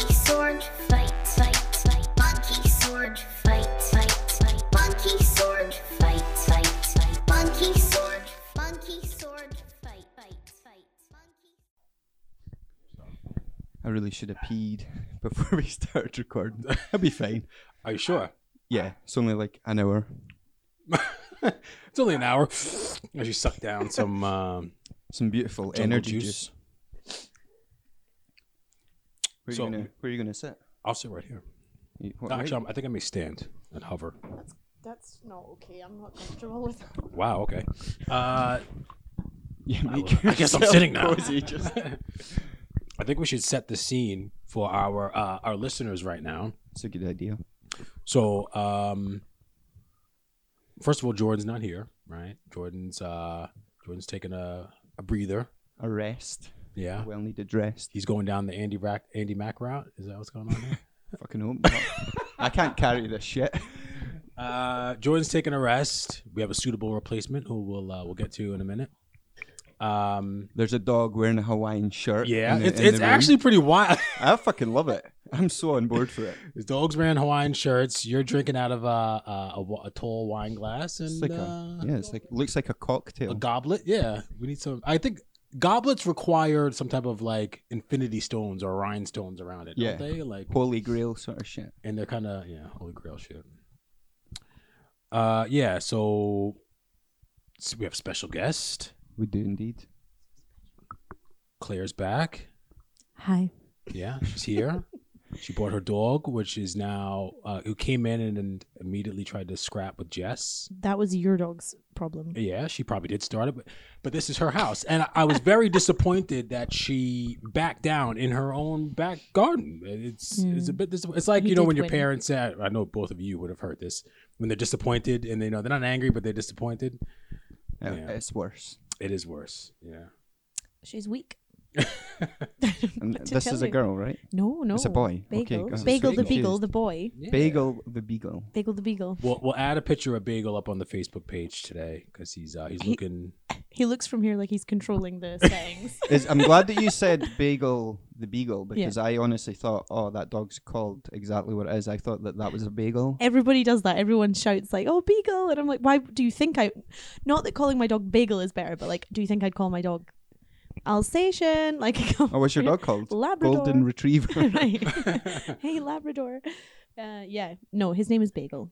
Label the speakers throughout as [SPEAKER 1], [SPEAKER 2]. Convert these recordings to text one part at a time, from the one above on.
[SPEAKER 1] sword fight fight fight monkey sword fight fight fight monkey sword fight fight fight monkey sword monkey sword fight fight fight monkey
[SPEAKER 2] I really should have peed before we started recording. I'll be fine.
[SPEAKER 3] Are you sure?
[SPEAKER 2] Yeah, it's only like an hour.
[SPEAKER 3] It's only an hour. As you suck down some um,
[SPEAKER 2] Some beautiful
[SPEAKER 3] jungle
[SPEAKER 2] energy
[SPEAKER 3] juice.
[SPEAKER 2] juice. Where,
[SPEAKER 3] So-
[SPEAKER 2] are you gonna, where are you gonna sit?
[SPEAKER 3] I'll sit right here.
[SPEAKER 2] You- what,
[SPEAKER 3] No,
[SPEAKER 2] right?
[SPEAKER 3] actually, I'm- I think I may stand and hover.
[SPEAKER 4] That's not okay. I'm not comfortable with that.
[SPEAKER 3] Wow. Okay. Uh,
[SPEAKER 2] Yeah, make
[SPEAKER 3] I guess I'm
[SPEAKER 2] yourself
[SPEAKER 3] sitting now.
[SPEAKER 2] cozy, just-
[SPEAKER 3] I think we should set the scene for our uh, our listeners right now.
[SPEAKER 2] It's a good idea.
[SPEAKER 3] So, um, first of all, Jordan's not here, right? Jordan's uh, Jordan's taking a, a breather.
[SPEAKER 2] A rest.
[SPEAKER 3] Yeah.
[SPEAKER 2] Well needed rest.
[SPEAKER 3] He's going down the Andy Rack, Andy Mack route. Is that what's going on here?
[SPEAKER 2] Fucking hope not. I can't carry this shit.
[SPEAKER 3] Uh, Jordan's taking a rest. We have a suitable replacement who we'll uh, we'll get to in a minute. Um,
[SPEAKER 2] There's a dog wearing a Hawaiian shirt.
[SPEAKER 3] yeah,
[SPEAKER 2] in the-
[SPEAKER 3] it's,
[SPEAKER 2] in the
[SPEAKER 3] it's
[SPEAKER 2] room.
[SPEAKER 3] actually pretty wild.
[SPEAKER 2] I fucking love it. I'm so on board for it.
[SPEAKER 3] His dogs wearing Hawaiian shirts. You're drinking out of uh, uh, a, wa- a tall wine glass and
[SPEAKER 2] It's like a
[SPEAKER 3] uh,
[SPEAKER 2] yeah. It's like looks like a cocktail.
[SPEAKER 3] a goblet. Yeah, we need some. I think goblets require some type of like infinity stones or rhinestones around it,
[SPEAKER 2] Yeah.
[SPEAKER 3] don't they? Like,
[SPEAKER 2] Holy Grail sort of shit.
[SPEAKER 3] and they're kind of yeah, holy grail shit. Uh, yeah. So, so we have a special guest.
[SPEAKER 2] We do indeed.
[SPEAKER 3] Claire's back.
[SPEAKER 5] Hi.
[SPEAKER 3] Yeah, she's here. she brought her dog, which is now uh, who came in and, and immediately tried to scrap with Jess.
[SPEAKER 5] That was your dog's problem.
[SPEAKER 3] Yeah, she probably did start it, but, but this is her house, and I, I was very disappointed that she backed down in her own back garden. It's it's a bit dis- it's like you,
[SPEAKER 5] Mm. You
[SPEAKER 3] know
[SPEAKER 5] did
[SPEAKER 3] when your
[SPEAKER 5] win.
[SPEAKER 3] parents say, I know both of you would have heard this when they're disappointed and they know they're not angry but they're disappointed.
[SPEAKER 2] Uh,
[SPEAKER 3] Yeah.
[SPEAKER 2] It's worse.
[SPEAKER 3] It is worse. Yeah.
[SPEAKER 5] She's weak.
[SPEAKER 2] And
[SPEAKER 5] What to
[SPEAKER 2] this
[SPEAKER 5] tell
[SPEAKER 2] is a
[SPEAKER 5] you.
[SPEAKER 2] girl, right?
[SPEAKER 5] No, no.
[SPEAKER 2] It's a boy. Okay,
[SPEAKER 5] Bagel.
[SPEAKER 2] got it.
[SPEAKER 5] Bagel the
[SPEAKER 3] Bagel.
[SPEAKER 5] beagle, the boy.
[SPEAKER 3] Yeah.
[SPEAKER 2] Bagel the Beagle.
[SPEAKER 5] Bagel the beagle.
[SPEAKER 3] We'll, we'll add a picture of Bagel up on the Facebook page today because he's uh, he's
[SPEAKER 5] He-
[SPEAKER 3] looking.
[SPEAKER 5] He looks from here like he's controlling the settings.
[SPEAKER 2] Is, I'm glad that you said Bagel the Beagle because I honestly thought, oh, that dog's called exactly what it is. I thought that that was a bagel.
[SPEAKER 5] Everybody does that. Everyone shouts like, "Oh, beagle!" And I'm like, "Why do you think I? Not that calling my dog bagel is better, but like, do you think I'd call my dog Alsatian? Like,
[SPEAKER 2] Oh, what's your dog called?
[SPEAKER 5] Labrador.
[SPEAKER 2] Golden Retriever.
[SPEAKER 5] right? hey, Labrador. Uh, yeah. No, his name is Bagel.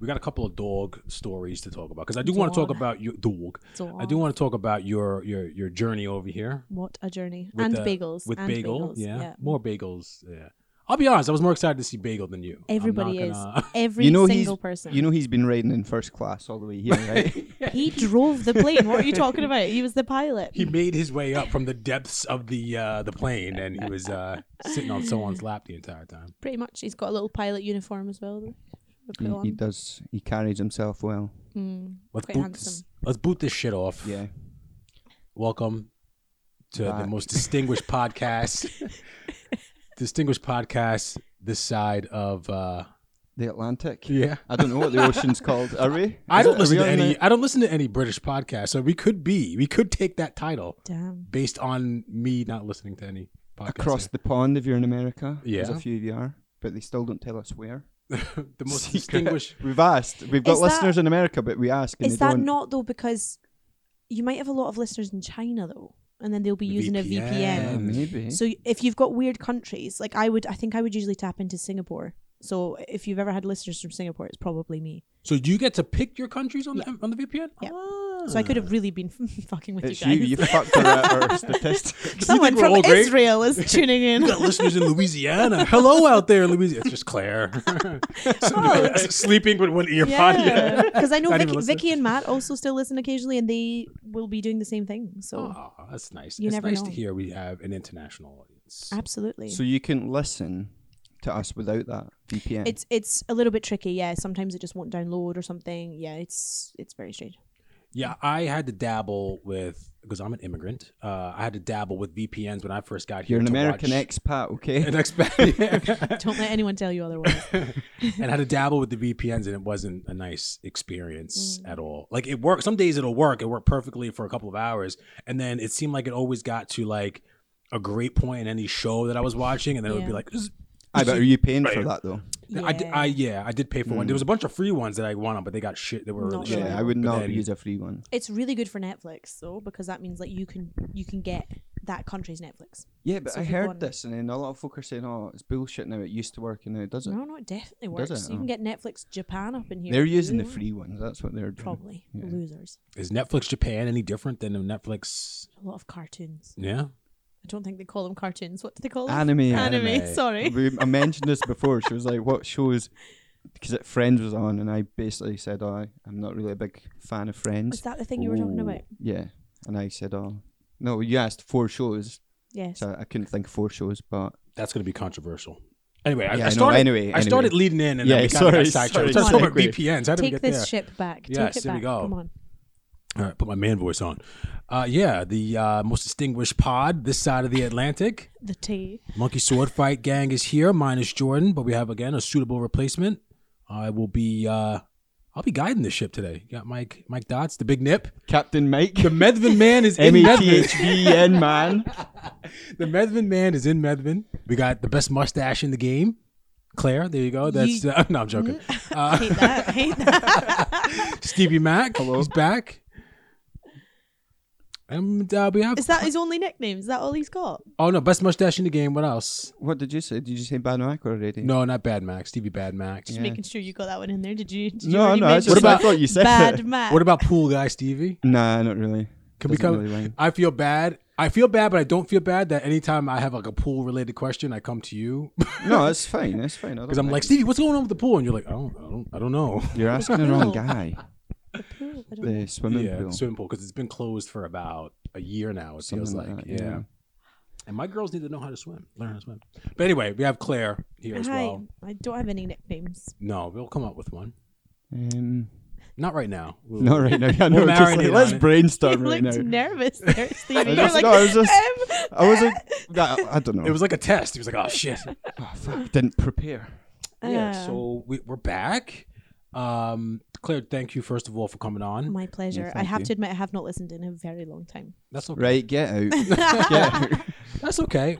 [SPEAKER 3] We got a couple of dog stories to talk about because I do want to talk
[SPEAKER 5] Dog.
[SPEAKER 3] about your dog.
[SPEAKER 5] So
[SPEAKER 3] I do want to talk about your your your journey over here
[SPEAKER 5] What a journey.
[SPEAKER 3] With
[SPEAKER 5] and
[SPEAKER 3] the-
[SPEAKER 5] bagels.
[SPEAKER 3] with
[SPEAKER 5] and
[SPEAKER 3] bagel.
[SPEAKER 5] bagels.
[SPEAKER 3] Yeah. more bagels. Yeah, I'll be honest. I was more excited to see bagel than you. I'm
[SPEAKER 5] Everybody
[SPEAKER 3] not
[SPEAKER 5] is.
[SPEAKER 3] gonna-
[SPEAKER 5] Every
[SPEAKER 2] You know he's-
[SPEAKER 5] single person.
[SPEAKER 2] you know he's been riding in first class all the way here, right?
[SPEAKER 5] he drove the plane. What are you talking about? He was the pilot.
[SPEAKER 3] He made his way up from the depths of the uh, the plane, and he was uh, sitting on someone's lap the entire time.
[SPEAKER 5] Pretty much. He's got a little pilot uniform as well. that we put
[SPEAKER 2] Mm, he, he
[SPEAKER 5] on.
[SPEAKER 2] does. He carries himself well.
[SPEAKER 5] Mm.
[SPEAKER 3] Let's
[SPEAKER 5] Quite
[SPEAKER 3] boot this,
[SPEAKER 5] handsome.
[SPEAKER 3] let's boot this shit off.
[SPEAKER 2] Yeah.
[SPEAKER 3] Welcome to the
[SPEAKER 2] Back.
[SPEAKER 3] most distinguished podcast, distinguished podcast this side of uh,
[SPEAKER 2] The Atlantic.
[SPEAKER 3] yeah.
[SPEAKER 2] I don't know what the ocean's called. Are we?
[SPEAKER 3] I
[SPEAKER 2] Is it-
[SPEAKER 3] don't
[SPEAKER 2] are
[SPEAKER 3] listen
[SPEAKER 2] we
[SPEAKER 3] to
[SPEAKER 2] on
[SPEAKER 3] any.
[SPEAKER 2] the-
[SPEAKER 3] I don't listen to any British podcast, so we could be. We could take that title
[SPEAKER 5] Damn.
[SPEAKER 3] based on me not listening to any podcast.
[SPEAKER 2] across the pond if you're in America. There's
[SPEAKER 3] Yeah.
[SPEAKER 2] a few of you are, but they still don't tell us where.
[SPEAKER 3] the most
[SPEAKER 2] Secret.
[SPEAKER 3] distinguished.
[SPEAKER 2] We've asked. We've got
[SPEAKER 5] Is that-
[SPEAKER 2] listeners in America, but we ask and
[SPEAKER 5] Is
[SPEAKER 2] they
[SPEAKER 5] that
[SPEAKER 2] don't.
[SPEAKER 5] not, though, because you might have a lot of listeners in China, though, and then they'll be using a
[SPEAKER 3] VPN.
[SPEAKER 5] VPN.
[SPEAKER 2] Yeah, maybe.
[SPEAKER 5] So if you've got weird countries, like I would, I think I would usually tap into Singapore. So if you've ever had listeners from Singapore, it's probably me.
[SPEAKER 3] So you get to pick your countries on the on the VPN.
[SPEAKER 5] Yeah.
[SPEAKER 3] Ah.
[SPEAKER 5] So I could have really been fucking with
[SPEAKER 2] it's
[SPEAKER 5] you guys.
[SPEAKER 2] you. You fucked our, our statistics.
[SPEAKER 5] Someone
[SPEAKER 3] we're
[SPEAKER 5] from
[SPEAKER 3] all great?
[SPEAKER 5] Israel is tuning in.
[SPEAKER 3] We got listeners in Louisiana. Hello out there in Louisiana. It's just Claire
[SPEAKER 5] Oh.
[SPEAKER 3] sleeping with one ear pod.
[SPEAKER 5] Yeah, because I know
[SPEAKER 3] Not even
[SPEAKER 5] Vicky,
[SPEAKER 3] listen.
[SPEAKER 5] Vicky and Matt also still listen occasionally, and they will be doing the same thing. So
[SPEAKER 3] Oh, that's nice.
[SPEAKER 5] You
[SPEAKER 3] it's
[SPEAKER 5] never
[SPEAKER 3] nice to
[SPEAKER 5] know.
[SPEAKER 3] hear we have an international audience.
[SPEAKER 5] absolutely,
[SPEAKER 2] so you can listen to us without that VPN.
[SPEAKER 5] it's it's a little bit tricky. Yeah, sometimes it just won't download or something. Yeah, it's it's very strange.
[SPEAKER 3] Yeah, I had to dabble with because I'm an immigrant. Uh, I had to dabble with VPNs when I first got here.
[SPEAKER 2] you're an
[SPEAKER 3] to
[SPEAKER 2] American
[SPEAKER 3] watch-
[SPEAKER 2] expat, okay?
[SPEAKER 3] an expat,
[SPEAKER 5] Don't let anyone tell you otherwise.
[SPEAKER 3] and I had to dabble with the VPNs, and it wasn't a nice experience
[SPEAKER 5] Mm.
[SPEAKER 3] at all. Like it worked. Some days it'll work. It worked perfectly for a couple of hours, and then it seemed like it always got to like a great point in any show that I was watching, and then it would be
[SPEAKER 5] Yeah.
[SPEAKER 3] like, "This is-
[SPEAKER 2] Aye, but are you paying for
[SPEAKER 3] Right.
[SPEAKER 2] that though?
[SPEAKER 3] Yeah. I, did, I yeah, I did pay for one. There was a bunch of free ones that I wanted, but they got shit. They were
[SPEAKER 5] Not
[SPEAKER 3] shit.
[SPEAKER 5] Sure.
[SPEAKER 2] Mm. Yeah, I would not
[SPEAKER 3] Then-
[SPEAKER 2] use a free one.
[SPEAKER 5] It's really good for Netflix though, because that means like you can you can get that country's Netflix.
[SPEAKER 2] Yeah, but
[SPEAKER 5] So
[SPEAKER 2] I
[SPEAKER 5] if you
[SPEAKER 2] heard
[SPEAKER 5] want-
[SPEAKER 2] this, and then a lot of folk are saying, "Oh, it's bullshit now. It used to work, and now it doesn't."
[SPEAKER 5] No, no, it definitely
[SPEAKER 2] Does
[SPEAKER 5] works.
[SPEAKER 2] it?
[SPEAKER 5] You
[SPEAKER 2] Oh.
[SPEAKER 5] can get Netflix Japan up in here.
[SPEAKER 2] They're using the
[SPEAKER 5] Ooh,
[SPEAKER 2] free ones. That's what they're doing.
[SPEAKER 5] Probably
[SPEAKER 2] Yeah.
[SPEAKER 5] losers.
[SPEAKER 3] Is Netflix Japan any different than the Netflix?
[SPEAKER 5] A lot of cartoons.
[SPEAKER 3] Yeah,
[SPEAKER 5] I don't think they call them cartoons. What do they call them?
[SPEAKER 2] Anime.
[SPEAKER 5] Anime.
[SPEAKER 3] Anime.
[SPEAKER 5] Sorry.
[SPEAKER 2] we, I mentioned this before. She was like, "What shows?" Because Friends was on, and I basically said, "Oh, I- I'm not really a big fan of
[SPEAKER 5] Is
[SPEAKER 2] Friends."
[SPEAKER 5] that the thing you were talking
[SPEAKER 3] Ooh.
[SPEAKER 5] about?
[SPEAKER 2] Yeah, and I said, "Oh, no." You asked four shows,
[SPEAKER 5] Yes.
[SPEAKER 2] so I couldn't think of four shows, but
[SPEAKER 3] that's going to be controversial. Anyway, I,
[SPEAKER 2] Yeah,
[SPEAKER 3] I
[SPEAKER 2] I know.
[SPEAKER 3] started.
[SPEAKER 2] Anyway,
[SPEAKER 3] I
[SPEAKER 2] anyway.
[SPEAKER 3] started leading in, and
[SPEAKER 2] Yeah,
[SPEAKER 3] then we
[SPEAKER 2] sorry,
[SPEAKER 3] kind of got sidetracked.
[SPEAKER 2] sorry,
[SPEAKER 3] We started talking about
[SPEAKER 2] segue.
[SPEAKER 3] VPNs. How did we
[SPEAKER 5] Take
[SPEAKER 3] get
[SPEAKER 5] this
[SPEAKER 3] there?
[SPEAKER 5] ship back.
[SPEAKER 3] Yes,
[SPEAKER 5] Take it
[SPEAKER 3] there
[SPEAKER 5] back.
[SPEAKER 3] we go.
[SPEAKER 5] Come on.
[SPEAKER 3] All right, put my man voice on. Uh, yeah, the uh, most distinguished pod this side of the Atlantic.
[SPEAKER 5] The tea.
[SPEAKER 3] Monkey Sword Fight Gang is here, minus Jordan, but we have again a suitable replacement. I will be. Uh, I'll be guiding the ship today. You got Mike, Mike Dots, the Big Nip,
[SPEAKER 2] Captain Mike,
[SPEAKER 3] the Medvin Man is in
[SPEAKER 2] M A T
[SPEAKER 3] Medvin.
[SPEAKER 2] H V N man.
[SPEAKER 3] The Medvin Man is in Medvin. We got the best mustache in the game, Claire. There you go. That's uh, no, I'm joking. Uh,
[SPEAKER 5] Hate that. Hate that.
[SPEAKER 3] Stevie Mac, he's back. And uh, we have
[SPEAKER 5] Is that his only nickname? Is that all he's got?
[SPEAKER 3] oh no, best mustache in the game. What else?
[SPEAKER 2] What did you say? Did you say Bad Mac already?
[SPEAKER 3] No, not Bad Max. Stevie Bad Max.
[SPEAKER 5] Just making sure you got that one in there. Did you? Did you
[SPEAKER 2] No,
[SPEAKER 5] already
[SPEAKER 2] no, it's
[SPEAKER 5] mention
[SPEAKER 2] just- What
[SPEAKER 5] that?
[SPEAKER 2] I thought you said
[SPEAKER 5] bad
[SPEAKER 2] it.
[SPEAKER 5] Mac.
[SPEAKER 3] What about Pool Guy Stevie?
[SPEAKER 2] Nah, not really.
[SPEAKER 3] Can we
[SPEAKER 2] Doesn't
[SPEAKER 3] come?
[SPEAKER 2] really line.
[SPEAKER 3] I feel bad. I feel bad, but I don't feel bad that anytime I have like a pool related question, I come to you because
[SPEAKER 2] No, that's fine. That's fine. Because
[SPEAKER 3] I'm like Stevie, what's going on with the pool? And you're like, I don't, I don't, I don't know.
[SPEAKER 2] you're asking the wrong
[SPEAKER 5] No.
[SPEAKER 2] guy.
[SPEAKER 5] Ooh, I don't know.
[SPEAKER 2] The swimming
[SPEAKER 3] yeah,
[SPEAKER 2] pool.
[SPEAKER 3] swimming pool because it's been closed for about a year now. It feels like,
[SPEAKER 2] Something like that,
[SPEAKER 3] yeah.
[SPEAKER 2] yeah.
[SPEAKER 3] And my girls need to know how to swim, learn how to swim. But anyway, we have Claire here as
[SPEAKER 5] Hi.
[SPEAKER 3] well.
[SPEAKER 5] I don't have any nicknames.
[SPEAKER 3] No, we'll come up with one.
[SPEAKER 2] um,
[SPEAKER 3] Not right now. We'll-
[SPEAKER 2] not right now. Yeah, no,
[SPEAKER 3] We'll
[SPEAKER 2] just like,
[SPEAKER 3] marinate on
[SPEAKER 2] let's
[SPEAKER 3] it.
[SPEAKER 2] brainstorm
[SPEAKER 5] you
[SPEAKER 2] right now.
[SPEAKER 5] looked nervous there, Stevie.
[SPEAKER 2] I
[SPEAKER 5] You're
[SPEAKER 2] just-
[SPEAKER 5] like,
[SPEAKER 2] no, I was just-
[SPEAKER 5] "Um,
[SPEAKER 2] I wasn't. I, I don't know.
[SPEAKER 3] It was like a test. He was like, "Oh shit."
[SPEAKER 2] Oh, fuck, didn't prepare.
[SPEAKER 3] yeah.
[SPEAKER 5] Uh.
[SPEAKER 3] So we, we're back. Um, Claire, thank you first of all for coming on.
[SPEAKER 5] "Um." My pleasure. I
[SPEAKER 2] thank
[SPEAKER 5] have
[SPEAKER 2] you.
[SPEAKER 5] to admit, I have not listened in a very long time.
[SPEAKER 3] That's okay.
[SPEAKER 2] Right, get out. get out.
[SPEAKER 3] That's okay.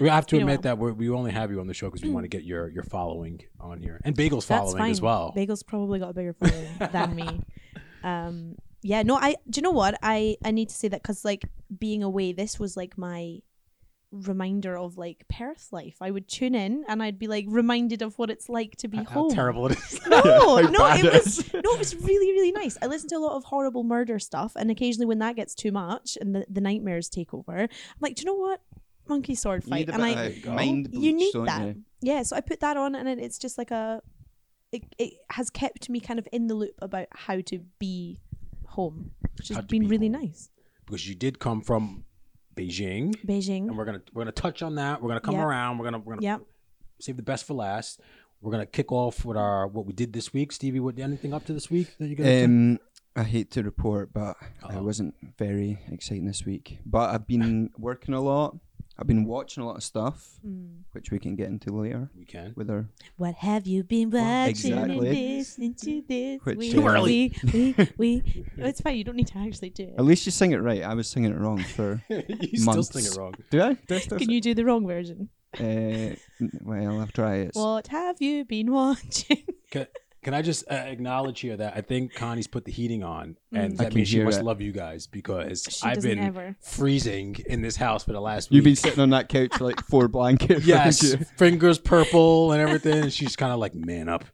[SPEAKER 3] We have to
[SPEAKER 5] Been a
[SPEAKER 3] admit
[SPEAKER 5] while.
[SPEAKER 3] that we're, we only have you on the show because we want to get your your following on here and Bagel's
[SPEAKER 5] That's
[SPEAKER 3] following
[SPEAKER 5] fine.
[SPEAKER 3] as well.
[SPEAKER 5] Bagel's probably got a bigger following than me. Um, yeah, no, I. Do you know what? I I need to say that because like being away, this was like my reminder of like Perth life. I would tune in and I'd be like reminded of what it's like to be
[SPEAKER 3] How
[SPEAKER 5] home.
[SPEAKER 3] terrible it is.
[SPEAKER 5] No, no,
[SPEAKER 2] bad
[SPEAKER 5] it
[SPEAKER 2] it
[SPEAKER 5] was no, it was really, really nice. I listen to a lot of horrible murder stuff, and occasionally when that gets too much and the, the nightmares take over, I'm like, do you know what? Monkey sword
[SPEAKER 2] You need
[SPEAKER 5] fight,
[SPEAKER 2] a
[SPEAKER 5] and
[SPEAKER 3] uh,
[SPEAKER 2] bit
[SPEAKER 5] I
[SPEAKER 2] of mind bleach,
[SPEAKER 5] you need
[SPEAKER 2] don't
[SPEAKER 5] that.
[SPEAKER 2] you?
[SPEAKER 5] Yeah, so I put that on, and it, it's just like a. It, it has kept me kind of in the loop about how to be home, which has
[SPEAKER 3] How to
[SPEAKER 5] been
[SPEAKER 3] be
[SPEAKER 5] really
[SPEAKER 3] home.
[SPEAKER 5] nice.
[SPEAKER 3] because you did come from Beijing, and
[SPEAKER 5] Beijing.
[SPEAKER 3] we're gonna we're gonna touch on that. We're gonna come
[SPEAKER 5] Yep.
[SPEAKER 3] around. We're gonna we're gonna
[SPEAKER 5] Yeah.
[SPEAKER 3] save the best for last. We're gonna kick off with our what we did this week. Stevie, what anything up to this week that you're gonna?
[SPEAKER 2] Um, I hate to report, but I
[SPEAKER 3] Uh-oh.
[SPEAKER 2] wasn't very exciting this week. But I've been working a lot. I've been watching a lot of stuff,
[SPEAKER 5] Mm.
[SPEAKER 2] which we can get into later
[SPEAKER 3] we can.
[SPEAKER 2] with our
[SPEAKER 5] What have you been watching and
[SPEAKER 2] Exactly.
[SPEAKER 5] listening to this
[SPEAKER 2] Which,
[SPEAKER 5] week?
[SPEAKER 2] Too
[SPEAKER 3] early.
[SPEAKER 5] We, we, we. No, it's fine. You don't need to actually do
[SPEAKER 2] At
[SPEAKER 5] it.
[SPEAKER 2] least you sing it right. I was singing it wrong for.
[SPEAKER 3] you still sing it
[SPEAKER 2] Months.
[SPEAKER 3] wrong.
[SPEAKER 2] Do I? Do I still
[SPEAKER 5] Can you do the wrong version?
[SPEAKER 2] sing- Uh, n- well, I'll try it.
[SPEAKER 5] What have you been watching?
[SPEAKER 3] Can, can I just uh, acknowledge here that I think Connie's put the heating on, and
[SPEAKER 5] Mm.
[SPEAKER 2] I
[SPEAKER 3] that
[SPEAKER 2] can
[SPEAKER 3] means she
[SPEAKER 2] hear
[SPEAKER 3] must
[SPEAKER 2] it.
[SPEAKER 3] love you guys because
[SPEAKER 5] She
[SPEAKER 3] I've
[SPEAKER 5] doesn't
[SPEAKER 3] been
[SPEAKER 5] ever.
[SPEAKER 3] freezing in this house for the last.
[SPEAKER 2] You've been
[SPEAKER 3] week.
[SPEAKER 2] sitting on that couch with, like four blankets.
[SPEAKER 3] yes,
[SPEAKER 2] haven't you?
[SPEAKER 3] fingers purple and everything, and she's kind of like man up.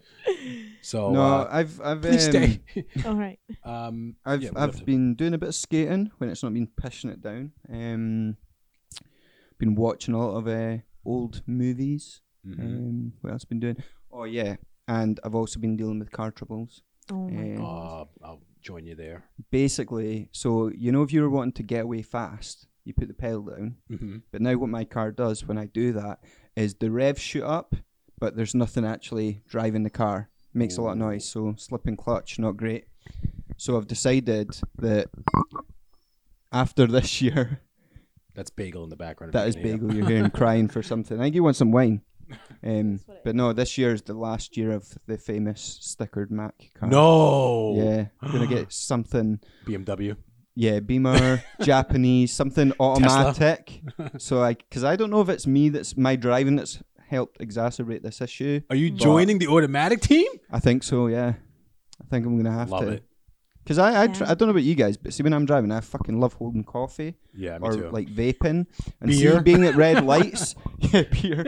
[SPEAKER 3] So
[SPEAKER 2] no,
[SPEAKER 3] uh,
[SPEAKER 2] I've I've um,
[SPEAKER 3] please stay.
[SPEAKER 5] All right.
[SPEAKER 3] Um,
[SPEAKER 2] I've
[SPEAKER 3] yeah, we'll have
[SPEAKER 2] I've
[SPEAKER 3] to-
[SPEAKER 2] been doing a bit of skating when it's not been pushing it down. Um, been watching a lot of uh, old movies.
[SPEAKER 5] Mm-hmm.
[SPEAKER 3] Mhm.
[SPEAKER 2] Um, what else been doing? Oh yeah, and I've also been dealing with car troubles.
[SPEAKER 5] Oh my
[SPEAKER 2] Um,
[SPEAKER 5] god.
[SPEAKER 3] Uh, I'll join you there.
[SPEAKER 2] Basically, so you know if you were wanting to get away fast, you put the pedal down.
[SPEAKER 3] hmm
[SPEAKER 2] But now what my car does when I do that is the revs shoot up, but there's nothing actually driving the car. Makes a lot of noise, so slip and clutch, not great. So I've decided that after this year,
[SPEAKER 3] That's bagel in the background. if
[SPEAKER 2] that
[SPEAKER 3] you
[SPEAKER 2] is
[SPEAKER 3] can hear it.
[SPEAKER 2] bagel you're hearing crying for something. I think you want some wine. Um,
[SPEAKER 5] what it
[SPEAKER 2] but no, this year is the last year of the famous stickered Mac car.
[SPEAKER 3] No.
[SPEAKER 2] Yeah, I'm gonna get something.
[SPEAKER 3] BMW.
[SPEAKER 2] Yeah, Beamer, Japanese, something automatic. so I, because I don't know if it's me that's my driving that's helped exacerbate this issue.
[SPEAKER 3] Are you joining the automatic team?
[SPEAKER 2] I think so. Yeah, I think I'm gonna have
[SPEAKER 3] Love
[SPEAKER 2] to.
[SPEAKER 3] it.
[SPEAKER 2] Because I, I, tr-
[SPEAKER 5] Yeah.
[SPEAKER 2] I don't know about you guys, but see, when I'm driving, I fucking love holding coffee
[SPEAKER 3] Yeah, me
[SPEAKER 2] or
[SPEAKER 3] too.
[SPEAKER 2] like vaping and see,
[SPEAKER 3] Beer.
[SPEAKER 2] being at red lights. yeah, beer.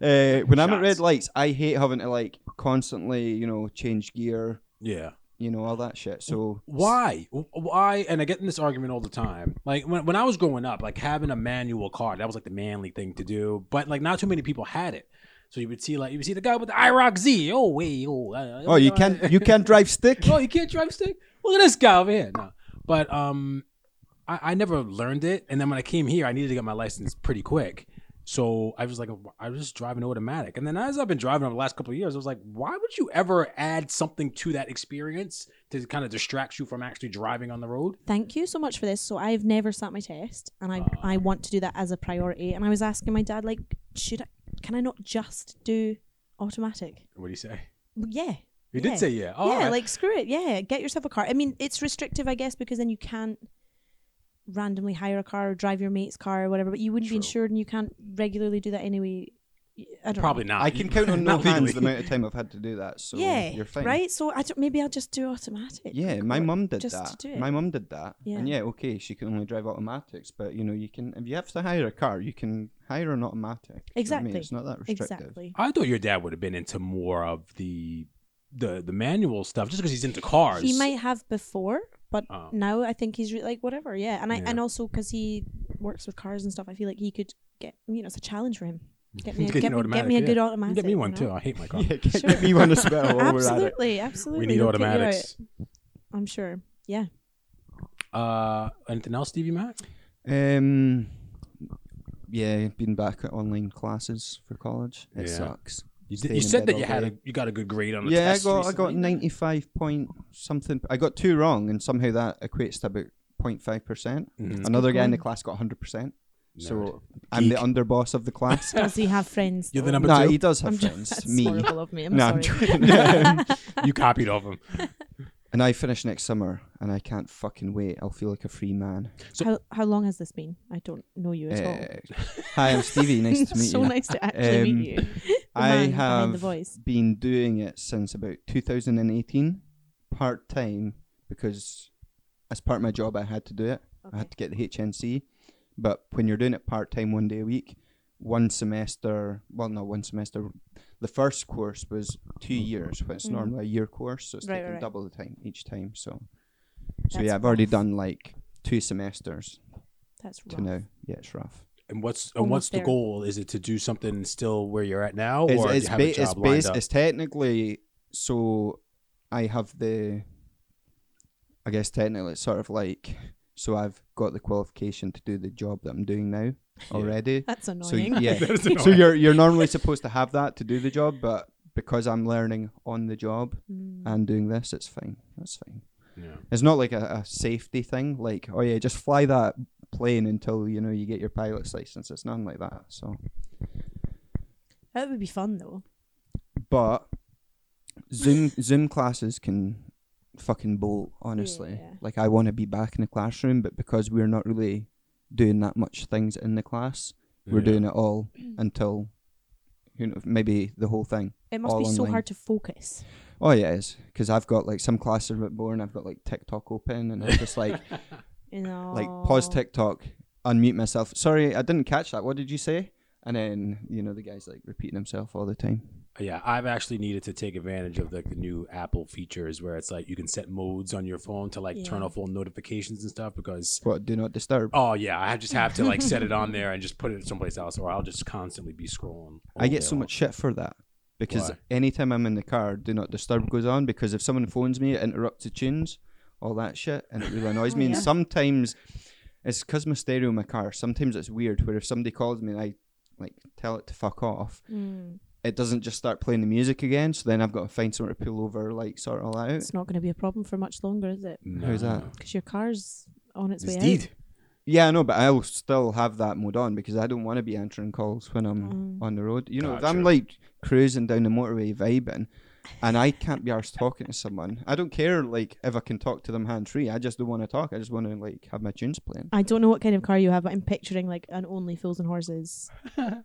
[SPEAKER 2] Uh, when I'm at red
[SPEAKER 3] Shots.
[SPEAKER 2] lights, I hate having to like constantly, you know, change gear,
[SPEAKER 3] yeah.
[SPEAKER 2] you know, all that shit. So
[SPEAKER 3] Why? W- Why? And I get in this argument all the time. Like when, when I was growing up, like having a manual car, that was like the manly thing to do. But like not too many people had it. So you would see like you would see the guy with the IROC Z. Oh wait, oh. uh,
[SPEAKER 2] Oh, you can't you can't drive stick.
[SPEAKER 3] oh, you can't drive stick. Look at this guy over here. No, but um, I, I never learned it, and then when I came here, I needed to get my license pretty quick. So I was like, I was just driving automatic, and then as I've been driving over the last couple of years, I was like, why would you ever add something to that experience to kind of distract you from actually driving on the road?
[SPEAKER 5] Thank you so much for this. So I've never sat my test, and I I want to do that as a priority. And I was asking my dad, like, should I? Can I not just do automatic?
[SPEAKER 3] What do you say?
[SPEAKER 5] Well, Yeah,
[SPEAKER 3] You
[SPEAKER 5] Yeah.
[SPEAKER 3] did say yeah. Oh,
[SPEAKER 5] yeah, like screw it. Yeah, get yourself a car. I mean, it's restrictive, I guess, because then you can't randomly hire a car or drive your mate's car or whatever. But you wouldn't be
[SPEAKER 3] True.
[SPEAKER 5] insured, and you can't regularly do that anyway. Y- I don't
[SPEAKER 3] probably not.
[SPEAKER 2] I can count on no
[SPEAKER 3] Not
[SPEAKER 2] hands the
[SPEAKER 3] legally.
[SPEAKER 2] amount of time I've had to do that. So
[SPEAKER 5] Know. Yeah,
[SPEAKER 2] you're fine.
[SPEAKER 5] right. So I don't, maybe I'll just do automatic.
[SPEAKER 2] Yeah,
[SPEAKER 5] Like,
[SPEAKER 2] my
[SPEAKER 5] what-
[SPEAKER 2] mum did
[SPEAKER 5] just
[SPEAKER 2] that.
[SPEAKER 5] To do it.
[SPEAKER 2] My mum did that.
[SPEAKER 5] Yeah.
[SPEAKER 2] And yeah, okay, she can only drive automatics, but you know, you can if you have to hire a car, you can hire an automatic. Do you know what I mean?
[SPEAKER 5] Exactly.
[SPEAKER 2] It's not that restrictive.
[SPEAKER 5] exactly.
[SPEAKER 3] I thought your dad would have been into more of the the the manual stuff, just because he's into cars.
[SPEAKER 5] He might have before, but
[SPEAKER 3] Oh.
[SPEAKER 5] now I think he's re- like whatever. Yeah, and I
[SPEAKER 3] Yeah.
[SPEAKER 5] and also because he works with cars and stuff, I feel like he could get you know it's a challenge for him. Get me,
[SPEAKER 3] Get
[SPEAKER 5] a,
[SPEAKER 3] an
[SPEAKER 5] get, me- get
[SPEAKER 3] automatic,
[SPEAKER 5] me a
[SPEAKER 3] yeah.
[SPEAKER 5] good
[SPEAKER 3] You can
[SPEAKER 5] automatic.
[SPEAKER 3] Get me
[SPEAKER 5] you
[SPEAKER 3] one
[SPEAKER 5] know?
[SPEAKER 3] too. I hate my car.
[SPEAKER 2] Yeah, get,
[SPEAKER 5] Sure.
[SPEAKER 2] get me one as well while we're at it.
[SPEAKER 5] Absolutely, absolutely.
[SPEAKER 3] We need
[SPEAKER 5] They'll get you out.
[SPEAKER 3] automatics.
[SPEAKER 5] I'm sure. Yeah.
[SPEAKER 3] Uh, anything else, Stevie Mac?
[SPEAKER 2] Um, yeah, been back at online classes for college. It
[SPEAKER 3] Yeah.
[SPEAKER 2] sucks.
[SPEAKER 3] You,
[SPEAKER 2] Staying
[SPEAKER 3] you
[SPEAKER 2] in
[SPEAKER 3] said
[SPEAKER 2] bed
[SPEAKER 3] that you
[SPEAKER 2] all
[SPEAKER 3] had a,
[SPEAKER 2] day.
[SPEAKER 3] you got a good grade on the
[SPEAKER 2] Yeah, I
[SPEAKER 3] test.
[SPEAKER 2] got I got
[SPEAKER 3] recently.
[SPEAKER 2] ninety five point something. I got two wrong, and somehow that equates to about 05 percent.
[SPEAKER 3] Mhm.
[SPEAKER 2] Another guy in the
[SPEAKER 5] going.
[SPEAKER 2] class got hundred percent.
[SPEAKER 3] Nerd.
[SPEAKER 2] So I'm the
[SPEAKER 3] Geek.
[SPEAKER 2] underboss of the class.
[SPEAKER 5] Does he have friends?
[SPEAKER 3] You're
[SPEAKER 5] though?
[SPEAKER 3] the number
[SPEAKER 2] no, he
[SPEAKER 3] two.
[SPEAKER 2] does have
[SPEAKER 5] I'm
[SPEAKER 2] friends.
[SPEAKER 5] just, that's
[SPEAKER 2] me.
[SPEAKER 5] horrible of me. I'm
[SPEAKER 2] no, I'm
[SPEAKER 5] sorry.
[SPEAKER 2] joking.
[SPEAKER 3] you copied off him.
[SPEAKER 2] and I finish next summer, and I can't fucking wait. I'll feel like a free man.
[SPEAKER 3] So-
[SPEAKER 5] how, how long has this been? I don't know you at all.
[SPEAKER 2] Uh, hi, I'm Stevie. Nice to meet
[SPEAKER 5] so
[SPEAKER 2] you.
[SPEAKER 5] nice to actually
[SPEAKER 2] Um,
[SPEAKER 5] meet you. The
[SPEAKER 2] I
[SPEAKER 5] man behind
[SPEAKER 2] have
[SPEAKER 5] the voice.
[SPEAKER 2] been doing it since about 2018, part time, because as part of my job, I had to do it. I had to get the HNC. But when you're doing it part time, one day a week, one semester, well, no, one semester, the first course was two years, but it's
[SPEAKER 5] Mhm.
[SPEAKER 2] normally a year course, so it's
[SPEAKER 5] Right,
[SPEAKER 2] taking
[SPEAKER 5] right, right.
[SPEAKER 2] double the time each time. So, so
[SPEAKER 5] That's
[SPEAKER 2] yeah, I've already
[SPEAKER 5] rough.
[SPEAKER 2] done like two semesters
[SPEAKER 5] That's
[SPEAKER 2] to
[SPEAKER 5] wrong.
[SPEAKER 2] now. Yeah, it's rough.
[SPEAKER 3] And what's and
[SPEAKER 5] Almost
[SPEAKER 3] what's the
[SPEAKER 5] there.
[SPEAKER 3] goal? Is it to do something still where you're at now,
[SPEAKER 2] it's,
[SPEAKER 3] or do
[SPEAKER 2] it's,
[SPEAKER 3] you have a
[SPEAKER 2] ba-
[SPEAKER 3] job
[SPEAKER 2] it's,
[SPEAKER 3] lined
[SPEAKER 2] bas-
[SPEAKER 3] up?
[SPEAKER 2] it's technically so I have the I guess technically it's sort of like so I've got the qualification to do the job that I'm doing now already.
[SPEAKER 5] That's
[SPEAKER 2] So
[SPEAKER 5] annoying.
[SPEAKER 2] yeah.
[SPEAKER 3] That is
[SPEAKER 2] so
[SPEAKER 3] annoying.
[SPEAKER 2] you're you're normally supposed to have that to do the job, but because I'm learning on the job
[SPEAKER 5] Mm.
[SPEAKER 2] and doing this, it's fine. That's fine.
[SPEAKER 3] Yeah.
[SPEAKER 2] It's not like a, a safety thing, like, oh yeah, just fly that plane until, you know, you get your pilot's license. It's nothing like that. So
[SPEAKER 5] That would be fun though.
[SPEAKER 2] but Zoom Zoom classes can fucking bolt. Honestly,
[SPEAKER 5] Yeah.
[SPEAKER 2] like I want to be back in the classroom, but because we're not really doing that much things in the class, we're
[SPEAKER 3] Yeah.
[SPEAKER 2] doing it all until you know maybe the whole thing.
[SPEAKER 5] It must
[SPEAKER 2] All
[SPEAKER 5] be so
[SPEAKER 2] online.
[SPEAKER 5] hard to focus.
[SPEAKER 2] Oh yeah, it is because I've got like some classes are a bit boring. I've got like TikTok open, and I'm just like
[SPEAKER 5] You know.
[SPEAKER 2] like pause TikTok, unmute myself. Sorry, I didn't catch that. What did you say? And then you know the guy's like repeating himself all the time.
[SPEAKER 3] Yeah, I've actually needed to take advantage of like the new Apple features where it's like you can set modes on your phone to like turn
[SPEAKER 5] Yeah.
[SPEAKER 3] off all notifications and stuff because
[SPEAKER 2] What? Do not disturb.
[SPEAKER 3] oh yeah, I just have to like set it on there and just put it someplace else, or I'll just constantly be scrolling.
[SPEAKER 2] I
[SPEAKER 3] all
[SPEAKER 2] get
[SPEAKER 3] day
[SPEAKER 2] so
[SPEAKER 3] long.
[SPEAKER 2] much shit for that because
[SPEAKER 3] Why?
[SPEAKER 2] anytime I'm in the car, do not disturb goes on because if someone phones me, it interrupts the tunes, all that shit, and it really annoys me. And
[SPEAKER 5] Oh, yeah.
[SPEAKER 2] sometimes it's because my stereo in my car. Sometimes it's weird where if somebody calls me and I like tell it to fuck off,
[SPEAKER 5] Mm,
[SPEAKER 2] it doesn't just start playing the music again. So then I've got to find somewhere to pull over, like sort all that out.
[SPEAKER 5] it's not going to be a problem for much longer, is it?
[SPEAKER 3] No,
[SPEAKER 2] How's that?
[SPEAKER 5] Because your car's on its,
[SPEAKER 3] It's
[SPEAKER 5] way
[SPEAKER 3] deed.
[SPEAKER 2] Yeah, I know, but I'll still have that mode on because I don't want to be answering calls when I'm
[SPEAKER 5] Mm.
[SPEAKER 2] on the road. You know, if I'm
[SPEAKER 3] Gotcha.
[SPEAKER 2] like cruising down the motorway vibing,
[SPEAKER 5] out.
[SPEAKER 2] and I can't be arsed talking to someone. I don't care like if I can talk to them hand free. I just don't want to talk. I just want to like have my tunes playing.
[SPEAKER 5] I don't know what kind of car you have, but I'm picturing like an only fools and horses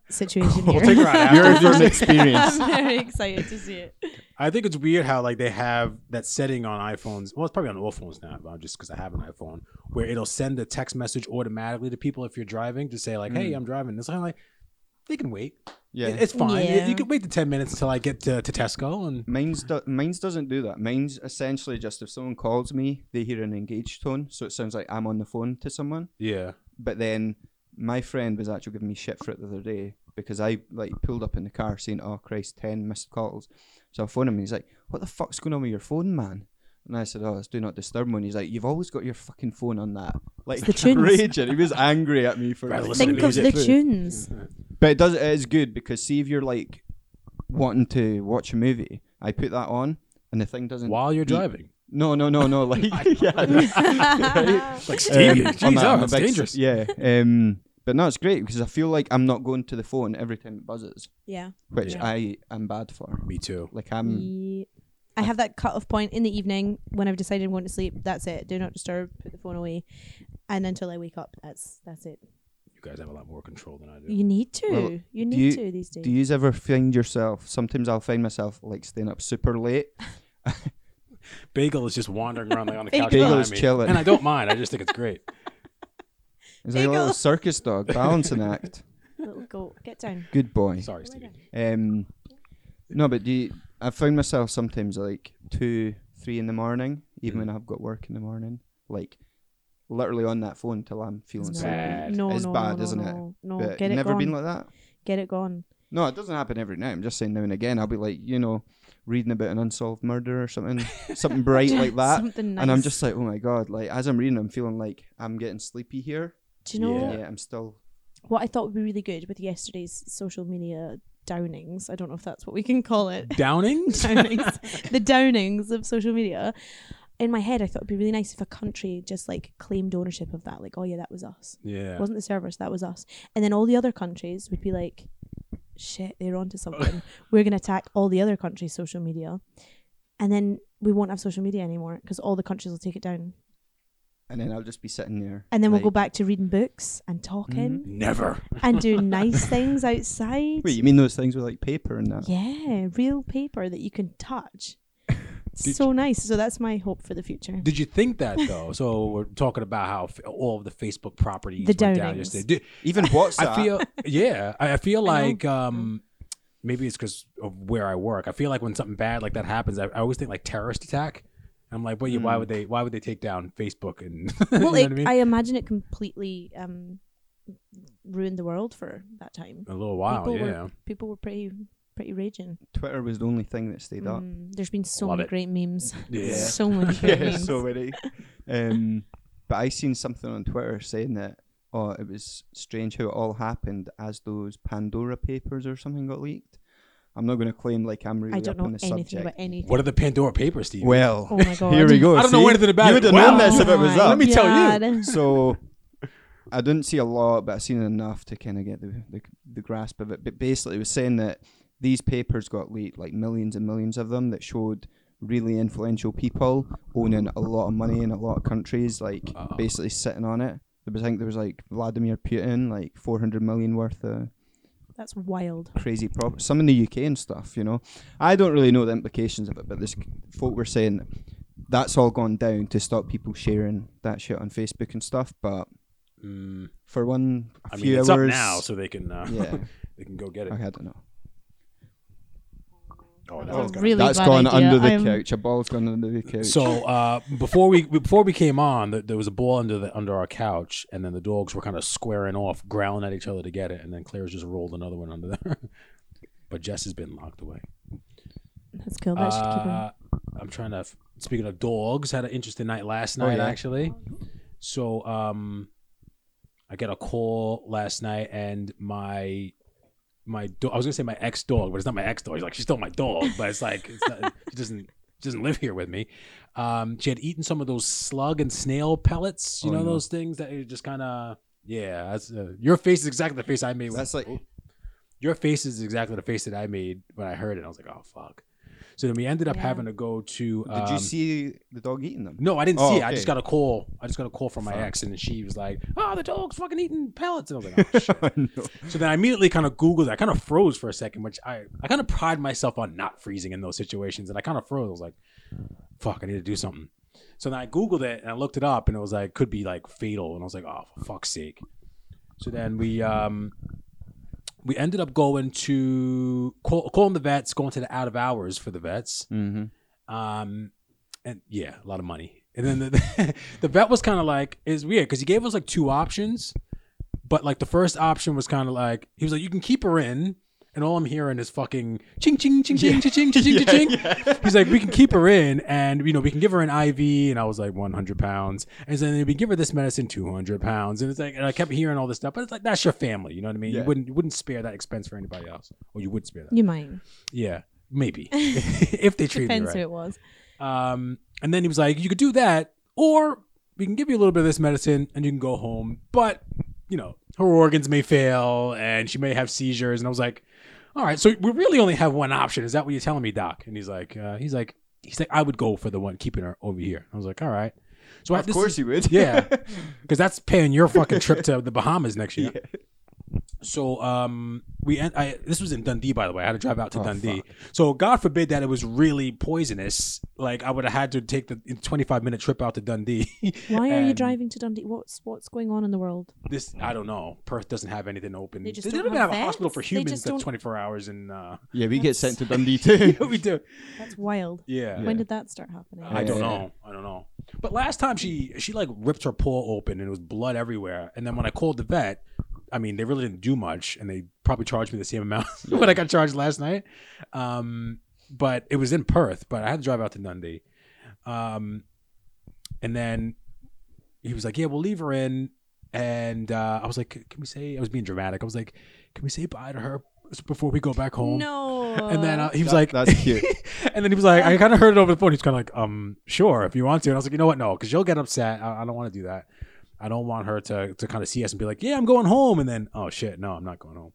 [SPEAKER 5] situation
[SPEAKER 3] We'll
[SPEAKER 5] here.
[SPEAKER 3] take her out after. Yours
[SPEAKER 2] was experienced.
[SPEAKER 5] I'm very excited to see it.
[SPEAKER 3] I think it's weird how like they have that setting on iPhones. Well, it's probably on all phones now, but just because I have an iPhone, where it'll send a text message automatically to people if you're driving to say like, "Hey, I'm driving." It's kind of like they can wait.
[SPEAKER 2] Yeah.
[SPEAKER 3] It- it's fine.
[SPEAKER 5] Yeah.
[SPEAKER 3] You can wait the ten minutes until I get to, to Tesco, and
[SPEAKER 2] Mine's do- mine's doesn't do that. Mine's essentially just if someone calls me, they hear an engaged tone, so it sounds like I'm on the phone to someone.
[SPEAKER 3] yeah,
[SPEAKER 2] But then my friend was actually giving me shit for it the other day because I like pulled up in the car saying, "Oh Christ, ten missed calls." So I phoned him and he's like, "What the fuck's going on with your phone, man?" And I said, "Oh, it's do not disturb mode." And he's like, "You've always got your fucking phone on that." Like
[SPEAKER 5] the tunes.
[SPEAKER 2] raging, he was angry at me for
[SPEAKER 3] Right,
[SPEAKER 2] like,
[SPEAKER 3] listen to
[SPEAKER 5] Think of
[SPEAKER 3] music
[SPEAKER 5] the
[SPEAKER 3] through.
[SPEAKER 5] tunes.
[SPEAKER 2] but it does. It is good because see if you're like wanting to watch a movie, I put that on and the thing doesn't.
[SPEAKER 3] Mm. while you're
[SPEAKER 2] beep.
[SPEAKER 3] driving,
[SPEAKER 2] No, no, no, no. Like, yeah,
[SPEAKER 3] It's like Stevie,
[SPEAKER 2] Um,
[SPEAKER 3] geez,
[SPEAKER 2] I'm a-
[SPEAKER 3] oh,
[SPEAKER 2] I'm a
[SPEAKER 3] that's
[SPEAKER 2] big-
[SPEAKER 3] dangerous.
[SPEAKER 2] Yeah, um, but no, it's great because I feel like I'm not going to the phone every time it buzzes,
[SPEAKER 5] Yeah.
[SPEAKER 2] which
[SPEAKER 5] Yeah.
[SPEAKER 2] I am bad for.
[SPEAKER 3] Me too.
[SPEAKER 2] Like I'm.
[SPEAKER 5] Ye- I have that cut off point in the evening when I've decided I'm going to sleep. That's it. Do not disturb. Put the phone away, and until I wake up, that's that's it.
[SPEAKER 3] You guys have a lot more control than I do.
[SPEAKER 5] You need to.
[SPEAKER 2] Well, do
[SPEAKER 5] you need
[SPEAKER 2] you-
[SPEAKER 5] to these days.
[SPEAKER 2] Do you ever find yourself? Sometimes I'll find myself like staying up super late.
[SPEAKER 3] Bagel is just wandering around like on the couch
[SPEAKER 2] Bagel
[SPEAKER 3] behind
[SPEAKER 2] is
[SPEAKER 3] me,
[SPEAKER 2] chilling.
[SPEAKER 3] and I don't mind. I just think it's great.
[SPEAKER 2] It's like a little
[SPEAKER 5] Eagle.
[SPEAKER 2] "Oh, circus dog balancing act.
[SPEAKER 5] Little goat, get down.
[SPEAKER 2] Good boy.
[SPEAKER 3] Sorry, Stevie.
[SPEAKER 2] Um, no, but do you, I've found myself sometimes like two, three in the morning, even
[SPEAKER 3] Mm.
[SPEAKER 2] when I've got work in the morning, like literally on that phone till I'm feeling
[SPEAKER 5] It's
[SPEAKER 2] sleepy.
[SPEAKER 3] bad.
[SPEAKER 5] No,
[SPEAKER 2] It's
[SPEAKER 5] no,
[SPEAKER 2] bad,
[SPEAKER 5] no, no,
[SPEAKER 2] isn't it?
[SPEAKER 5] no, No,
[SPEAKER 2] But
[SPEAKER 5] get it
[SPEAKER 2] never
[SPEAKER 5] gone.
[SPEAKER 2] been like that.
[SPEAKER 5] get it gone.
[SPEAKER 2] No, it doesn't happen every night. I'm just saying now and again. I'll be like, you know, reading about an unsolved murder or something, something bright like that,
[SPEAKER 5] Something nice.
[SPEAKER 2] and I'm just like, oh my god! Like as I'm reading, I'm feeling like I'm getting sleepy here.
[SPEAKER 5] Do you know
[SPEAKER 3] Yeah.
[SPEAKER 2] Yeah, I'm still.
[SPEAKER 5] what I thought would be really good with yesterday's social media downings? I don't know if that's what we can call it.
[SPEAKER 3] Downings.
[SPEAKER 5] downings, the downings of social media. In my head, I thought it'd be really nice if a country just like claimed ownership of that. Like, oh yeah, that was us.
[SPEAKER 3] Yeah.
[SPEAKER 5] It wasn't the servers, that was us. And then all the other countries would be like, shit, they're onto something. We're going to attack all the other countries' social media. And then we won't have social media anymore because all the countries will take it down.
[SPEAKER 2] And then I'll just be sitting there.
[SPEAKER 5] And then we'll
[SPEAKER 2] like,
[SPEAKER 5] go back to reading books and talking
[SPEAKER 3] Never.
[SPEAKER 5] and doing nice things outside.
[SPEAKER 2] Wait, you mean those things with like paper and that?
[SPEAKER 5] Yeah, real paper that you can touch. so nice. So that's my hope for the future.
[SPEAKER 3] Did you think that though? So we're talking about how f- all of the Facebook properties
[SPEAKER 5] The
[SPEAKER 3] went down
[SPEAKER 5] downings.
[SPEAKER 3] yesterday. Did-
[SPEAKER 2] Even WhatsApp.
[SPEAKER 3] I feel yeah. I I feel like um,
[SPEAKER 5] Mm-hmm.
[SPEAKER 3] maybe it's because of where I work. I feel like when something bad like that happens, I, I always think like terrorist attack. I'm like, wait,
[SPEAKER 2] Mm-hmm.
[SPEAKER 3] why would they? Why would they take down Facebook? And you know
[SPEAKER 5] well,
[SPEAKER 3] what I
[SPEAKER 5] it-
[SPEAKER 3] mean?
[SPEAKER 5] I imagine it completely um, ruined the world for that time.
[SPEAKER 3] a little while,
[SPEAKER 5] people
[SPEAKER 3] yeah.
[SPEAKER 5] were people were pretty pretty raging.
[SPEAKER 2] Twitter was the only thing that stayed up.
[SPEAKER 5] Mm, there's been so
[SPEAKER 3] Love
[SPEAKER 5] many
[SPEAKER 3] it.
[SPEAKER 5] great memes.
[SPEAKER 3] Yeah.
[SPEAKER 5] So many
[SPEAKER 2] yeah,
[SPEAKER 5] great memes.
[SPEAKER 2] so many. Um, but I seen something on Twitter saying that oh, it was strange how it all happened as those Pandora papers or something got leaked. I'm not going to claim like I'm really
[SPEAKER 5] I don't
[SPEAKER 2] up
[SPEAKER 5] know
[SPEAKER 2] on the
[SPEAKER 5] anything
[SPEAKER 2] subject.
[SPEAKER 5] about anything.
[SPEAKER 3] What are the Pandora Papers, Steve?
[SPEAKER 2] well,
[SPEAKER 5] Oh my god.
[SPEAKER 2] here we go.
[SPEAKER 3] I don't know
[SPEAKER 2] see?
[SPEAKER 3] anything about
[SPEAKER 2] You
[SPEAKER 3] it.
[SPEAKER 2] would have
[SPEAKER 3] Wow.
[SPEAKER 2] known this if it was
[SPEAKER 5] Oh
[SPEAKER 2] up.
[SPEAKER 3] Let me tell you.
[SPEAKER 5] my God.
[SPEAKER 2] so I didn't see a lot, but I seen enough to kind of get the, the the grasp of it. But basically, it was saying that these papers got leaked, like millions and millions of them, that showed really influential people owning a lot of money in a lot of countries, like basically sitting on it. There was, I think, there was like Vladimir Putin, like four hundred million worth of
[SPEAKER 5] That's wild.
[SPEAKER 2] crazy prop some in the UK and stuff, you know. I don't really know the implications of it, but this folk were saying that's all gone down to stop people sharing that shit on Facebook and stuff. But
[SPEAKER 3] Mm,
[SPEAKER 2] for one, a
[SPEAKER 3] I mean,
[SPEAKER 2] few
[SPEAKER 3] it's up
[SPEAKER 2] hours
[SPEAKER 3] now, so they can uh,
[SPEAKER 2] Yeah.
[SPEAKER 3] they can go get it.
[SPEAKER 2] okay, I don't know.
[SPEAKER 3] Oh,
[SPEAKER 5] That's
[SPEAKER 3] that's
[SPEAKER 5] a really
[SPEAKER 2] That's
[SPEAKER 5] bad
[SPEAKER 2] gone
[SPEAKER 5] idea.
[SPEAKER 2] under the
[SPEAKER 5] I'm-
[SPEAKER 2] couch. A ball's gone under the couch.
[SPEAKER 3] So uh, before we before we came on, th- there was a ball under the under our couch, and then the dogs were kind of squaring off, growling at each other to get it, and then Claire's just rolled another one under there. but Jess has been locked away.
[SPEAKER 5] That's cool. That should keep on.
[SPEAKER 3] Uh, I'm trying to. f- Speaking of dogs, had an interesting night last
[SPEAKER 2] Oh,
[SPEAKER 3] night
[SPEAKER 2] yeah.
[SPEAKER 3] actually. So um, I get a call last night, and my my do- I was gonna say my ex dog, but it's not my ex dog. She's like she's still my dog, but it's like it's not, she doesn't she doesn't live here with me. Um, she had eaten some of those slug and snail pellets. You
[SPEAKER 2] Oh,
[SPEAKER 3] know
[SPEAKER 2] no.
[SPEAKER 3] those things that you just kind of yeah. That's, uh, your face is exactly the face I made. when-
[SPEAKER 2] that's like
[SPEAKER 3] your face is exactly the face that I made when I heard it. I was like, oh fuck. So then we ended up
[SPEAKER 5] Yeah.
[SPEAKER 3] having to go to.
[SPEAKER 2] Did
[SPEAKER 3] um,
[SPEAKER 2] you see the dog eating them?
[SPEAKER 3] No, I didn't
[SPEAKER 2] Oh,
[SPEAKER 3] see it. I
[SPEAKER 2] okay.
[SPEAKER 3] just got a call. I just got a call from my ex, and she was like, "Oh, the dog's fucking eating pellets," and I was like, "Oh shit."
[SPEAKER 2] no.
[SPEAKER 3] So then I immediately kind of Googled. it. I kind of froze for a second, which I, I kind of pride myself on not freezing in those situations. And I kind of froze. I was like, fuck, I need to do something. So then I Googled it and I looked it up and it was like, could be like fatal. And I was like, oh, for fuck's sake. So then we, um, we ended up going to call, calling the vets, going to the out of hours for the vets.
[SPEAKER 2] Mm-hmm.
[SPEAKER 3] Um, and yeah, a lot of money. And then the, the vet was kind of like, it's weird because he gave us like two options, but like the first option was kind of like, he was like, you can keep her in. And all I'm hearing is fucking ching ching ching ching ching ching ching ching ching. He's like, we can keep her in, and you know, we can give her an IV. And I was like, 100 pounds. And so then we give her this medicine, 200 pounds. And it's like, and I kept hearing all this stuff, but it's like that's your family, you know what I mean? You
[SPEAKER 2] Yeah.
[SPEAKER 3] wouldn't you wouldn't spare that expense for anybody else, or you would spare that.
[SPEAKER 5] You might.
[SPEAKER 3] Yeah, maybe if they treat me
[SPEAKER 5] Depends
[SPEAKER 3] right.
[SPEAKER 5] who it was.
[SPEAKER 3] Um, and then he was like, "You could do that, or we can give you a little bit of this medicine, and you can go home. But you know, her organs may fail, and she may have seizures." And I was like, "All right, so we really only have one option. Is that what you're telling me, Doc?" And he's like, uh, "He's like, he's like, I would go for the one keeping her over here." I was like, "All right." So I
[SPEAKER 2] Of course you would.
[SPEAKER 3] yeah, because that's paying your fucking trip to the Bahamas next year. So um, we en- I, this was in Dundee, by the way. I had to drive out to
[SPEAKER 2] Oh,
[SPEAKER 3] Dundee. So God forbid that it was really poisonous. Like I would have had to take the 25 minute trip out to Dundee.
[SPEAKER 5] Why are you
[SPEAKER 3] And
[SPEAKER 5] driving to Dundee? What's what's going on in the world?
[SPEAKER 3] This I don't know. Perth doesn't have anything open.
[SPEAKER 5] They just
[SPEAKER 3] they
[SPEAKER 5] don't
[SPEAKER 3] don't even
[SPEAKER 5] have
[SPEAKER 3] have a hospital
[SPEAKER 5] vets?
[SPEAKER 3] for
[SPEAKER 5] They
[SPEAKER 3] humans
[SPEAKER 5] just
[SPEAKER 3] that's
[SPEAKER 5] don't-
[SPEAKER 3] 24 hours. And uh,
[SPEAKER 2] Yeah, we get sent to Dundee too.
[SPEAKER 3] we do.
[SPEAKER 5] That's wild.
[SPEAKER 3] Yeah.
[SPEAKER 5] When did that start happening?
[SPEAKER 3] I don't
[SPEAKER 2] Yeah.
[SPEAKER 3] know. I don't know. But last time she she like ripped her paw open and it was blood everywhere. And then when I called the vet, I mean they really didn't do much and they probably charged me the same amount what I got charged last night. Um, but it was in Perth, but I had to drive out to Dundee. Um, and then he was like, "Yeah, we'll leave her in." And uh, I was like, "Can we say?" I was being dramatic. I was like, "Can we say bye to her before we go back home?"
[SPEAKER 5] No.
[SPEAKER 3] And then uh, he was
[SPEAKER 2] That-
[SPEAKER 3] like,
[SPEAKER 2] that's cute.
[SPEAKER 3] and then he was like, I kind of heard it over the phone. He's kind of like, um, sure, if you want to. And I was like, you know what? No, because you'll get upset. I, I don't want to do that. I don't want her to, to kind of see us and be like, yeah, I'm going home. And then, oh, shit, no, I'm not going home.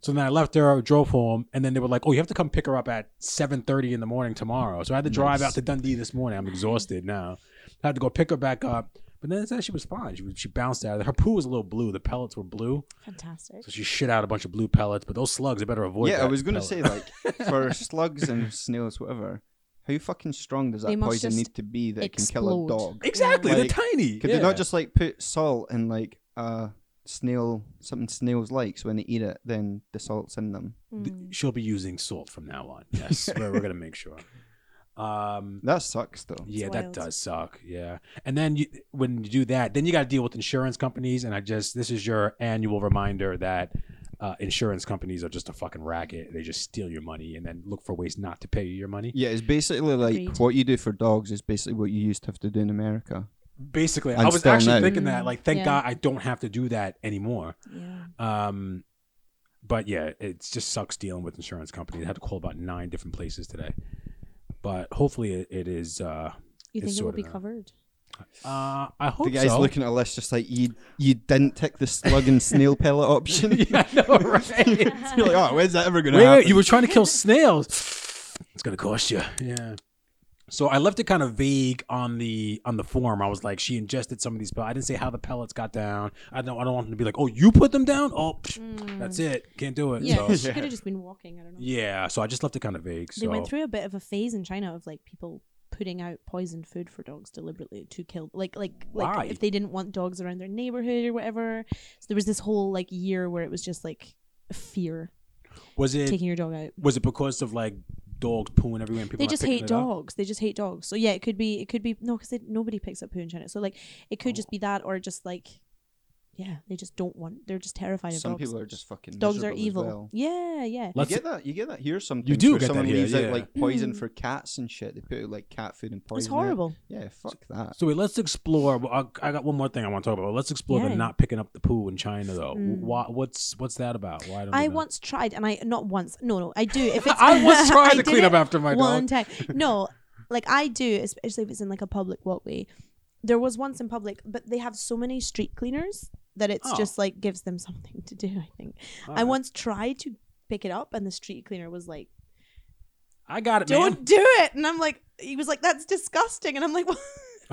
[SPEAKER 3] So then I left her, I drove home, and then they were like, oh, you have to come pick her up at 7.30 in the morning tomorrow. So I had to drive
[SPEAKER 2] Nice.
[SPEAKER 3] out to Dundee this morning. I'm exhausted now. I had to go pick her back up. But then it said she was fine. She, was- she bounced out of it. Her poo was a little blue. The pellets were blue.
[SPEAKER 5] fantastic.
[SPEAKER 3] So she shit out a bunch of blue pellets. But those slugs, I better avoid
[SPEAKER 2] yeah, I
[SPEAKER 3] that
[SPEAKER 2] was gonna
[SPEAKER 3] pellet.
[SPEAKER 2] say like for slugs and snails, whatever. How fucking strong does
[SPEAKER 5] They
[SPEAKER 2] that
[SPEAKER 5] must
[SPEAKER 2] poison
[SPEAKER 5] just
[SPEAKER 2] need to be that it can kill a
[SPEAKER 5] explode.
[SPEAKER 2] dog?
[SPEAKER 3] Exactly.
[SPEAKER 2] Like,
[SPEAKER 3] they're tiny.
[SPEAKER 2] Could
[SPEAKER 3] yeah.
[SPEAKER 2] they not just like put salt in like a snail, something snails like, so when they eat it, then the salt's in them?
[SPEAKER 3] Th-
[SPEAKER 5] Mm.
[SPEAKER 3] she'll be using salt from now on. Yes, we're, we're gonna make sure. Um,
[SPEAKER 2] That sucks though.
[SPEAKER 3] yeah, that
[SPEAKER 5] wild.
[SPEAKER 3] does suck. Yeah, and then you, when you do that, then you got to deal with insurance companies. And I just this is your annual reminder that uh, insurance companies are just a fucking racket. They just steal your money and then look for ways not to pay you your money.
[SPEAKER 2] Yeah, it's basically like
[SPEAKER 5] Agreed.
[SPEAKER 2] what you do for dogs is basically what you used to have to do in America.
[SPEAKER 3] Basically,
[SPEAKER 2] And
[SPEAKER 3] I was
[SPEAKER 2] still
[SPEAKER 3] actually
[SPEAKER 2] now.
[SPEAKER 3] thinking that. Like, thank
[SPEAKER 5] Yeah.
[SPEAKER 3] God I don't have to do that anymore.
[SPEAKER 5] Yeah.
[SPEAKER 3] Um, but yeah, it just sucks dealing with insurance companies. I had to call about nine different places today, but hopefully it, it is. Uh,
[SPEAKER 5] You
[SPEAKER 3] It's
[SPEAKER 5] think it will
[SPEAKER 3] sorted
[SPEAKER 5] be
[SPEAKER 3] out.
[SPEAKER 5] covered?
[SPEAKER 3] Uh, I hope
[SPEAKER 2] the guy's
[SPEAKER 3] so.
[SPEAKER 2] looking at a list just like you you didn't tick the slug and snail pellet option.
[SPEAKER 3] yeah, I know, right?
[SPEAKER 2] You're like, oh, when's that ever
[SPEAKER 3] wait,
[SPEAKER 2] gonna happen?
[SPEAKER 3] wait, you were trying to kill snails. It's gonna cost you. Yeah. So I left it kind of vague on the on the form. I was like, she ingested some of these pellets. I didn't say how the pellets got down. I don't. I don't want them to be like, oh, you put them down. Oh, psh, that's it. Can't do it.
[SPEAKER 5] Hmm. Mm. Yeah.
[SPEAKER 3] So,
[SPEAKER 5] She could have just been walking. I don't know.
[SPEAKER 3] yeah. So I just left it kind of vague. So
[SPEAKER 5] They went through a bit of a phase in China of like people putting out poisoned food for dogs deliberately to kill like like
[SPEAKER 3] Why?
[SPEAKER 5] like if they didn't want dogs around their neighborhood or whatever. So there was this whole like year where it was just like fear
[SPEAKER 3] was it
[SPEAKER 5] taking your dog out.
[SPEAKER 3] was it because of like dogs pooing everywhere? And people
[SPEAKER 5] They
[SPEAKER 3] not
[SPEAKER 5] just
[SPEAKER 3] picking
[SPEAKER 5] hate
[SPEAKER 3] it up?
[SPEAKER 5] dogs. They just hate dogs. So yeah, it could be it could be no cuz nobody picks up poo in China. So like it could
[SPEAKER 3] Oh.
[SPEAKER 5] just be that or just like yeah, they just don't want they're just terrified of
[SPEAKER 2] Some
[SPEAKER 5] dogs.
[SPEAKER 2] people are just fucking
[SPEAKER 5] dogs are
[SPEAKER 2] miserable as
[SPEAKER 5] evil.
[SPEAKER 2] well.
[SPEAKER 5] Yeah, yeah.
[SPEAKER 2] You
[SPEAKER 3] Let's-
[SPEAKER 2] get that. You get that here sometimes.
[SPEAKER 3] do
[SPEAKER 2] where
[SPEAKER 3] get that
[SPEAKER 2] someone
[SPEAKER 3] here,
[SPEAKER 2] leaves out
[SPEAKER 3] yeah.
[SPEAKER 2] like poison
[SPEAKER 5] Mm.
[SPEAKER 2] for cats and shit. They put out, like cat food and poison.
[SPEAKER 5] It's
[SPEAKER 2] out.
[SPEAKER 5] horrible.
[SPEAKER 2] Yeah, fuck that.
[SPEAKER 3] So wait, let's explore. well, I I got one more thing I want to talk about. Let's explore the
[SPEAKER 5] Yeah.
[SPEAKER 3] not picking up the poo in China, though.
[SPEAKER 5] Mm.
[SPEAKER 3] Why, what's what's that about? Why don't
[SPEAKER 5] I
[SPEAKER 3] they know?
[SPEAKER 5] once tried, and I not once. No, no, I do. If it's,
[SPEAKER 3] I was
[SPEAKER 5] I
[SPEAKER 3] trying to
[SPEAKER 5] did
[SPEAKER 3] clean
[SPEAKER 5] it
[SPEAKER 3] up after my
[SPEAKER 5] one
[SPEAKER 3] dog.
[SPEAKER 5] time. No, like I do, especially if it's in like a public walkway. There was once in public, but they have so many street cleaners that it's
[SPEAKER 3] Oh.
[SPEAKER 5] just like gives them something to do. I think I
[SPEAKER 3] Alright.
[SPEAKER 5] once tried to pick it up, and the street cleaner was like,
[SPEAKER 3] I got it,
[SPEAKER 5] don't
[SPEAKER 3] man.
[SPEAKER 5] do it. And I'm like, he was like, that's disgusting. And I'm like,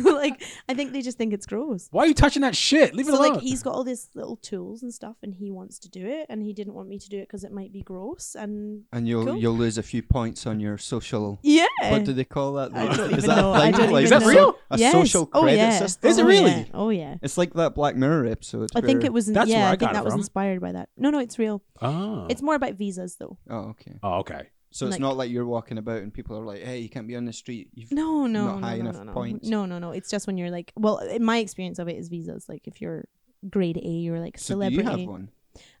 [SPEAKER 5] like, I think they just think it's gross.
[SPEAKER 3] Why are you touching that shit? Leave it
[SPEAKER 5] so
[SPEAKER 3] alone.
[SPEAKER 5] like he's got all these little tools and stuff and he wants to do it and he didn't want me to do it because it might be gross and
[SPEAKER 2] and you'll
[SPEAKER 5] Cool.
[SPEAKER 2] you'll lose a few points on your social.
[SPEAKER 5] yeah
[SPEAKER 2] What do they call that?
[SPEAKER 5] I
[SPEAKER 2] though?
[SPEAKER 5] don't
[SPEAKER 2] is
[SPEAKER 5] even
[SPEAKER 2] that
[SPEAKER 5] know.
[SPEAKER 2] a
[SPEAKER 5] I
[SPEAKER 2] thing?
[SPEAKER 5] don't
[SPEAKER 2] like
[SPEAKER 5] even
[SPEAKER 2] a
[SPEAKER 3] know.
[SPEAKER 2] so- a
[SPEAKER 5] Yes.
[SPEAKER 2] social
[SPEAKER 5] Oh,
[SPEAKER 2] credit
[SPEAKER 5] yeah.
[SPEAKER 2] system.
[SPEAKER 3] Is it
[SPEAKER 5] Oh,
[SPEAKER 3] really?
[SPEAKER 5] yeah. oh yeah
[SPEAKER 2] It's like that Black Mirror episode.
[SPEAKER 5] I think
[SPEAKER 2] where-
[SPEAKER 5] it was in,
[SPEAKER 3] That's where
[SPEAKER 5] yeah
[SPEAKER 3] I
[SPEAKER 5] I, think
[SPEAKER 3] got it
[SPEAKER 5] that was
[SPEAKER 3] from.
[SPEAKER 5] inspired by that no no it's real
[SPEAKER 3] oh.
[SPEAKER 5] it's more about visas though
[SPEAKER 2] Oh, okay.
[SPEAKER 3] oh, okay.
[SPEAKER 2] So it's
[SPEAKER 5] Like-
[SPEAKER 2] not like you're walking about and people are like, "Hey, you can't be on the street." You've
[SPEAKER 5] no no
[SPEAKER 2] Not
[SPEAKER 5] no,
[SPEAKER 2] high
[SPEAKER 5] no,
[SPEAKER 2] enough
[SPEAKER 5] no, no.
[SPEAKER 2] points.
[SPEAKER 5] no no no it's just when you're like well in my experience of it is visas like if you're grade A you're like
[SPEAKER 2] so do
[SPEAKER 5] celebrity
[SPEAKER 2] you have one?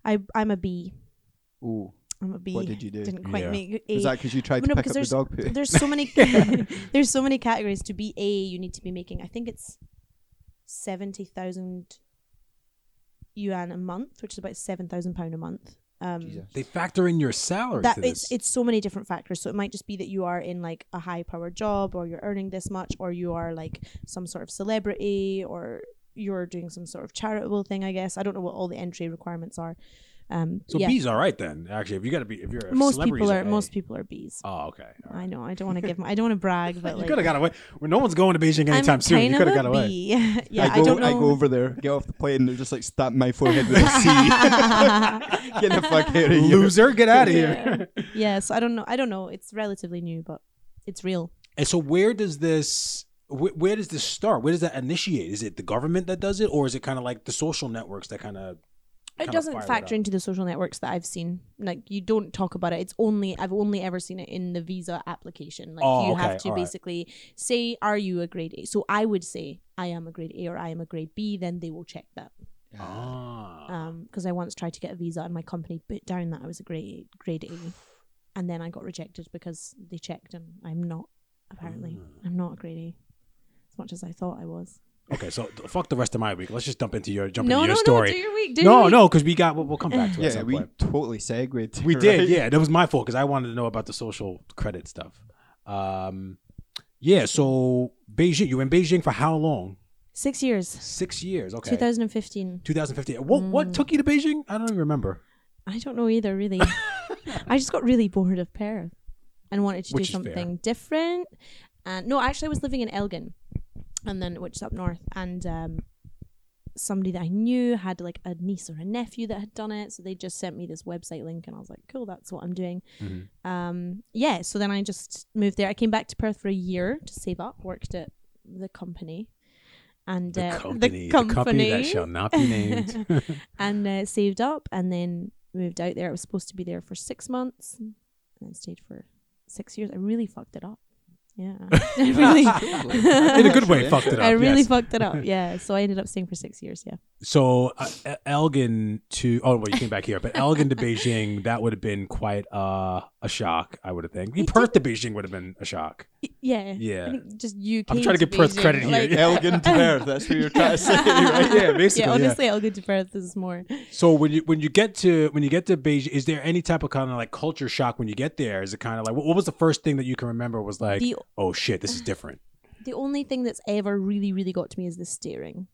[SPEAKER 5] I I'm a B
[SPEAKER 2] Oh,
[SPEAKER 5] I'm a B
[SPEAKER 2] What did you do?
[SPEAKER 5] didn't quite
[SPEAKER 3] Yeah.
[SPEAKER 5] make A
[SPEAKER 2] is that because you tried
[SPEAKER 5] No,
[SPEAKER 2] to pick up
[SPEAKER 5] because
[SPEAKER 2] the dog poo?
[SPEAKER 5] there's so many there's so many categories to be a you need to be making i think it's 70000 yuan a month which is about 7000 pound a month um
[SPEAKER 2] Jesus.
[SPEAKER 3] They factor in your salary.
[SPEAKER 5] that
[SPEAKER 3] to
[SPEAKER 5] it's
[SPEAKER 3] this.
[SPEAKER 5] it's so many different factors so it might just be that you are in like a high power job or you're earning this much or you are like some sort of celebrity or you're doing some sort of charitable thing i guess i don't know what all the entry requirements are um
[SPEAKER 3] so
[SPEAKER 5] yeah
[SPEAKER 3] B's all right then. Actually, if you got to be, if you're a
[SPEAKER 5] most
[SPEAKER 3] celebrity,
[SPEAKER 5] people
[SPEAKER 3] it's
[SPEAKER 5] are
[SPEAKER 3] okay.
[SPEAKER 5] most people are bees
[SPEAKER 3] Oh, okay. All right.
[SPEAKER 5] i know i don't want to give 'em- i don't want to brag but
[SPEAKER 3] you
[SPEAKER 5] like
[SPEAKER 3] could have got away. Well, no one's going to Beijing anytime soon. You could have got away.
[SPEAKER 5] Yeah, yeah.
[SPEAKER 2] I
[SPEAKER 5] I,
[SPEAKER 2] go,
[SPEAKER 5] don't know.
[SPEAKER 2] I go over there, get off the plane, and they're just like stamp my forehead with a C. get the fuck out of here.
[SPEAKER 3] Loser, get out of here.
[SPEAKER 5] yeah, so I don't know. I don't know. It's relatively new, but it's real.
[SPEAKER 3] And so, where does this? Wh- where does this start? Where does that initiate? Is it the government that does it, or is it kind of like the social networks that kind of?
[SPEAKER 5] It doesn't factor into the social networks that I've seen. Like you don't talk about it. It's only I've only ever seen it in the visa application. Like
[SPEAKER 3] Oh,
[SPEAKER 5] you
[SPEAKER 3] okay,
[SPEAKER 5] have to
[SPEAKER 3] all right.
[SPEAKER 5] basically say, "Are you a grade A?" So I would say, "I am a grade A" or "I am a grade B." Then they will check that.
[SPEAKER 3] Ah.
[SPEAKER 5] Because I once tried to get a visa, and my company put down that I was a grade grade A, and then I got rejected because they checked, and I'm not. Apparently,
[SPEAKER 3] Mm.
[SPEAKER 5] I'm not a grade A, as much as I thought I was.
[SPEAKER 3] Okay, so th- fuck the rest of my week. Let's just jump into your jump
[SPEAKER 5] no,
[SPEAKER 3] into
[SPEAKER 5] no,
[SPEAKER 3] your story.
[SPEAKER 5] no. Do your week. Do your
[SPEAKER 3] no,
[SPEAKER 5] week.
[SPEAKER 3] no, because we got. We'll, we'll come back to it. at
[SPEAKER 2] Yeah,
[SPEAKER 3] some
[SPEAKER 2] we
[SPEAKER 3] point.
[SPEAKER 2] totally segued.
[SPEAKER 3] We did,
[SPEAKER 2] right?
[SPEAKER 3] yeah. That was my fault because I wanted to know about the social credit stuff. Um, yeah. So Beijing, you were in Beijing for how long?
[SPEAKER 5] Six years.
[SPEAKER 3] Six years. Okay.
[SPEAKER 5] 2015.
[SPEAKER 3] 2015. What
[SPEAKER 5] Mm.
[SPEAKER 3] what took you to Beijing? I don't even remember.
[SPEAKER 5] I don't know either, really. I just got really bored of Perth and wanted to
[SPEAKER 3] Which is
[SPEAKER 5] do
[SPEAKER 3] fair.
[SPEAKER 5] something different. And no, actually, I was living in Elgin, and then which is up north, and um, somebody that I knew had like a niece or a nephew that had done it, so they just sent me this website link, and I was like, cool, that's what I'm doing.
[SPEAKER 3] Mm-hmm.
[SPEAKER 5] Um, yeah, so then I just moved there. I came back to Perth for a year to save up, worked at the company. And
[SPEAKER 3] The
[SPEAKER 5] uh,
[SPEAKER 3] company, the company that shall not be named.
[SPEAKER 5] and uh, saved up and then moved out there. I was supposed to be there for six months and then stayed for six years. I really fucked it up. Yeah. I really,
[SPEAKER 3] In a good way, fucked it up.
[SPEAKER 5] I really
[SPEAKER 3] yes.
[SPEAKER 5] fucked it up. Yeah. So I ended up staying for six years. Yeah.
[SPEAKER 3] so uh, E- Elgin to oh well, you came back here, but Elgin to Beijing that would have been quite uh, a shock. I would have think. Perth to Beijing would have been a shock.
[SPEAKER 5] Yeah.
[SPEAKER 3] Yeah.
[SPEAKER 5] I think just UK.
[SPEAKER 3] I'm trying to give Perth
[SPEAKER 5] Beijing,
[SPEAKER 3] credit here,
[SPEAKER 5] like-
[SPEAKER 3] yeah.
[SPEAKER 2] Elgin to Perth, that's what you're trying to say, right?
[SPEAKER 3] Yeah, basically.
[SPEAKER 5] Yeah, honestly, I'll go to Perth is more.
[SPEAKER 3] So when you when you get to when you get to Beijing, is there any type of kind of like culture shock when you get there? Is it kind of like what, what was the first thing that you can remember was like,
[SPEAKER 5] The-
[SPEAKER 3] oh shit, this is different.
[SPEAKER 5] The only thing that's ever really, really got to me is the staring.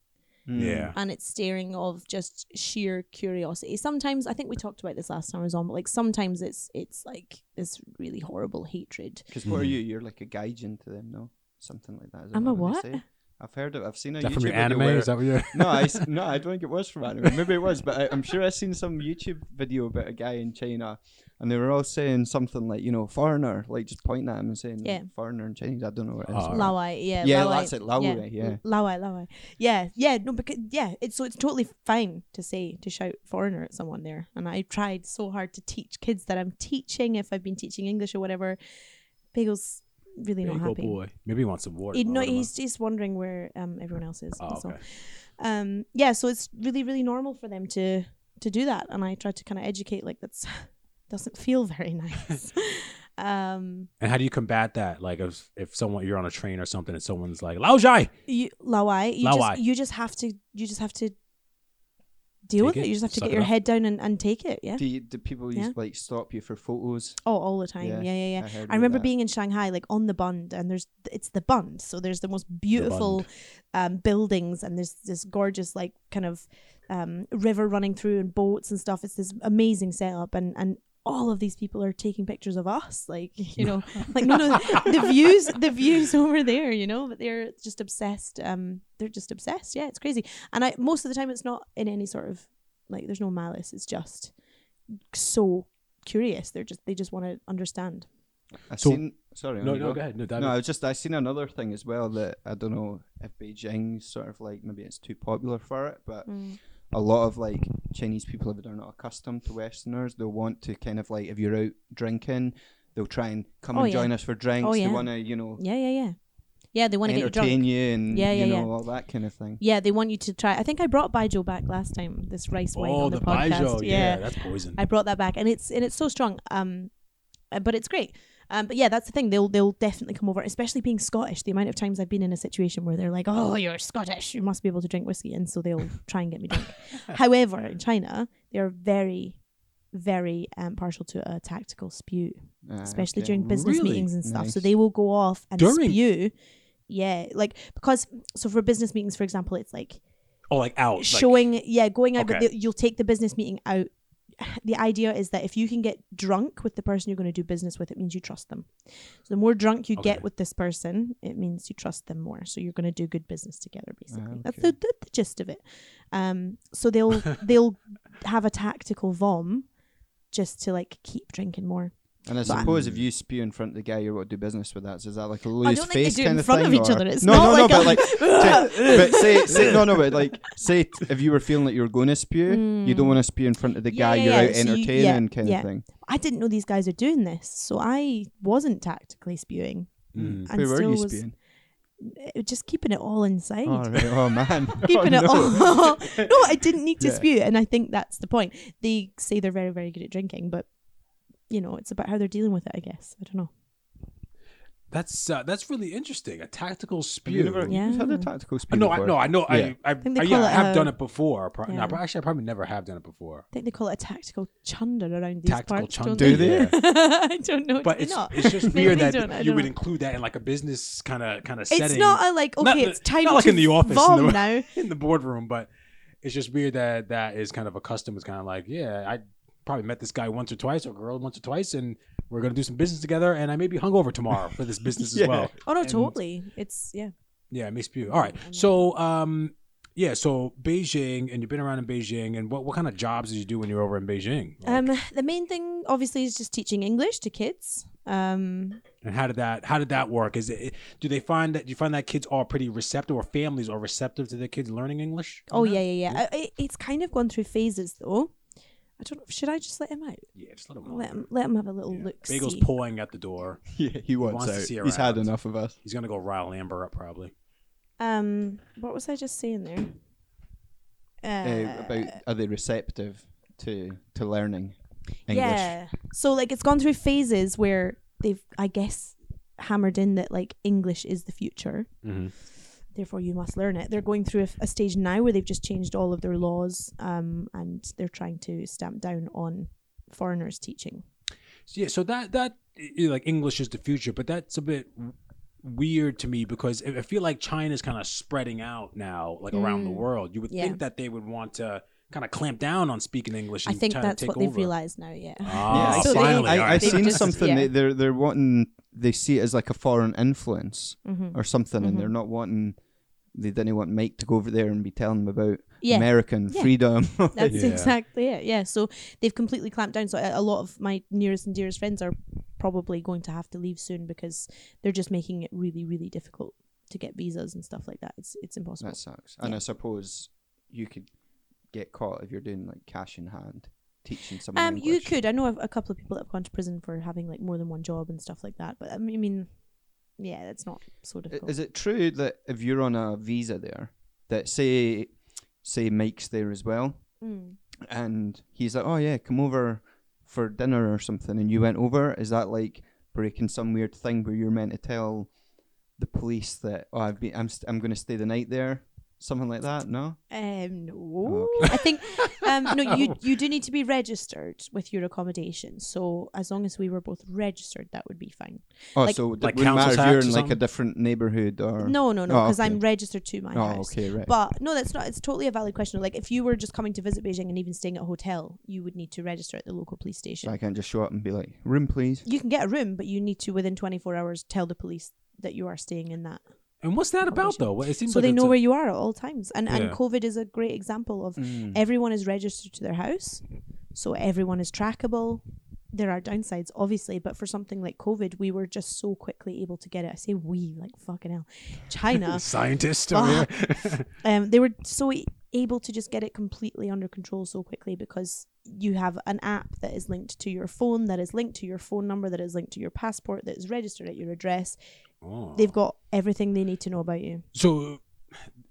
[SPEAKER 2] Mm.
[SPEAKER 3] Yeah.
[SPEAKER 5] and it's staring of just sheer curiosity. Sometimes I think we talked about this last time I was on, but like sometimes it's it's like this really horrible hatred.
[SPEAKER 2] Because what are
[SPEAKER 3] Mm-hmm.
[SPEAKER 2] you? You're like a gaijin to them, no? Something like that. Is it
[SPEAKER 5] I'm a
[SPEAKER 2] not
[SPEAKER 5] what?
[SPEAKER 2] they say? I've heard of. I've seen a
[SPEAKER 3] Is that
[SPEAKER 2] YouTube
[SPEAKER 3] from your
[SPEAKER 2] video
[SPEAKER 3] anime?
[SPEAKER 2] where-
[SPEAKER 3] Is that what you're?
[SPEAKER 2] no, I s- no, I don't think it was from anime. Maybe it was, but I, I'm sure I seen some YouTube video about a guy in China, and they were all saying something like, you know, foreigner, like just pointing at him and saying,
[SPEAKER 5] Yeah.
[SPEAKER 2] foreigner in Chinese. I don't know what it is.
[SPEAKER 3] Oh. Alright.
[SPEAKER 5] Lawai, yeah,
[SPEAKER 2] Yeah,
[SPEAKER 5] Lawai,
[SPEAKER 2] that's it, Lawai, yeah.
[SPEAKER 5] Lawai, Lawai, yeah, yeah. No, because yeah, it's so it's totally fine to say to shout foreigner at someone there, and I tried so hard to teach kids that I'm teaching if I've been teaching English or whatever. Bagel's really not
[SPEAKER 3] Bagel
[SPEAKER 5] happy.
[SPEAKER 3] Oh, boy. Maybe he wants some water.
[SPEAKER 5] He,
[SPEAKER 3] Load
[SPEAKER 5] no,
[SPEAKER 3] him up.
[SPEAKER 5] he's just wondering where um, everyone else is.
[SPEAKER 3] Oh,
[SPEAKER 5] that's all.
[SPEAKER 3] okay.
[SPEAKER 5] um yeah so it's really really normal for them to to do that and i try to kind of educate like that's doesn't feel very nice um
[SPEAKER 3] And how do you combat that? Like if if someone you're on a train or something and someone's like Lao Jai,
[SPEAKER 5] you lawai you
[SPEAKER 3] Lawai.
[SPEAKER 5] just you just have to you just have to deal
[SPEAKER 3] Take
[SPEAKER 5] with it.
[SPEAKER 3] it,
[SPEAKER 5] you just have to
[SPEAKER 3] suck
[SPEAKER 5] get
[SPEAKER 3] it
[SPEAKER 5] your
[SPEAKER 3] up.
[SPEAKER 5] head down and, and take it yeah
[SPEAKER 2] Do, you, do people
[SPEAKER 5] Yeah.
[SPEAKER 2] used like stop you for photos?
[SPEAKER 5] oh all the time yeah yeah yeah,
[SPEAKER 2] I, heard
[SPEAKER 5] I
[SPEAKER 2] about
[SPEAKER 5] remember
[SPEAKER 2] that.
[SPEAKER 5] being in Shanghai, like on the Bund, and there's it's the Bund, so there's the most beautiful um, buildings, and there's this gorgeous like kind of um, river running through and boats and stuff. It's this amazing setup, and and all of these people are taking pictures of us like you know like no no the views the views over there you know but they're just obsessed um they're just obsessed yeah it's crazy and i most of the time it's not in any sort of like there's no malice it's just so curious they're just they just want to understand
[SPEAKER 2] I
[SPEAKER 3] So-
[SPEAKER 2] seen. Sorry.
[SPEAKER 3] No,
[SPEAKER 2] on you
[SPEAKER 3] no, go ahead. No, that,
[SPEAKER 2] No, I was just I seen another thing as well that I don't know if Beijing sort of like maybe it's too popular for it,
[SPEAKER 5] Mm.
[SPEAKER 2] but a lot of like Chinese people if they're not accustomed to Westerners, they'll want to kind of like if you're out drinking, they'll try and come
[SPEAKER 5] Oh,
[SPEAKER 2] and
[SPEAKER 5] yeah.
[SPEAKER 2] join us for drinks. They
[SPEAKER 5] yeah.
[SPEAKER 2] want to you know
[SPEAKER 5] yeah yeah yeah yeah they want to get you drunk
[SPEAKER 2] entertain you and
[SPEAKER 5] Yeah, yeah,
[SPEAKER 2] you know
[SPEAKER 5] yeah.
[SPEAKER 2] all that kind of thing.
[SPEAKER 5] yeah they want you to try i think i brought baijiu back last time this rice wine
[SPEAKER 3] oh,
[SPEAKER 5] on the,
[SPEAKER 3] the,
[SPEAKER 5] podcast
[SPEAKER 3] Baijiu. Yeah.
[SPEAKER 5] yeah
[SPEAKER 3] that's poison.
[SPEAKER 5] I brought that back, and it's and it's so strong. Um, uh, but it's great. Um, but yeah, that's the thing. They'll they'll definitely come over, especially being Scottish. The amount of times I've been in a situation where they're like, "Oh, you're Scottish, you must be able to drink whiskey," and so they'll try and get me drunk. However, in China, they are very, very um, partial to a tactical spew,
[SPEAKER 2] Ah,
[SPEAKER 5] especially
[SPEAKER 2] okay.
[SPEAKER 5] during business
[SPEAKER 3] Really?
[SPEAKER 5] meetings and stuff. So
[SPEAKER 2] Nice.
[SPEAKER 5] they will go off and
[SPEAKER 3] During-
[SPEAKER 5] spew. Yeah, like because so for business meetings, for example, it's like
[SPEAKER 3] Oh, like out. Like,
[SPEAKER 5] showing yeah going out
[SPEAKER 3] Okay.
[SPEAKER 5] but the, you'll take the business meeting out the idea is that if you can get drunk with the person you're going to do business with it means you trust them so the more drunk you
[SPEAKER 3] Okay.
[SPEAKER 5] get with this person it means you trust them more so you're going to do good business together basically that's,
[SPEAKER 2] okay.
[SPEAKER 5] the, that's the gist of it um so they'll they'll have a tactical vom just to like keep drinking more
[SPEAKER 2] And I
[SPEAKER 5] But-
[SPEAKER 2] suppose if you spew in front of the guy you're what do business with that, so is that like a
[SPEAKER 5] I
[SPEAKER 2] loose
[SPEAKER 5] don't think
[SPEAKER 2] face
[SPEAKER 5] they do
[SPEAKER 2] kind
[SPEAKER 5] in
[SPEAKER 2] of
[SPEAKER 5] front
[SPEAKER 2] thing?
[SPEAKER 5] of each
[SPEAKER 2] or-
[SPEAKER 5] other. It's
[SPEAKER 2] no,
[SPEAKER 5] not
[SPEAKER 2] no,
[SPEAKER 5] like
[SPEAKER 2] no,
[SPEAKER 5] a-
[SPEAKER 2] but like, say- but say, say, no, no, but like, say t- if you were feeling that you were going to spew, you don't want to spew in front of the
[SPEAKER 5] Hmm. Yeah,
[SPEAKER 2] guy
[SPEAKER 5] yeah,
[SPEAKER 2] you're
[SPEAKER 5] yeah,
[SPEAKER 2] out
[SPEAKER 5] so you-
[SPEAKER 2] entertaining,
[SPEAKER 5] yeah,
[SPEAKER 2] kind
[SPEAKER 5] yeah.
[SPEAKER 2] of thing.
[SPEAKER 5] i didn't know these guys are doing this so i wasn't tactically spewing
[SPEAKER 3] Mm.
[SPEAKER 5] and
[SPEAKER 2] Who were
[SPEAKER 5] still
[SPEAKER 2] you
[SPEAKER 5] was
[SPEAKER 2] spewing?
[SPEAKER 5] uh, just keeping it all inside
[SPEAKER 2] Oh, right. oh man,
[SPEAKER 5] keeping
[SPEAKER 2] oh,
[SPEAKER 5] it
[SPEAKER 2] no.
[SPEAKER 5] all. no, I didn't need to
[SPEAKER 2] Yeah.
[SPEAKER 5] spew, and I think that's the point. They say they're very, very good at drinking, but you know, it's about how they're dealing with it. I guess I don't know.
[SPEAKER 3] That's uh, that's really interesting. A tactical
[SPEAKER 2] Have
[SPEAKER 3] spew.
[SPEAKER 2] you never
[SPEAKER 5] Yeah.
[SPEAKER 2] you've had a tactical spew?
[SPEAKER 3] No, I
[SPEAKER 2] before?
[SPEAKER 3] no, I know.
[SPEAKER 2] Yeah.
[SPEAKER 3] I I,
[SPEAKER 5] think they
[SPEAKER 3] I,
[SPEAKER 5] call
[SPEAKER 3] yeah, I
[SPEAKER 5] it
[SPEAKER 3] have
[SPEAKER 5] a-
[SPEAKER 3] done it before. Pro- no,
[SPEAKER 5] Yeah.
[SPEAKER 3] pro- actually, I probably never have done it before.
[SPEAKER 5] I think they call it a tactical chunder around these
[SPEAKER 3] Tactical
[SPEAKER 5] parts.
[SPEAKER 3] chunder,
[SPEAKER 5] Don't
[SPEAKER 2] Do
[SPEAKER 5] they?
[SPEAKER 2] they?
[SPEAKER 5] I don't know.
[SPEAKER 3] But
[SPEAKER 5] do
[SPEAKER 3] it's
[SPEAKER 5] they not?
[SPEAKER 3] it's just
[SPEAKER 5] Maybe
[SPEAKER 3] weird
[SPEAKER 5] they
[SPEAKER 3] that
[SPEAKER 5] don't, I
[SPEAKER 3] you
[SPEAKER 5] don't
[SPEAKER 3] would
[SPEAKER 5] know.
[SPEAKER 3] include that in like a business kind of kind of setting.
[SPEAKER 5] It's not a, like okay,
[SPEAKER 3] Not the-
[SPEAKER 5] it's time
[SPEAKER 3] not like
[SPEAKER 5] to
[SPEAKER 3] in the office,
[SPEAKER 5] vom
[SPEAKER 3] no.
[SPEAKER 5] now.
[SPEAKER 3] in the boardroom, but it's just weird that that is kind of a custom. It's kind of like, yeah, I probably met this guy once or twice or girl once or twice, and we're gonna do some business together, and I may be hungover tomorrow for this business
[SPEAKER 2] Yeah.
[SPEAKER 3] as well.
[SPEAKER 5] Oh no,
[SPEAKER 3] And-
[SPEAKER 5] totally. It's yeah.
[SPEAKER 3] Yeah, it makes you. All right,
[SPEAKER 5] Mm-hmm.
[SPEAKER 3] so um, yeah, so Beijing, and you've been around in Beijing, and what what kind of jobs did you do when you were over in Beijing? Like,
[SPEAKER 5] Um, the main thing obviously is just teaching English to kids. Um,
[SPEAKER 3] and how did that how did that work? Is it do they find that do you find that kids are pretty receptive or families are receptive to their kids learning English?
[SPEAKER 5] Oh yeah, yeah, yeah. I, I- it's kind of gone through phases though. I don't. know. Should I just let him out?
[SPEAKER 3] yeah, just let them.
[SPEAKER 5] Let him. Let him have a little
[SPEAKER 3] Yeah.
[SPEAKER 5] look.
[SPEAKER 3] Bagel's
[SPEAKER 5] see.
[SPEAKER 3] pulling at the door.
[SPEAKER 2] Yeah, he wants,
[SPEAKER 3] wants to
[SPEAKER 2] out.
[SPEAKER 3] see her
[SPEAKER 2] He's had
[SPEAKER 3] around.
[SPEAKER 2] enough of us.
[SPEAKER 3] He's gonna go rile Amber up probably.
[SPEAKER 5] Um, what was I just saying there?
[SPEAKER 2] Uh,
[SPEAKER 3] Eh,
[SPEAKER 2] about are they receptive to to learning English?
[SPEAKER 5] Yeah. So like it's gone through phases where they've, I guess, hammered in that like English is the future.
[SPEAKER 3] Mhm.
[SPEAKER 5] Therefore, you must learn it. They're going through a, a stage now where they've just changed all of their laws, um, and they're trying to stamp down on foreigners teaching.
[SPEAKER 3] So, yeah, so that that eh, like English is the future, but that's a bit w- weird to me because I I feel like China's kind of spreading out now, like around the world. You would
[SPEAKER 5] Mm. yeah.
[SPEAKER 3] think that they would want to kind of clamp down on speaking English.
[SPEAKER 5] I
[SPEAKER 3] And
[SPEAKER 5] think
[SPEAKER 3] try
[SPEAKER 5] that's
[SPEAKER 3] to take
[SPEAKER 5] what
[SPEAKER 3] over.
[SPEAKER 5] they've realized now. Yeah.
[SPEAKER 3] Ah,
[SPEAKER 5] So they-
[SPEAKER 3] finally!
[SPEAKER 5] they-
[SPEAKER 2] I, I've
[SPEAKER 5] they
[SPEAKER 2] seen
[SPEAKER 5] just-
[SPEAKER 2] something.
[SPEAKER 5] yeah.
[SPEAKER 2] They, they're they're wanting. They see it as like a foreign influence
[SPEAKER 5] Mm-hmm.
[SPEAKER 2] or something, and they're not wanting. They didn't want Mike to go over there and be telling them about
[SPEAKER 5] Yeah.
[SPEAKER 2] American
[SPEAKER 5] Yeah.
[SPEAKER 2] freedom.
[SPEAKER 5] That's
[SPEAKER 3] Yeah.
[SPEAKER 5] exactly it. Yeah. So they've completely clamped down. So a a lot of my nearest and dearest friends are probably going to have to leave soon because they're just making it really, really difficult to get visas and stuff like that. It's it's impossible.
[SPEAKER 2] that sucks. And I suppose you could get caught if you're doing like cash in hand, teaching someone.
[SPEAKER 5] um, you
[SPEAKER 2] English.
[SPEAKER 5] could. I know of a couple of people that have gone to prison for having like more than one job and stuff like that. But um, I mean, I mean, yeah, that's not so
[SPEAKER 2] I-
[SPEAKER 5] difficult.
[SPEAKER 2] Is it true that if you're on a visa there, that say, say Mike's there as well,
[SPEAKER 5] Mm.
[SPEAKER 2] and he's like, "Oh yeah, come over for dinner or something," and you went over. Is that like breaking some weird thing where you're meant to tell the police that, "Oh, I've been, I'm, st- I'm going to stay the night there," Something like that? No.
[SPEAKER 5] Um, no, I think um, no. You you do need to be registered with your accommodation. So as long as we were both registered, that would be fine.
[SPEAKER 2] Oh,
[SPEAKER 5] Like-
[SPEAKER 2] so it
[SPEAKER 3] Like
[SPEAKER 2] wouldn't matter
[SPEAKER 3] council
[SPEAKER 2] if you're
[SPEAKER 3] tax or
[SPEAKER 2] in like a
[SPEAKER 3] something?
[SPEAKER 2] different neighborhood or
[SPEAKER 5] No, no, no,
[SPEAKER 2] Oh,
[SPEAKER 5] because
[SPEAKER 2] okay.
[SPEAKER 5] I'm registered to my
[SPEAKER 2] Oh,
[SPEAKER 5] house.
[SPEAKER 2] okay, right.
[SPEAKER 5] But no, that's not. It's totally a valid question. Like if you were just coming to visit Beijing and even staying at a hotel, you would need to register at the local police station.
[SPEAKER 2] so I can't just show up and be like, room, please.
[SPEAKER 5] you can get a room, but you need to within 24 hours tell the police that you are staying in that,
[SPEAKER 3] And what's that about though? Well, It seems
[SPEAKER 5] so
[SPEAKER 3] like
[SPEAKER 5] they
[SPEAKER 3] it's
[SPEAKER 5] know
[SPEAKER 3] a-
[SPEAKER 5] where you are at all times. And and
[SPEAKER 3] Yeah.
[SPEAKER 5] COVID is a great example of
[SPEAKER 2] Mm-hmm.
[SPEAKER 5] everyone is registered to their house, so everyone is trackable. There are downsides, obviously, but for something like COVID, we were just so quickly able to get it. I say we, like fucking hell, China.
[SPEAKER 3] scientist over
[SPEAKER 5] Fuck.
[SPEAKER 3] here.
[SPEAKER 5] um, they were so e- able to just get it completely under control so quickly because you have an app that is linked to your phone, that is linked to your phone number, that is linked to your passport, that is registered at your address.
[SPEAKER 3] Oh.
[SPEAKER 5] They've got everything they need to know about you.
[SPEAKER 3] so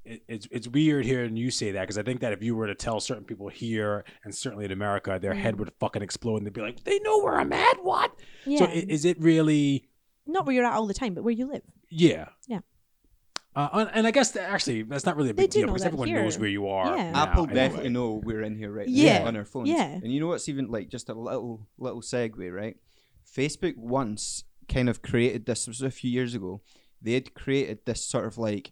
[SPEAKER 3] it, it's it's weird hearing you say that because I think that if you were to tell certain people here and certainly in America, their
[SPEAKER 5] Mm.
[SPEAKER 3] head would fucking explode and they'd be like, "They know where I'm at." What?
[SPEAKER 5] Yeah,
[SPEAKER 3] So i- is it really?
[SPEAKER 5] not where you're at all the time, but where you live.
[SPEAKER 3] Yeah.
[SPEAKER 5] Yeah.
[SPEAKER 3] Uh, and- and I guess that actually that's not really a
[SPEAKER 5] They
[SPEAKER 3] big
[SPEAKER 5] do
[SPEAKER 3] deal
[SPEAKER 5] know
[SPEAKER 3] because
[SPEAKER 5] that
[SPEAKER 3] everyone
[SPEAKER 5] here.
[SPEAKER 3] knows where you are.
[SPEAKER 5] Yeah.
[SPEAKER 3] now
[SPEAKER 2] Apple
[SPEAKER 3] anyway.
[SPEAKER 2] definitely know we're in here right now
[SPEAKER 5] Yeah,
[SPEAKER 2] on our phones.
[SPEAKER 5] yeah.
[SPEAKER 2] And you know what's even like just a little little segue, right? Facebook once kind of created this this was a few years ago. They had created this sort of like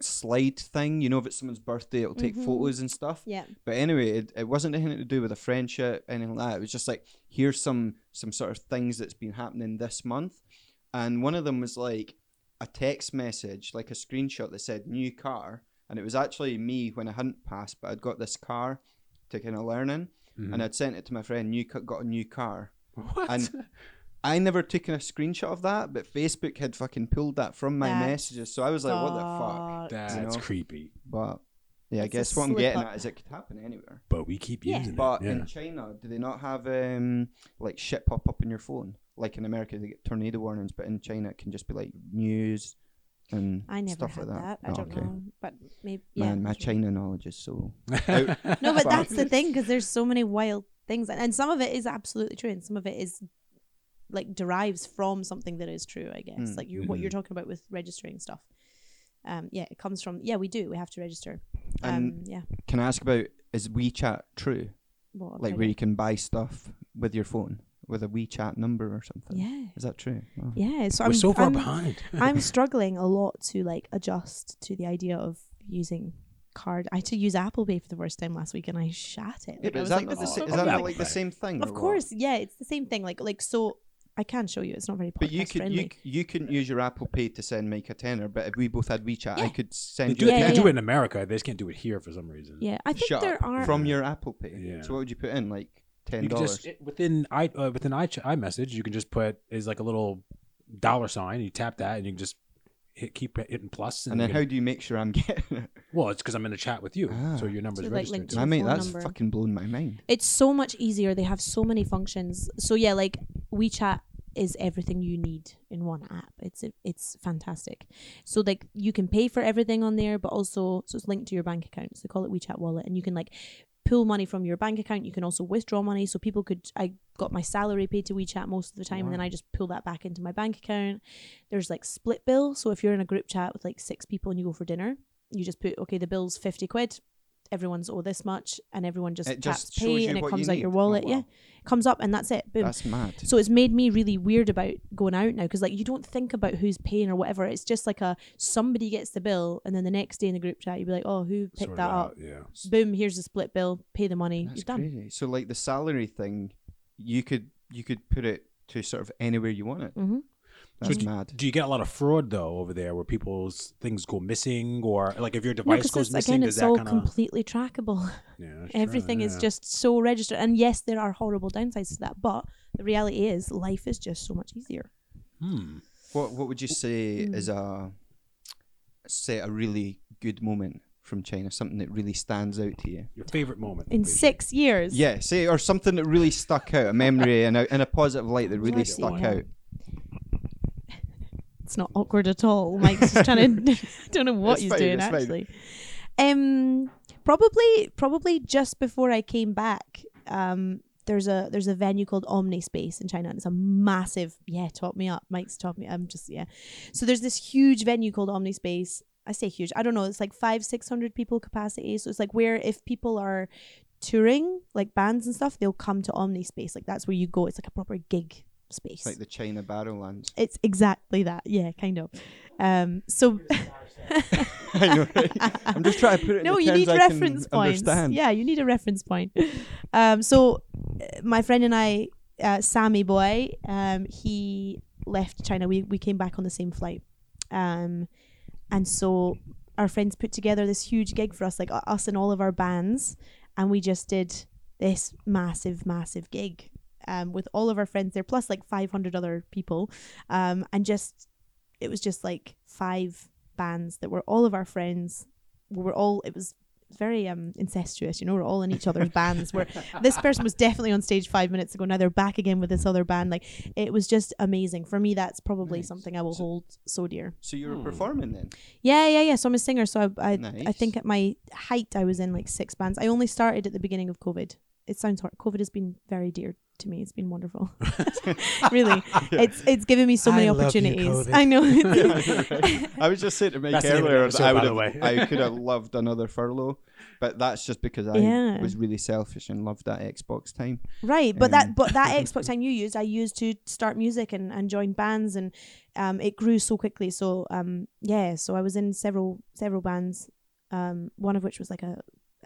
[SPEAKER 2] slide thing, you know, if it's someone's birthday, it'll take
[SPEAKER 5] Mhm.
[SPEAKER 2] photos and stuff.
[SPEAKER 5] Yeah,
[SPEAKER 2] But anyway, it, it wasn't anything to do with a friendship, anything like that. It was just like here's some some sort of things that's been happening this month, and one of them was like a text message, like a screenshot that said new car, and it was actually me when I hadn't passed, but I'd got this car to kind of learn in,
[SPEAKER 3] Mhm.
[SPEAKER 2] and I'd sent it to my friend. New ca- got a new car.
[SPEAKER 3] What?
[SPEAKER 2] And- I never taken a screenshot of that, but Facebook had fucking pulled that from my
[SPEAKER 5] That's
[SPEAKER 2] messages, so I was like, what the fuck?
[SPEAKER 3] that's
[SPEAKER 2] you know?
[SPEAKER 3] creepy.
[SPEAKER 2] But yeah, I
[SPEAKER 5] That's a
[SPEAKER 2] guess what I'm
[SPEAKER 5] slip
[SPEAKER 2] getting
[SPEAKER 5] up.
[SPEAKER 2] at is it could happen anywhere.
[SPEAKER 3] But we keep
[SPEAKER 5] Yeah.
[SPEAKER 3] using
[SPEAKER 2] But
[SPEAKER 3] it. Yeah.
[SPEAKER 2] in China, do they not have um, like shit pop up on your phone? Like in America, they get tornado warnings, but in China, it can just be like news and
[SPEAKER 5] I never
[SPEAKER 2] stuff
[SPEAKER 5] had
[SPEAKER 2] like that.
[SPEAKER 5] that. I
[SPEAKER 2] Oh,
[SPEAKER 5] don't
[SPEAKER 2] okay.
[SPEAKER 5] know, but maybe yeah.
[SPEAKER 2] Man, my China knowledge is so.
[SPEAKER 5] No, but
[SPEAKER 2] Fuck.
[SPEAKER 5] that's the thing because there's so many wild things, and, and some of it is absolutely true, and some of it is like derives from something that is true. I guess
[SPEAKER 2] Mm.
[SPEAKER 5] like you're, what you're talking about with registering stuff. Um, yeah, it comes from yeah. We do. We have to register. Um,
[SPEAKER 2] And-
[SPEAKER 5] yeah.
[SPEAKER 2] Can I ask about is WeChat true?
[SPEAKER 5] Well,
[SPEAKER 2] Like
[SPEAKER 5] okay.
[SPEAKER 2] where you can buy stuff with your phone with a WeChat number or something?
[SPEAKER 5] yeah,
[SPEAKER 2] Is that true? Oh. Wow.
[SPEAKER 5] yeah. So
[SPEAKER 3] We're
[SPEAKER 5] I'm
[SPEAKER 3] so far
[SPEAKER 5] I'm-
[SPEAKER 3] behind.
[SPEAKER 5] I'm struggling a lot to like adjust to the idea of using card. I had to use Apple Pay for the first time last week, and I shat it.
[SPEAKER 2] Yeah,
[SPEAKER 5] Like,
[SPEAKER 2] but
[SPEAKER 5] I
[SPEAKER 2] is
[SPEAKER 5] was
[SPEAKER 2] that
[SPEAKER 5] like,
[SPEAKER 2] not
[SPEAKER 5] this
[SPEAKER 2] the,
[SPEAKER 5] is
[SPEAKER 2] sa-
[SPEAKER 5] so
[SPEAKER 2] is that
[SPEAKER 5] weird.
[SPEAKER 2] not
[SPEAKER 3] complicated.
[SPEAKER 2] like the same thing? or
[SPEAKER 5] Of
[SPEAKER 2] what?
[SPEAKER 5] course, yeah, it's the same thing. Like like so, I can show you. It's not very podcast
[SPEAKER 2] But you could
[SPEAKER 5] friendly.
[SPEAKER 2] you, c- you couldn't use your Apple Pay to send Mike a tenner, but if we both had WeChat, I
[SPEAKER 5] Yeah.
[SPEAKER 2] could
[SPEAKER 3] They
[SPEAKER 2] send
[SPEAKER 3] do,
[SPEAKER 2] you a
[SPEAKER 5] Yeah,
[SPEAKER 3] they
[SPEAKER 5] yeah,
[SPEAKER 2] tenner.
[SPEAKER 3] do
[SPEAKER 5] yeah.
[SPEAKER 3] it in America. They just can't do it here for some reason.
[SPEAKER 5] yeah, I think
[SPEAKER 2] Shut
[SPEAKER 5] there
[SPEAKER 2] up
[SPEAKER 5] are.
[SPEAKER 2] from your Apple Pay.
[SPEAKER 3] Yeah.
[SPEAKER 2] So what would you put in? Like ten
[SPEAKER 3] You can
[SPEAKER 2] dollars.
[SPEAKER 3] just it- within i uh, within i iMessage, you can just put is like a little dollar sign. You tap that, and you can just hit keep hitting plus,
[SPEAKER 2] And
[SPEAKER 3] you
[SPEAKER 2] then how
[SPEAKER 3] can-
[SPEAKER 2] do you make sure I'm getting it?
[SPEAKER 3] well, it's because I'm in a chat with you,
[SPEAKER 2] Ah.
[SPEAKER 3] so your number's
[SPEAKER 5] So, like,
[SPEAKER 3] registered.
[SPEAKER 5] linked
[SPEAKER 3] to
[SPEAKER 5] to-
[SPEAKER 2] I
[SPEAKER 5] your
[SPEAKER 2] mean,
[SPEAKER 5] phone
[SPEAKER 2] that's
[SPEAKER 5] number.
[SPEAKER 2] fucking blown my mind.
[SPEAKER 5] It's so much easier. They have so many functions. So yeah, like WeChat is everything you need in one app. It's it's fantastic. So like you can pay for everything on there, but also so it's linked to your bank account. So they call it WeChat Wallet, and you can like pull money from your bank account. You can also withdraw money. So people could I got my salary paid to WeChat most of the time, and then I just pull that back into my bank account. There's like split bill. So if you're in a group chat with like six people and you go for dinner, you just put okay, the bill's fifty quid. Everyone's owe this much, and everyone just
[SPEAKER 2] It
[SPEAKER 5] taps
[SPEAKER 2] just shows
[SPEAKER 5] pay,
[SPEAKER 2] you
[SPEAKER 5] and it
[SPEAKER 2] what
[SPEAKER 5] comes
[SPEAKER 2] you
[SPEAKER 5] out your
[SPEAKER 2] need. Oh,
[SPEAKER 5] wallet. Yeah,
[SPEAKER 2] wow.
[SPEAKER 5] it comes up, and that's it. Boom.
[SPEAKER 2] That's mad.
[SPEAKER 5] So it's made me really weird about going out now because like you don't think about who's paying or whatever. It's just like a somebody gets the bill and then the next day in the group chat you'd be like, oh, who picked
[SPEAKER 3] sort it
[SPEAKER 5] that
[SPEAKER 3] out,
[SPEAKER 5] up?
[SPEAKER 3] Yeah.
[SPEAKER 5] Boom, here's the split bill. Pay the money.
[SPEAKER 2] That's
[SPEAKER 5] you're done.
[SPEAKER 2] crazy. So like the salary thing, you could you could put it to sort of anywhere you want it.
[SPEAKER 5] Mm-hmm.
[SPEAKER 2] That's
[SPEAKER 3] d-
[SPEAKER 2] mad.
[SPEAKER 3] Do you get a lot of fraud though over there, where people's things go missing, or like if your
[SPEAKER 5] No,
[SPEAKER 3] device goes
[SPEAKER 5] because
[SPEAKER 3] missing,
[SPEAKER 5] again,
[SPEAKER 3] does
[SPEAKER 5] it's
[SPEAKER 3] that
[SPEAKER 5] all
[SPEAKER 3] kind of
[SPEAKER 5] completely trackable.
[SPEAKER 3] yeah, sure,
[SPEAKER 5] Everything is
[SPEAKER 3] yeah.
[SPEAKER 5] just so registered. And yes, there are horrible downsides to that, but the reality is life is just so much easier.
[SPEAKER 3] Hmm.
[SPEAKER 2] What what would you say
[SPEAKER 5] mm.
[SPEAKER 2] is a say a really good moment from China? Something that really stands out to you?
[SPEAKER 3] your favorite moment
[SPEAKER 5] In
[SPEAKER 3] Felicia?
[SPEAKER 5] six years,
[SPEAKER 2] Yeah, say or something that really stuck out, a memory and a, in a positive light that really
[SPEAKER 5] Bloody
[SPEAKER 2] stuck
[SPEAKER 5] hell.
[SPEAKER 2] out.
[SPEAKER 5] it's not awkward at all. Mike's just trying to. I don't know what
[SPEAKER 2] It's
[SPEAKER 5] he's
[SPEAKER 2] fine,
[SPEAKER 5] doing
[SPEAKER 2] it's fine.
[SPEAKER 5] actually. Um, probably, probably just before I came back. Um, there's a there's a venue called Omni Space in China, and it's a massive. Yeah, top me up, Mike's top me. I'm just yeah. So there's this huge venue called Omni Space, I say huge. I don't know. It's like five, six hundred people capacity. So it's like where if people are touring, like bands and stuff, they'll come to Omni Space. Like that's where you go. It's like a proper gig space.
[SPEAKER 2] It's like the China Barrowlands.
[SPEAKER 5] it's exactly that. Yeah, kind of. Um, so
[SPEAKER 2] I know, right? I'm just trying to put it.
[SPEAKER 5] no,
[SPEAKER 2] in the terms
[SPEAKER 5] you need
[SPEAKER 2] I can
[SPEAKER 5] reference points.
[SPEAKER 2] Understand.
[SPEAKER 5] Yeah, you need a reference point. Um, so, uh, my friend and I, uh, Sammy boy, um, he left China. We we came back on the same flight, um, and so our friends put together this huge gig for us, like u- us and all of our bands, and we just did this massive, massive gig. Um, with all of our friends there, plus like 500 other people, um, and just it was just like five bands that were all of our friends we were all it was very um incestuous you know we're all in each other's bands where this person was definitely on stage five minutes ago now they're back again with this other band like it was just amazing for me that's probably
[SPEAKER 2] Nice.
[SPEAKER 5] something i will
[SPEAKER 2] So-
[SPEAKER 5] hold so dear
[SPEAKER 2] So you were
[SPEAKER 3] Hmm.
[SPEAKER 2] performing then?
[SPEAKER 5] yeah yeah yeah so i'm a singer so i I, I
[SPEAKER 2] Nice.
[SPEAKER 5] think at my height i was in like six bands i only started at the beginning of covid it sounds hard covid has been very dear to me it's been wonderful really it's it's given me so many
[SPEAKER 3] I love you,
[SPEAKER 5] opportunities
[SPEAKER 3] COVID.
[SPEAKER 5] i know
[SPEAKER 2] I was just saying to Mike
[SPEAKER 3] That's the name of the
[SPEAKER 2] earlier that
[SPEAKER 3] episode,
[SPEAKER 2] I
[SPEAKER 3] by
[SPEAKER 2] would
[SPEAKER 3] the
[SPEAKER 2] have,
[SPEAKER 3] way.
[SPEAKER 2] I could have loved another furlough, but that's just because I
[SPEAKER 5] Yeah.
[SPEAKER 2] was really selfish and loved that Xbox time.
[SPEAKER 5] Right, but
[SPEAKER 2] Um,
[SPEAKER 5] that but that Xbox time you used, I used to start music and, and join bands, and um, it grew so quickly. So um, yeah, so I was in several several bands, um, one of which was like a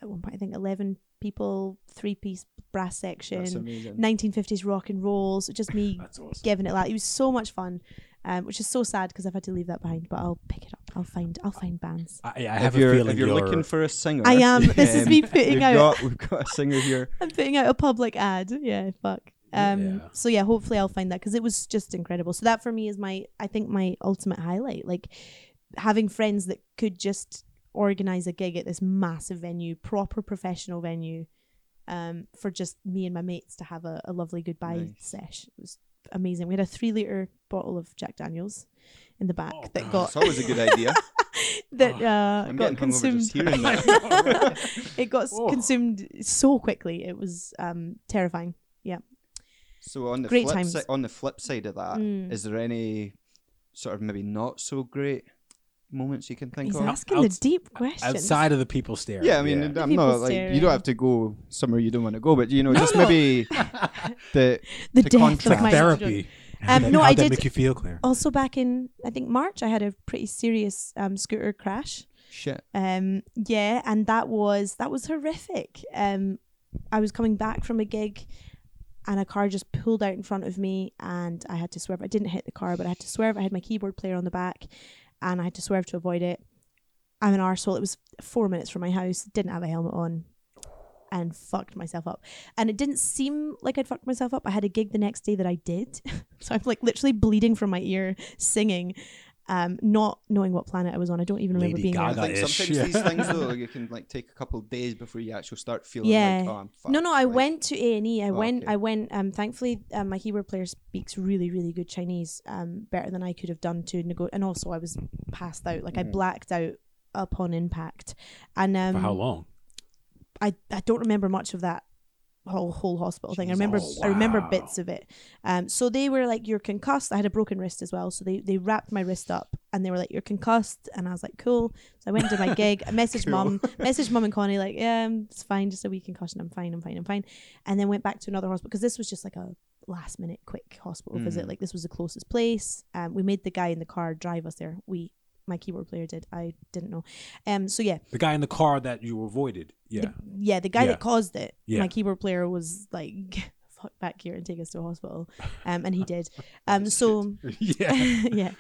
[SPEAKER 5] at one point I think eleven people, three piece brass
[SPEAKER 2] That's
[SPEAKER 5] section,
[SPEAKER 2] amazing.
[SPEAKER 5] nineteen fifties rock and roll. So just me
[SPEAKER 3] That's awesome.
[SPEAKER 5] giving it that. It was so much fun, um, which is so sad because I've had to leave that behind. But I'll pick it up. I'll find I'll find bands.
[SPEAKER 3] I, I have
[SPEAKER 2] if you're,
[SPEAKER 3] a feeling
[SPEAKER 2] if you're,
[SPEAKER 3] you're-
[SPEAKER 2] looking for a singer,
[SPEAKER 5] I am. This is
[SPEAKER 2] um,
[SPEAKER 5] me putting
[SPEAKER 2] we've
[SPEAKER 5] out.
[SPEAKER 2] Got, we've got a singer here.
[SPEAKER 5] I'm putting out a public ad. Yeah, fuck. Um,
[SPEAKER 3] Yeah.
[SPEAKER 5] So yeah, hopefully I'll find that because it was just incredible. So that for me is my, I think my ultimate highlight. Like having friends that could just organize a gig at this massive venue, proper professional venue, um, for just me and my mates to have a, a lovely goodbye
[SPEAKER 2] Nice.
[SPEAKER 5] sesh. It was amazing. We had a three liter bottle of Jack Daniels in the back
[SPEAKER 3] Oh,
[SPEAKER 5] that
[SPEAKER 3] God.
[SPEAKER 5] got
[SPEAKER 2] It's always a good idea.
[SPEAKER 5] that uh,
[SPEAKER 2] I'm
[SPEAKER 5] got
[SPEAKER 2] getting hungover
[SPEAKER 5] consumed
[SPEAKER 2] just hearing that.
[SPEAKER 5] it got s-
[SPEAKER 3] Oh.
[SPEAKER 5] consumed so quickly. It was um, terrifying.
[SPEAKER 2] So on the
[SPEAKER 5] Great
[SPEAKER 2] flip
[SPEAKER 5] times.
[SPEAKER 2] si- on the flip side of that, is
[SPEAKER 5] Mm.
[SPEAKER 2] there any sort of maybe not so great moments you can think
[SPEAKER 5] He's
[SPEAKER 2] of?
[SPEAKER 5] asking
[SPEAKER 3] Outs-
[SPEAKER 5] the deep questions.
[SPEAKER 3] outside of the people staring.
[SPEAKER 2] Yeah, I mean,
[SPEAKER 5] The
[SPEAKER 2] I'm
[SPEAKER 5] people
[SPEAKER 2] not like you
[SPEAKER 5] staring.
[SPEAKER 2] don't have to go somewhere you don't want to go, but you know, just
[SPEAKER 3] no.
[SPEAKER 2] maybe the
[SPEAKER 5] the
[SPEAKER 2] to
[SPEAKER 5] death
[SPEAKER 2] contrast.
[SPEAKER 5] of my
[SPEAKER 3] therapy.
[SPEAKER 5] Um,
[SPEAKER 3] How
[SPEAKER 5] no,
[SPEAKER 3] that-
[SPEAKER 5] I
[SPEAKER 3] how'd that
[SPEAKER 5] did- um,
[SPEAKER 3] make you feel, Claire?
[SPEAKER 5] Also, back in I think March, I had a pretty serious um, scooter crash.
[SPEAKER 2] shit.
[SPEAKER 5] Um, yeah, and that was that was horrific. Um, I was coming back from a gig, and a car just pulled out in front of me, and I had to swerve. I didn't hit the car, but I had to swerve. I had my keyboard player on the back, and I had to swerve to avoid it. I'm an arsehole. It was four minutes from my house. Didn't have a helmet on. And fucked myself up. And it didn't seem like I'd fucked myself up. I had a gig the next day that I did. so I'm like literally bleeding from my ear, singing, um, not knowing what planet I was on. I don't even remember
[SPEAKER 3] Lady
[SPEAKER 5] being
[SPEAKER 3] Gaga.
[SPEAKER 5] on
[SPEAKER 2] I think
[SPEAKER 3] Gaga-ish.
[SPEAKER 2] sometimes these things though you can like take a couple of days before you actually start feeling
[SPEAKER 5] Yeah.
[SPEAKER 2] like oh I'm fucked.
[SPEAKER 5] No, no, I
[SPEAKER 2] like,
[SPEAKER 5] went to A and E. I
[SPEAKER 2] Oh,
[SPEAKER 5] went.
[SPEAKER 2] okay.
[SPEAKER 5] I went. Um, thankfully, um, my keyboard player speaks really, really good Chinese. Um, better than I could have done to nego. And also, I was passed out. Like I
[SPEAKER 2] Mhm.
[SPEAKER 5] blacked out upon impact. And um,
[SPEAKER 3] For how long?
[SPEAKER 5] I I don't remember much of that whole whole hospital thing. I
[SPEAKER 2] Jesus.
[SPEAKER 5] remember
[SPEAKER 3] Oh,
[SPEAKER 5] I remember
[SPEAKER 3] wow.
[SPEAKER 5] bits of it. Um, so they were like, "You're concussed." I had a broken wrist as well, so they they wrapped my wrist up and they were like, "You're concussed," and I was like, "Cool." So I went to my gig. I messaged
[SPEAKER 2] Cool.
[SPEAKER 5] mum, messaged mum and Connie like, "Yeah, um, it's fine, just a wee concussion. I'm fine, I'm fine, I'm fine." And then went back to another hospital because this was just like a last minute quick hospital visit.
[SPEAKER 2] Mm.
[SPEAKER 5] Like this was the closest place. Um, we made the guy in the car drive us there. We. My keyboard player did. I didn't know. Um. So yeah,
[SPEAKER 3] The guy in the car that you avoided. Yeah.
[SPEAKER 5] the, yeah, the guy
[SPEAKER 3] Yeah.
[SPEAKER 5] that caused it,
[SPEAKER 3] Yeah.
[SPEAKER 5] my keyboard player was like, "Fuck back here and take us to a hospital," um, and he did. Um, so
[SPEAKER 3] yeah.
[SPEAKER 5] yeah,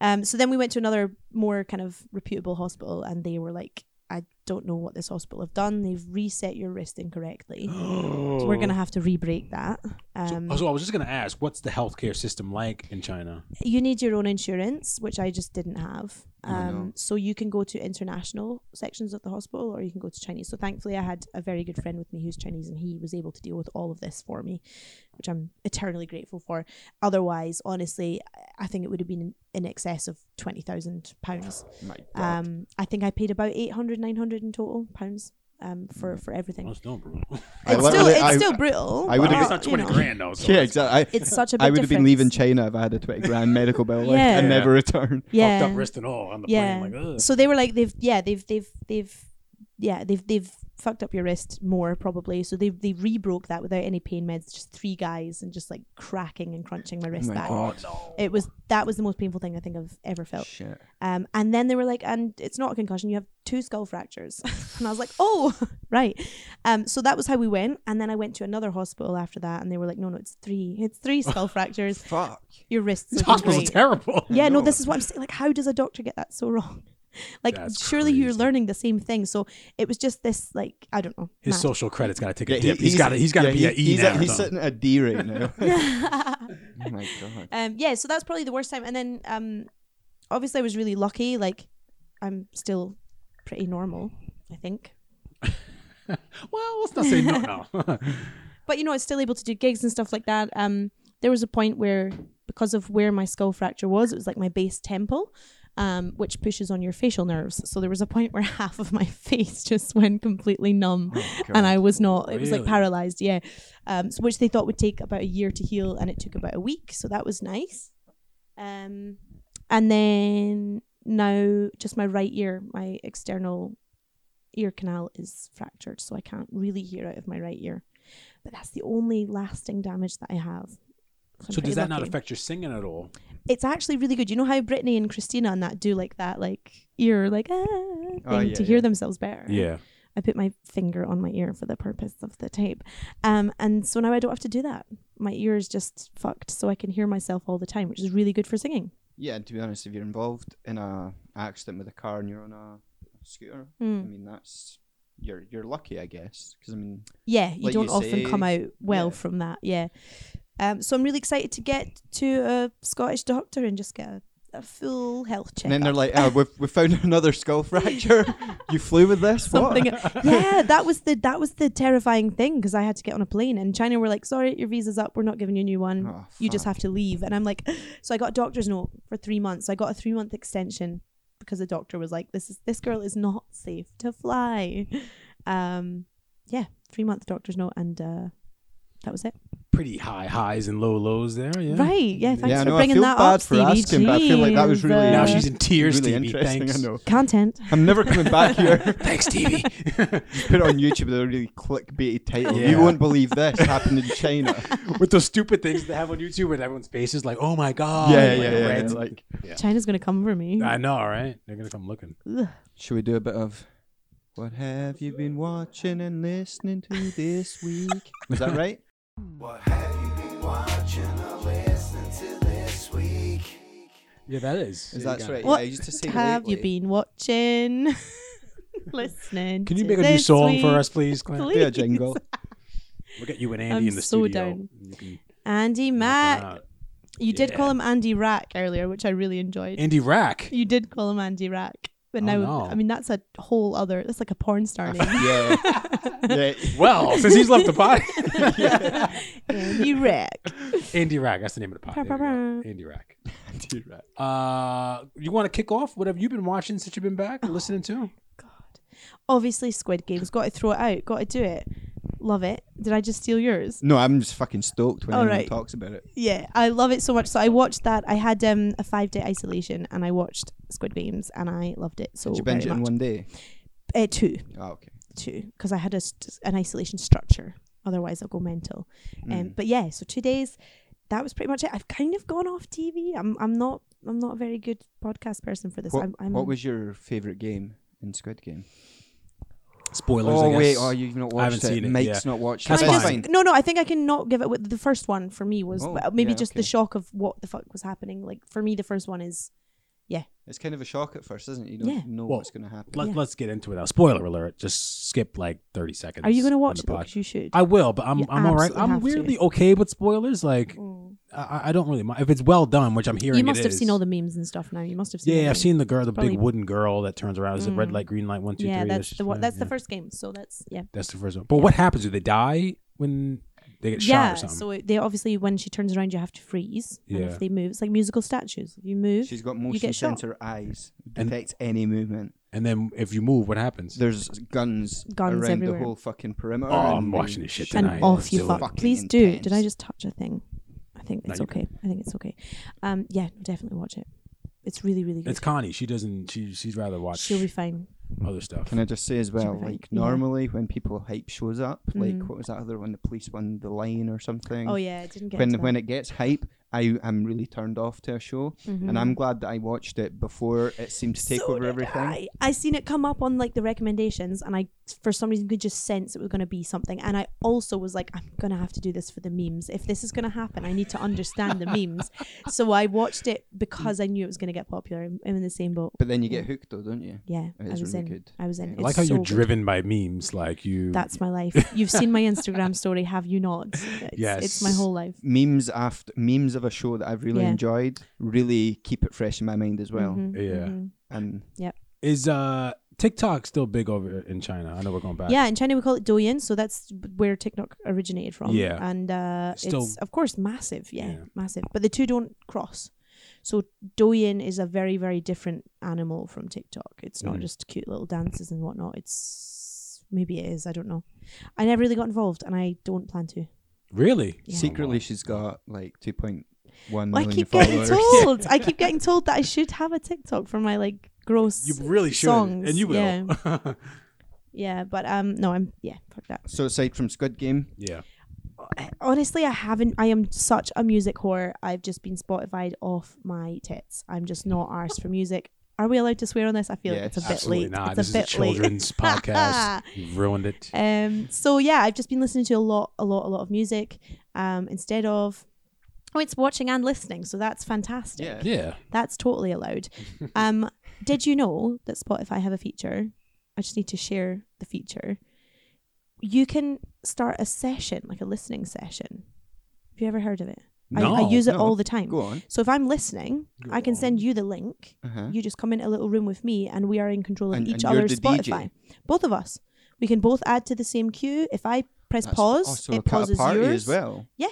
[SPEAKER 5] um, so then we went to another more kind of reputable hospital, and they were like, "I don't know what this hospital have done. They've reset your wrist incorrectly, so we're gonna have to re-break that." Um,
[SPEAKER 3] Oh. So, so I was just gonna ask, what's the healthcare system like in China?
[SPEAKER 5] you need your own insurance, which I just didn't have.
[SPEAKER 2] Oh, no.
[SPEAKER 5] Um, So you can go to international sections of the hospital or you can go to Chinese. So thankfully, I had a very good friend with me who's Chinese and he was able to deal with all of this for me, which I'm eternally grateful for. Otherwise, honestly, I- I think it would have been in excess of £20,000.
[SPEAKER 2] My God.
[SPEAKER 5] Um, I think I paid about 800, 900 in total pounds um, for for everything.
[SPEAKER 3] Well, it's not brutal.
[SPEAKER 2] I
[SPEAKER 5] It's still
[SPEAKER 2] literally-
[SPEAKER 5] it's
[SPEAKER 2] I-
[SPEAKER 5] still brutal.
[SPEAKER 2] I would've
[SPEAKER 3] I
[SPEAKER 5] but,
[SPEAKER 3] mean,
[SPEAKER 2] been-
[SPEAKER 3] it's not
[SPEAKER 5] you know,
[SPEAKER 3] twenty grand though. So
[SPEAKER 2] yeah,
[SPEAKER 3] it's
[SPEAKER 2] exactly. I,
[SPEAKER 5] It's such a big
[SPEAKER 2] I would have been leaving
[SPEAKER 5] difference.
[SPEAKER 2] China if I had a twenty grand medical bill like,
[SPEAKER 5] Yeah.
[SPEAKER 2] and
[SPEAKER 3] Yeah.
[SPEAKER 2] never returned.
[SPEAKER 5] Yeah.
[SPEAKER 3] Fucked up wrist and all on the
[SPEAKER 5] yeah.
[SPEAKER 3] plane. Like, ugh.
[SPEAKER 5] so they were like they've yeah they've they've they've yeah they've they've fucked up your wrist more probably. So they they rebroke that without any pain meds. Just three guys and just like cracking and crunching my wrist
[SPEAKER 2] my
[SPEAKER 5] back.
[SPEAKER 3] oh no.
[SPEAKER 5] It was that was the most painful thing I think I've ever felt.
[SPEAKER 2] Shit.
[SPEAKER 5] Um, and then they were like, and it's not a concussion, you have two skull fractures. and I was like, oh, right. Um, so that was how we went. And then I went to another hospital after that, and they were like, no, no, it's three. It's three skull fracters.
[SPEAKER 2] Fuck.
[SPEAKER 5] Your wrists
[SPEAKER 3] These
[SPEAKER 5] are
[SPEAKER 3] hospitals
[SPEAKER 5] great.
[SPEAKER 3] are terrible.
[SPEAKER 5] Yeah, no, this is what I'm saying. Like, how does a doctor get that so wrong? Like,
[SPEAKER 3] That's
[SPEAKER 5] surely you're
[SPEAKER 3] crazy.
[SPEAKER 5] learning the same thing. So it was just this, like, I don't know.
[SPEAKER 3] His
[SPEAKER 5] mad.
[SPEAKER 3] social credit's got to take a
[SPEAKER 2] Yeah,
[SPEAKER 3] dip.
[SPEAKER 2] he-
[SPEAKER 3] he's got to. He's got to
[SPEAKER 2] yeah,
[SPEAKER 3] be an
[SPEAKER 2] he-
[SPEAKER 3] E
[SPEAKER 2] he's,
[SPEAKER 3] now.
[SPEAKER 2] at- he's
[SPEAKER 3] though.
[SPEAKER 2] sitting at a D right now. oh my god.
[SPEAKER 5] um, yeah, so that's probably the worst time. And then, um, obviously, I was really lucky. Like, I'm still pretty normal, I think.
[SPEAKER 3] well, let's not say no. Oh, no.
[SPEAKER 5] but you know, I was still able to do gigs and stuff like that. Um, there was a point where, because of where my skull fracture was, it was like my base temple, um, which pushes on your facial nerves. So there was a point where half of my face just went completely numb, and I was not. It was like
[SPEAKER 3] Really?
[SPEAKER 5] paralyzed. Yeah, um, so, which they thought would take about a year to heal, and it took about a week. So that was nice. Um, and then now, just my right ear, my external ear canal is fractured, so I can't really hear out of my right ear. But that's the only lasting damage that I have.
[SPEAKER 3] so
[SPEAKER 5] I'm pretty
[SPEAKER 3] does that not
[SPEAKER 5] lucky.
[SPEAKER 3] affect your singing at all?
[SPEAKER 5] It's actually really good. You know how Brittany and Christina and that do like that, like ear, like ah, thing
[SPEAKER 3] Oh,
[SPEAKER 2] yeah,
[SPEAKER 5] to hear
[SPEAKER 2] yeah.
[SPEAKER 5] themselves better. I put my finger on my ear for the purpose of the tape, um, and so now I don't have to do that. My ear is just fucked, so I can hear myself all the time, which is really good for singing.
[SPEAKER 2] Yeah, and to be honest, if you're involved in a accident with a car and you're on a scooter, I
[SPEAKER 5] Mm.
[SPEAKER 2] mean that's you're you're lucky, I guess. Because I mean,
[SPEAKER 5] Yeah, you
[SPEAKER 2] Like
[SPEAKER 5] don't
[SPEAKER 2] you
[SPEAKER 5] often come
[SPEAKER 2] say,
[SPEAKER 5] out well
[SPEAKER 2] yeah.
[SPEAKER 5] from that. Yeah, um, so I'm really excited to get to a Scottish doctor and just get a, a full health check.
[SPEAKER 2] and then they're like, oh, we've we found another skull fracture. you flew with this?
[SPEAKER 5] something.
[SPEAKER 2] What?
[SPEAKER 5] yeah, that was the that was the terrifying thing because I had to get on a plane and China were like, "Sorry, your visa's up. We're not giving you a new one.
[SPEAKER 2] Oh,
[SPEAKER 5] you just
[SPEAKER 2] fuck.
[SPEAKER 5] have to leave." And I'm like, so I got a doctor's note for three months. I got a three month extension because the doctor was like, "This is this girl is not safe to fly." Um, yeah, three month doctor's note, and uh, that was it.
[SPEAKER 3] Pretty high highs and low lows there. Yeah.
[SPEAKER 5] Right? Yeah. Thanks
[SPEAKER 2] yeah,
[SPEAKER 5] for
[SPEAKER 2] no, I
[SPEAKER 5] bringing
[SPEAKER 2] feel
[SPEAKER 5] that
[SPEAKER 2] bad
[SPEAKER 5] up,
[SPEAKER 2] for
[SPEAKER 5] Stevie.
[SPEAKER 2] asking, but I feel like that was really uh,
[SPEAKER 5] Jesus.
[SPEAKER 3] Now she's in tears,
[SPEAKER 2] really
[SPEAKER 3] Stevie.
[SPEAKER 2] interesting.
[SPEAKER 3] Thanks.
[SPEAKER 2] I know.
[SPEAKER 5] content.
[SPEAKER 2] I'm never coming back here.
[SPEAKER 3] Thanks, Stevie.
[SPEAKER 2] Put it on YouTube with a really clickbaity title. You
[SPEAKER 3] Yeah.
[SPEAKER 2] won't believe this happened in China.
[SPEAKER 3] With those stupid things they have on YouTube where everyone's face is like, oh my God.
[SPEAKER 2] yeah,
[SPEAKER 3] like
[SPEAKER 2] yeah, yeah,
[SPEAKER 3] red.
[SPEAKER 2] yeah. Like,
[SPEAKER 5] China's gonna come for me.
[SPEAKER 3] I know, right? They're going to come looking.
[SPEAKER 5] Ugh.
[SPEAKER 2] should we do a bit of? What have you been watching and listening to this week? Was that right?
[SPEAKER 6] What have you been watching or listening to this week?
[SPEAKER 3] Yeah, that is.
[SPEAKER 2] Is that right?
[SPEAKER 5] What
[SPEAKER 2] yeah, you used to sing
[SPEAKER 5] have you
[SPEAKER 2] lately.
[SPEAKER 5] been watching? Listening.
[SPEAKER 3] Can you
[SPEAKER 5] to
[SPEAKER 3] make a new
[SPEAKER 5] this
[SPEAKER 3] song for
[SPEAKER 5] week?
[SPEAKER 3] us, please? Claire?
[SPEAKER 5] Please.
[SPEAKER 2] Do a jingle.
[SPEAKER 3] We'll get you and Andy
[SPEAKER 5] I'm
[SPEAKER 3] in the
[SPEAKER 5] so
[SPEAKER 3] studio.
[SPEAKER 5] down.
[SPEAKER 3] You can
[SPEAKER 5] Andy
[SPEAKER 3] knock 'em
[SPEAKER 5] Mac.
[SPEAKER 3] out.
[SPEAKER 5] You did call
[SPEAKER 3] Yeah.
[SPEAKER 5] him Andy Rack earlier, which I really enjoyed.
[SPEAKER 3] Andy Rack.
[SPEAKER 5] you did call him Andy Rack, but
[SPEAKER 3] Oh,
[SPEAKER 5] now
[SPEAKER 3] no.
[SPEAKER 5] I mean that's a whole other. That's like a porn star name.
[SPEAKER 2] yeah. yeah.
[SPEAKER 3] Well, since he's left the pod,
[SPEAKER 5] Andy Rack.
[SPEAKER 3] Andy Rack. That's the name of the pod.
[SPEAKER 5] Bah,
[SPEAKER 3] There
[SPEAKER 5] bah,
[SPEAKER 3] we go.
[SPEAKER 5] bah.
[SPEAKER 3] Andy Rack.
[SPEAKER 2] Dude, right.
[SPEAKER 3] Uh, you want to kick off? What have you been watching since you've been back? and Listening to?
[SPEAKER 5] Obviously, Squid Game's got to throw it out. Got to do it. Love it. Did I just steal yours?
[SPEAKER 2] No, I'm just fucking stoked when
[SPEAKER 5] All
[SPEAKER 2] anyone
[SPEAKER 5] right.
[SPEAKER 2] talks about it.
[SPEAKER 5] Yeah, I love it so much. So I watched that. I had um, a five day isolation, and I watched Squid Games, and I loved it so
[SPEAKER 2] Did you
[SPEAKER 5] very
[SPEAKER 2] binge it in
[SPEAKER 5] much.
[SPEAKER 2] one day?
[SPEAKER 5] Uh, two.
[SPEAKER 2] Oh, okay.
[SPEAKER 5] to because I had a st- an isolation structure. Otherwise, I'll go mental.
[SPEAKER 3] Mm.
[SPEAKER 5] Um, but yeah, so two days. That was pretty much it. I've kind of gone off TV. I'm I'm not I'm not a very good podcast person for this.
[SPEAKER 2] What,
[SPEAKER 5] I'm, I'm
[SPEAKER 2] what was your favourite game in Squid Game?
[SPEAKER 3] Spoilers.
[SPEAKER 2] oh,
[SPEAKER 3] I guess.
[SPEAKER 2] wait. Oh, you've not watched
[SPEAKER 3] I haven't
[SPEAKER 2] it.
[SPEAKER 3] seen it,
[SPEAKER 2] Mike's
[SPEAKER 3] yeah.
[SPEAKER 2] not watched
[SPEAKER 3] That's
[SPEAKER 2] it.
[SPEAKER 5] Can I
[SPEAKER 2] That's
[SPEAKER 5] just-
[SPEAKER 2] fine.
[SPEAKER 5] no, no. I think I can not give it. With, the first one for me was
[SPEAKER 2] Oh,
[SPEAKER 5] well, maybe
[SPEAKER 2] yeah,
[SPEAKER 5] just the
[SPEAKER 2] okay.
[SPEAKER 5] shock of what the fuck was happening. Like for me, the first one is
[SPEAKER 2] It's kind of a shock at first, isn't it? You don't
[SPEAKER 5] Yeah.
[SPEAKER 2] know
[SPEAKER 3] Well,
[SPEAKER 2] what's going to happen.
[SPEAKER 3] Let,
[SPEAKER 5] Yeah.
[SPEAKER 3] Let's get into it now. Spoiler alert. Just skip like 30 seconds.
[SPEAKER 5] Are you going to
[SPEAKER 3] on
[SPEAKER 5] watch
[SPEAKER 3] the
[SPEAKER 5] it? though?
[SPEAKER 3] pod.
[SPEAKER 5] 'Cause you should.
[SPEAKER 3] I will, but I'm,
[SPEAKER 5] You
[SPEAKER 3] I'm all right.
[SPEAKER 5] absolutely
[SPEAKER 3] I'm
[SPEAKER 5] have to.
[SPEAKER 3] weirdly okay with spoilers. Like,
[SPEAKER 5] Mm.
[SPEAKER 3] I, I don't really mind. If it's well done, which I'm hearing
[SPEAKER 5] you must
[SPEAKER 3] it
[SPEAKER 5] have seen
[SPEAKER 3] is.
[SPEAKER 5] all the memes and stuff now. You must have seen.
[SPEAKER 3] Yeah, I've
[SPEAKER 5] everything.
[SPEAKER 3] seen the girl, the
[SPEAKER 5] Probably-
[SPEAKER 3] big wooden girl that turns around. Is it red
[SPEAKER 5] Mm.
[SPEAKER 3] light, green light, one, two, three?
[SPEAKER 5] yeah, that's the one. That's
[SPEAKER 3] yeah.
[SPEAKER 5] the first game. So that's yeah.
[SPEAKER 3] That's the first one. But what happens? Do they die when they get
[SPEAKER 5] yeah,
[SPEAKER 3] shot or something?
[SPEAKER 5] so it- they obviously when she turns around, you have to freeze. And
[SPEAKER 3] Yeah.
[SPEAKER 5] if they move, it's like musical statues. If you move,
[SPEAKER 2] She's got
[SPEAKER 5] you
[SPEAKER 2] motion
[SPEAKER 5] get shot.
[SPEAKER 2] sensor eyes.
[SPEAKER 3] And-
[SPEAKER 2] Detects any movement.
[SPEAKER 3] And then if you move, what happens?
[SPEAKER 2] There's guns,
[SPEAKER 5] Guns
[SPEAKER 2] around
[SPEAKER 5] everywhere.
[SPEAKER 2] the whole fucking perimeter.
[SPEAKER 3] oh, I'm
[SPEAKER 2] and
[SPEAKER 3] watching this shit
[SPEAKER 5] and
[SPEAKER 3] tonight.
[SPEAKER 5] off
[SPEAKER 3] Let's
[SPEAKER 5] you
[SPEAKER 3] do it.
[SPEAKER 5] fuck.
[SPEAKER 2] fucking
[SPEAKER 5] Please do. Did I
[SPEAKER 2] intense.
[SPEAKER 5] just touch a thing? I think
[SPEAKER 3] No,
[SPEAKER 5] it's
[SPEAKER 3] you're
[SPEAKER 5] okay. I think it's okay. Um, yeah, definitely watch it. It's really, really good.
[SPEAKER 3] It's Connie. She doesn't. She she'd rather watch
[SPEAKER 5] She'll be fine.
[SPEAKER 3] other stuff.
[SPEAKER 2] Can I just say as well,
[SPEAKER 5] Sure,
[SPEAKER 2] like
[SPEAKER 5] yeah.
[SPEAKER 2] normally when people hype shows up, like
[SPEAKER 5] Mhm.
[SPEAKER 2] what was that other one, the police one, the line or something.
[SPEAKER 5] Oh yeah, I didn't get
[SPEAKER 2] When
[SPEAKER 5] to that.
[SPEAKER 2] when it gets hype, I am really turned off to a show, and I'm glad that I watched it before it seemed to take
[SPEAKER 5] Mm-hmm. So
[SPEAKER 2] over
[SPEAKER 5] did
[SPEAKER 2] everything.
[SPEAKER 5] I. I seen it come up on like the recommendations, and I for some reason could just sense it was going to be something. And I also was like, I'm gonna have to do this for the memes. If this is gonna happen, I need to understand the memes. So I watched it because I knew it was gonna get popular. I'm I'm in the same boat.
[SPEAKER 2] But then you get hooked though, don't you?
[SPEAKER 5] Yeah,
[SPEAKER 2] It
[SPEAKER 5] I
[SPEAKER 2] is
[SPEAKER 5] was
[SPEAKER 2] really
[SPEAKER 5] in.
[SPEAKER 2] good.
[SPEAKER 5] I was in.
[SPEAKER 2] Yeah.
[SPEAKER 3] I
[SPEAKER 5] It's
[SPEAKER 3] like how you're
[SPEAKER 5] so good.
[SPEAKER 3] driven by memes. Like you.
[SPEAKER 5] That's my life. You've seen my Instagram story, have you not? It's, it's my
[SPEAKER 3] Yes.
[SPEAKER 5] whole life.
[SPEAKER 2] Memes after memes of a show that I've really
[SPEAKER 5] Yeah.
[SPEAKER 2] enjoyed really keep it fresh in my mind as well.
[SPEAKER 5] Mhm,
[SPEAKER 3] Yeah.
[SPEAKER 5] mhm.
[SPEAKER 2] And
[SPEAKER 3] is uh TikTok still big over in China? I know we're going back.
[SPEAKER 5] Yeah, in China we call it Douyin, so that's where TikTok originated from.
[SPEAKER 3] Yeah.
[SPEAKER 5] and uh,
[SPEAKER 3] Still-
[SPEAKER 5] it's of course massive. Yeah,
[SPEAKER 3] Yeah.
[SPEAKER 5] massive. But the two don't cross. So Douyin is a very very different animal from TikTok. It's not
[SPEAKER 3] Mhm.
[SPEAKER 5] just cute little dances and whatnot. It's maybe it is. I don't know. I never really got involved, and I don't plan to.
[SPEAKER 3] Really?
[SPEAKER 5] Yeah. Oh,
[SPEAKER 2] secretly, she's got like two point one
[SPEAKER 5] I
[SPEAKER 2] million
[SPEAKER 5] keep getting
[SPEAKER 2] followers.
[SPEAKER 5] told. I keep getting told that I should have a TikTok for my like gross.
[SPEAKER 3] You really should.
[SPEAKER 5] songs,
[SPEAKER 3] and you will. Yeah.
[SPEAKER 5] Yeah, but um, no, I'm yeah, fuck that.
[SPEAKER 2] So aside from Squid Game,
[SPEAKER 5] Honestly, I haven't. I am such a music whore. I've just been Spotified off my tits. I'm just not arsed for music. Are we allowed to swear on this? I feel like it's a
[SPEAKER 2] Yes.
[SPEAKER 5] bit
[SPEAKER 3] Absolutely
[SPEAKER 5] late.
[SPEAKER 3] not.
[SPEAKER 5] It's
[SPEAKER 3] this
[SPEAKER 5] a bit
[SPEAKER 3] is a children's podcast. You've ruined it.
[SPEAKER 5] late. Um. So yeah, I've just been listening to a lot, a lot, a lot of music. Um. Instead of, oh, it's watching and listening. So that's fantastic.
[SPEAKER 2] yeah,
[SPEAKER 3] Yeah.
[SPEAKER 5] That's totally allowed. um, did you know that Spotify have a feature? I just need to share the feature. You can start a session, like a listening session. Have you ever heard of it? I, I
[SPEAKER 3] No,
[SPEAKER 5] use it
[SPEAKER 2] no.
[SPEAKER 5] all the time.
[SPEAKER 2] go on.
[SPEAKER 5] So if I'm listening, I can send you the link.
[SPEAKER 2] Uh-huh.
[SPEAKER 5] You just come into a little room with me, and we are in control of
[SPEAKER 2] And-
[SPEAKER 5] each
[SPEAKER 2] and you're
[SPEAKER 5] other's
[SPEAKER 2] the DJ.
[SPEAKER 5] Spotify. Both of us. We can both add to the same queue. If I press
[SPEAKER 2] That's
[SPEAKER 5] pause,
[SPEAKER 2] also
[SPEAKER 5] it
[SPEAKER 2] a pa- a
[SPEAKER 5] pauses
[SPEAKER 2] party
[SPEAKER 5] yours.
[SPEAKER 2] as well.
[SPEAKER 5] Yeah.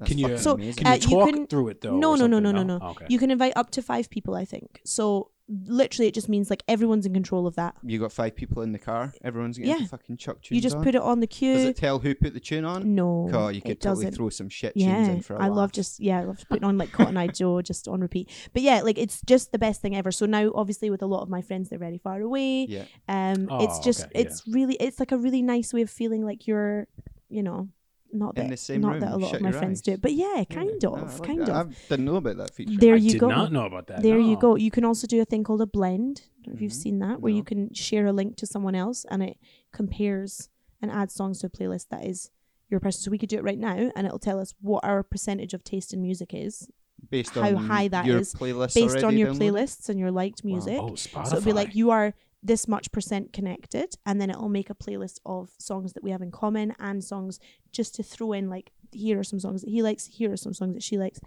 [SPEAKER 2] That's
[SPEAKER 3] Can you-
[SPEAKER 2] fucking
[SPEAKER 5] So,
[SPEAKER 2] amazing.
[SPEAKER 3] Can you
[SPEAKER 5] Uh, you
[SPEAKER 3] talk
[SPEAKER 5] can-
[SPEAKER 3] through it though?
[SPEAKER 5] No,
[SPEAKER 3] or
[SPEAKER 5] no, no, no,
[SPEAKER 3] something?
[SPEAKER 5] no, no.
[SPEAKER 3] Okay.
[SPEAKER 5] You can invite up to five people, I think. So literally, it just means like everyone's in control of that.
[SPEAKER 2] you got five people in the car. Everyone's getting
[SPEAKER 5] Yeah.
[SPEAKER 2] to fucking chuck tunes.
[SPEAKER 5] you just
[SPEAKER 2] on.
[SPEAKER 5] put it on the
[SPEAKER 2] Does
[SPEAKER 5] queue.
[SPEAKER 2] it tell who put the tune on?
[SPEAKER 5] no,
[SPEAKER 2] Oh, you could
[SPEAKER 5] it
[SPEAKER 2] totally
[SPEAKER 5] doesn't.
[SPEAKER 2] throw some shit tunes
[SPEAKER 5] yeah,
[SPEAKER 2] in for a
[SPEAKER 5] I love
[SPEAKER 2] laugh.
[SPEAKER 5] just yeah, I love just putting on like Cotton Eye Joe just on repeat. But yeah, like it's just the best thing ever. So now, obviously, with a lot of my friends, they're very far away.
[SPEAKER 2] Yeah.
[SPEAKER 5] Um,
[SPEAKER 3] Oh,
[SPEAKER 5] it's just
[SPEAKER 3] okay, yeah.
[SPEAKER 5] it's really it's like a really nice way of feeling like you're, you know, not
[SPEAKER 2] In
[SPEAKER 5] that
[SPEAKER 2] the same
[SPEAKER 5] not
[SPEAKER 2] room,
[SPEAKER 5] that a lot
[SPEAKER 2] shut
[SPEAKER 5] of my
[SPEAKER 2] your
[SPEAKER 5] friends
[SPEAKER 2] eyes.
[SPEAKER 5] do it, but yeah,
[SPEAKER 2] Yeah.
[SPEAKER 5] kind
[SPEAKER 2] No, I
[SPEAKER 5] of,
[SPEAKER 2] like
[SPEAKER 5] kind
[SPEAKER 2] that.
[SPEAKER 5] of.
[SPEAKER 2] I didn't know about that feature.
[SPEAKER 5] There
[SPEAKER 3] I
[SPEAKER 5] you
[SPEAKER 3] did
[SPEAKER 5] go.
[SPEAKER 3] not know about that.
[SPEAKER 5] There you
[SPEAKER 3] no.
[SPEAKER 5] go. You can also do a thing called a blend. I don't know if you've
[SPEAKER 2] Mhm.
[SPEAKER 5] seen that, where you
[SPEAKER 2] No.
[SPEAKER 5] can share a link to someone else and it compares and adds songs to a playlist that is your person. So we could do it right now and it'll tell us what our percentage of taste in music is
[SPEAKER 2] based
[SPEAKER 5] how
[SPEAKER 2] on
[SPEAKER 5] high that
[SPEAKER 2] your
[SPEAKER 5] is,
[SPEAKER 2] playlist
[SPEAKER 5] based on
[SPEAKER 2] already
[SPEAKER 5] your
[SPEAKER 2] downloaded?
[SPEAKER 5] playlists and your liked music.
[SPEAKER 3] Oh, Spotify.
[SPEAKER 5] so it'll be like you are this much percent connected and then it'll make a playlist of songs that we have in common and songs just to throw in like here are some songs that he likes, here are some songs that she likes.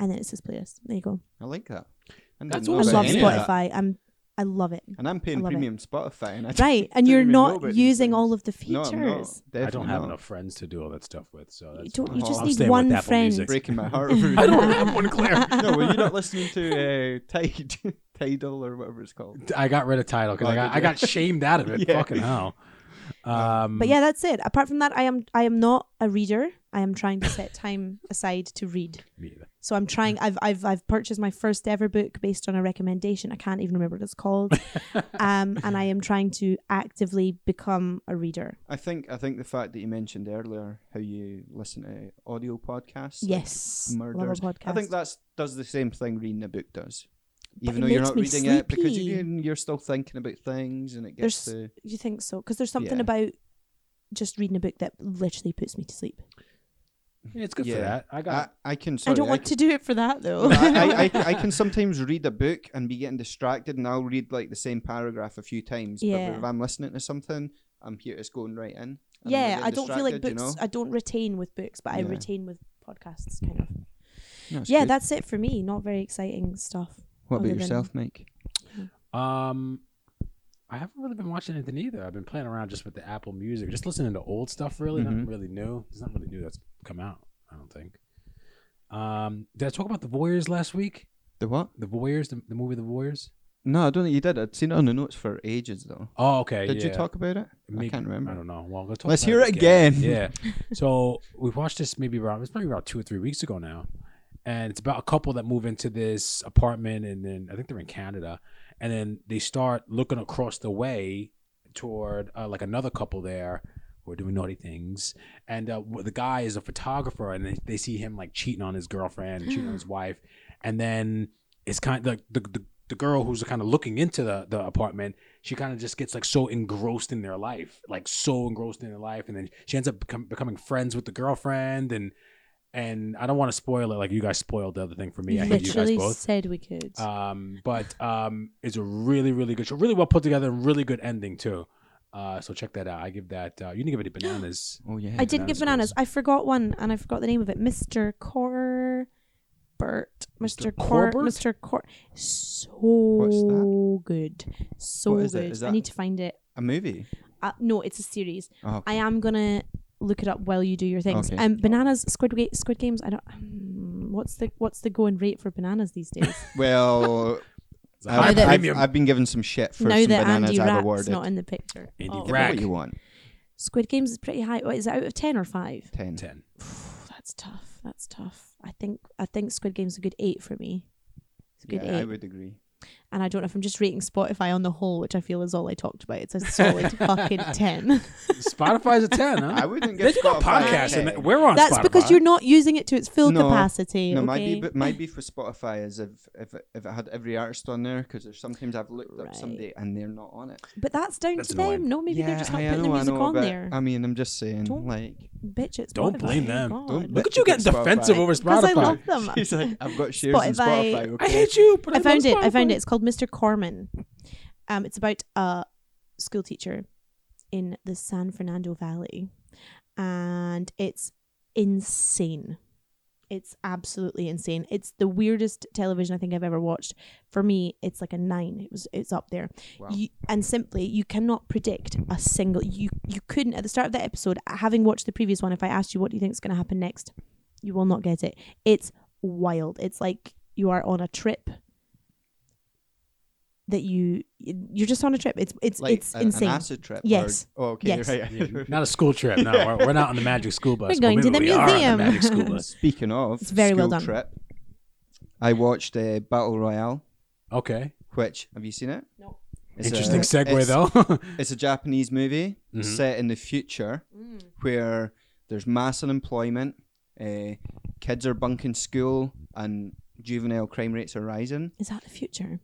[SPEAKER 5] And then it's his playlist. There you go.
[SPEAKER 2] I like that. I didn't
[SPEAKER 3] That's
[SPEAKER 2] know
[SPEAKER 5] I
[SPEAKER 3] Love
[SPEAKER 2] about
[SPEAKER 5] love
[SPEAKER 2] any of that.
[SPEAKER 5] Spotify. I'm I love it.
[SPEAKER 2] And I'm
[SPEAKER 5] I
[SPEAKER 2] paying
[SPEAKER 5] love it.
[SPEAKER 2] premium Spotify, and I
[SPEAKER 5] right
[SPEAKER 2] didn't
[SPEAKER 5] and you're
[SPEAKER 2] even know
[SPEAKER 5] not
[SPEAKER 2] about these
[SPEAKER 5] using
[SPEAKER 2] things.
[SPEAKER 5] all of the
[SPEAKER 2] No,
[SPEAKER 5] features
[SPEAKER 2] I'm not.
[SPEAKER 3] I don't
[SPEAKER 2] Definitely
[SPEAKER 3] have
[SPEAKER 2] not.
[SPEAKER 3] enough friends to do all that stuff with. So
[SPEAKER 5] you
[SPEAKER 3] that's
[SPEAKER 5] don't you
[SPEAKER 2] Oh,
[SPEAKER 5] just
[SPEAKER 2] I'm
[SPEAKER 5] need
[SPEAKER 3] staying with
[SPEAKER 5] one
[SPEAKER 3] Apple
[SPEAKER 5] friend
[SPEAKER 3] Music.
[SPEAKER 2] Breaking my heart.
[SPEAKER 3] I
[SPEAKER 2] over-
[SPEAKER 3] don't have one clear.
[SPEAKER 2] no, were you not listening to uh, Tide, Tidal or whatever it's called?
[SPEAKER 3] I got rid of title because
[SPEAKER 2] Oh,
[SPEAKER 3] I got
[SPEAKER 2] did
[SPEAKER 3] I
[SPEAKER 2] you?
[SPEAKER 3] got shamed out of it.
[SPEAKER 2] Yeah.
[SPEAKER 3] Fucking hell. Um,
[SPEAKER 5] but
[SPEAKER 2] Mm.
[SPEAKER 5] yeah that's it apart from that i am i am not a reader i am trying to set time aside to read
[SPEAKER 3] me either.
[SPEAKER 5] so i'm trying i've i've, I've purchased my first ever book based on a recommendation i can't even remember what it's called um and i am trying to actively become a reader
[SPEAKER 2] I think I think the fact that you mentioned earlier how you listen to audio podcasts, like
[SPEAKER 5] yes love a
[SPEAKER 2] murders.
[SPEAKER 5] podcast
[SPEAKER 2] I think that does the same thing reading a book does.
[SPEAKER 5] But
[SPEAKER 2] Even
[SPEAKER 5] it
[SPEAKER 2] though you're
[SPEAKER 5] makes
[SPEAKER 2] not
[SPEAKER 5] me
[SPEAKER 2] reading it, because you,
[SPEAKER 5] sleepy.
[SPEAKER 2] you're still thinking about things, and it
[SPEAKER 5] There's-
[SPEAKER 2] gets to
[SPEAKER 5] you think so because there's something
[SPEAKER 2] Yeah.
[SPEAKER 5] about just reading a book that literally puts me to sleep
[SPEAKER 3] Yeah, it's good for
[SPEAKER 2] Yeah.
[SPEAKER 3] that. I got.
[SPEAKER 2] I, I can. Sorry,
[SPEAKER 5] i don't want
[SPEAKER 2] can,
[SPEAKER 5] to do it for that though
[SPEAKER 2] I, I, I can sometimes read a book and be getting distracted, and I'll read like the same paragraph a few times.
[SPEAKER 5] Yeah.
[SPEAKER 2] But if I'm listening to something, I'm here. It's going right in. and I'm
[SPEAKER 5] yeah
[SPEAKER 2] getting
[SPEAKER 5] i don't feel like books
[SPEAKER 2] distracted, you know?
[SPEAKER 5] i don't retain with books but i
[SPEAKER 2] Yeah.
[SPEAKER 5] retain with podcasts kind of
[SPEAKER 2] No, it's
[SPEAKER 5] yeah
[SPEAKER 2] good.
[SPEAKER 5] that's it for me not very exciting stuff
[SPEAKER 2] What
[SPEAKER 5] other
[SPEAKER 2] about
[SPEAKER 5] than-
[SPEAKER 2] yourself, Mike?
[SPEAKER 3] Um, I haven't really been watching anything either. I've been playing around just with the Apple Music, just listening to old stuff. Really, nothing
[SPEAKER 2] Mhm.
[SPEAKER 3] really new. There's nothing really new that's come out. I don't think. Um, did I talk about the Warriors last week?
[SPEAKER 2] The what?
[SPEAKER 3] The Warriors, the, the movie The Warriors.
[SPEAKER 2] No, I don't think you did. I'd seen it on the notes for ages though.
[SPEAKER 3] Oh, okay.
[SPEAKER 2] Did you
[SPEAKER 3] yeah.
[SPEAKER 2] talk about it? I
[SPEAKER 3] Maybe-
[SPEAKER 2] can't remember.
[SPEAKER 3] I don't know. Well, let's,
[SPEAKER 2] Let's
[SPEAKER 3] about
[SPEAKER 2] hear it again.
[SPEAKER 3] Yeah. so we watched this maybe around it's probably about two or three weeks ago now, and it's about a couple that move into this apartment, and then I think they're in Canada, and then they start looking across the way toward uh, like another couple there who are doing naughty things, and uh, wh- the guy is a photographer, and they, they see him like cheating on his girlfriend, cheating on his wife, and then it's kind of like the, the the girl who's kind of looking into the, the apartment, she kind of just gets like so engrossed in their life, like so engrossed in their life, and then she ends up become, becoming friends with the girlfriend, and and I don't want to spoil it, like you guys spoiled the other thing for me. I hate you guys
[SPEAKER 5] Literally
[SPEAKER 3] both.
[SPEAKER 5] said we could.
[SPEAKER 3] Um, but um, it's a really really good show, really well put together, and really good ending too. Uh, so check that out. I give that. Uh, you didn't give it any bananas.
[SPEAKER 2] Oh yeah.
[SPEAKER 5] I did give
[SPEAKER 3] bananas
[SPEAKER 5] bananas. I forgot one, and I forgot the name of it. Mister Corbert, Mister
[SPEAKER 3] Mr.
[SPEAKER 5] Cor,
[SPEAKER 3] Corbett?
[SPEAKER 5] Mister Cor. So
[SPEAKER 2] that?
[SPEAKER 5] good, so
[SPEAKER 2] What is it?
[SPEAKER 5] good.
[SPEAKER 2] Is
[SPEAKER 5] I
[SPEAKER 2] that-
[SPEAKER 5] need to find it.
[SPEAKER 2] a movie.
[SPEAKER 5] Uh, no, it's a series.
[SPEAKER 2] Oh,
[SPEAKER 5] I am gonna look it up while you do your things.
[SPEAKER 2] Okay.
[SPEAKER 5] Um, bananas, Squid Ga- Squid Games. I don't. Um, what's the what's the going rate for bananas these days?
[SPEAKER 2] well,
[SPEAKER 3] It's a high
[SPEAKER 2] I've,
[SPEAKER 5] that-
[SPEAKER 2] I've,
[SPEAKER 3] premium.
[SPEAKER 2] I've been given some shit for
[SPEAKER 5] now
[SPEAKER 2] some
[SPEAKER 5] that
[SPEAKER 2] bananas
[SPEAKER 5] Andy
[SPEAKER 2] I've
[SPEAKER 5] Rat's
[SPEAKER 2] awarded.
[SPEAKER 5] not in the picture,
[SPEAKER 3] Andy
[SPEAKER 5] Oh.
[SPEAKER 2] Give it
[SPEAKER 3] Rack.
[SPEAKER 2] what you want?
[SPEAKER 5] Squid Games is pretty high. What, is it out of ten or five?
[SPEAKER 2] Ten.
[SPEAKER 3] Ten.
[SPEAKER 5] Oh, That's tough. That's tough. I think I think Squid Game's a good eight for me. It's a good
[SPEAKER 2] Yeah,
[SPEAKER 5] eight.
[SPEAKER 2] I would agree.
[SPEAKER 5] and I don't know if I'm just rating Spotify on the whole, which I feel is all I talked about. It's a solid fucking ten.
[SPEAKER 3] Spotify's a ten, huh?
[SPEAKER 2] I wouldn't give
[SPEAKER 3] They do a
[SPEAKER 2] Spotify a
[SPEAKER 3] podcast,
[SPEAKER 2] 10.
[SPEAKER 3] and th- we're on.
[SPEAKER 5] That's because
[SPEAKER 3] Spotify.
[SPEAKER 5] you're not using it to its full
[SPEAKER 2] No,
[SPEAKER 5] capacity.
[SPEAKER 2] No, my
[SPEAKER 5] okay?
[SPEAKER 2] beef, my beef with Spotify is if if it- if it had every artist on there because there's sometimes I've looked up
[SPEAKER 5] Right.
[SPEAKER 2] somebody and they're not on it.
[SPEAKER 5] but that's down
[SPEAKER 3] That's
[SPEAKER 5] to
[SPEAKER 3] annoying.
[SPEAKER 5] them. No, maybe they're just not
[SPEAKER 2] I know,
[SPEAKER 5] putting their
[SPEAKER 2] I
[SPEAKER 5] music
[SPEAKER 2] know,
[SPEAKER 5] on
[SPEAKER 2] but
[SPEAKER 5] there.
[SPEAKER 2] I mean, I'm just saying,
[SPEAKER 5] Don't-
[SPEAKER 2] like,
[SPEAKER 5] Bitch, it's
[SPEAKER 3] Don't
[SPEAKER 5] Spotify. Oh
[SPEAKER 3] blame them.
[SPEAKER 5] God.
[SPEAKER 2] Don't
[SPEAKER 3] Look
[SPEAKER 2] bitch
[SPEAKER 3] at you getting
[SPEAKER 2] about Spotify.
[SPEAKER 3] defensive over
[SPEAKER 5] Because I
[SPEAKER 3] Spotify.
[SPEAKER 5] love them.
[SPEAKER 2] she's like, I've got shares in
[SPEAKER 5] Spotify-
[SPEAKER 2] Spotify. Okay?
[SPEAKER 3] I hate you, but I,
[SPEAKER 5] I found it.
[SPEAKER 3] love
[SPEAKER 5] I found
[SPEAKER 3] Spotify.
[SPEAKER 5] it. It's called Mr. Corman. Um, it's about a school teacher in the San Fernando Valley, and it's insane. It's absolutely insane. It's the weirdest television I think I've ever watched. For me, it's like a nine. It was. It's up there.
[SPEAKER 2] Wow.
[SPEAKER 5] You, and simply, you cannot predict a single. You you couldn't at the start of the episode, having watched the previous one. If I asked you what do you think is going to happen next, you will not get it. It's wild. It's like you are on a trip that you you're just on a trip. It's it's
[SPEAKER 2] Like
[SPEAKER 5] it's
[SPEAKER 2] a-
[SPEAKER 5] insane.
[SPEAKER 2] An acid trip. or-
[SPEAKER 5] Yes.
[SPEAKER 2] oh, okay.
[SPEAKER 5] Yes.
[SPEAKER 2] Right.
[SPEAKER 3] Yeah, not a school trip. No, we're, we're not on the magic school bus.
[SPEAKER 5] We're going
[SPEAKER 3] Well,
[SPEAKER 5] to
[SPEAKER 3] maybe
[SPEAKER 5] the
[SPEAKER 3] we are on
[SPEAKER 5] museum.
[SPEAKER 3] magic school bus.
[SPEAKER 2] Speaking of,
[SPEAKER 5] It's very well
[SPEAKER 2] school
[SPEAKER 5] done.
[SPEAKER 2] Trip. I watched uh, Battle Royale,
[SPEAKER 3] Okay,
[SPEAKER 2] which have you seen it?
[SPEAKER 4] No.
[SPEAKER 2] It's a-
[SPEAKER 3] interesting segue
[SPEAKER 2] it's-
[SPEAKER 3] though.
[SPEAKER 2] It's a Japanese movie set in the future where there's mass unemployment, uh, kids are bunking school, and juvenile crime rates are rising.
[SPEAKER 5] Is that the future?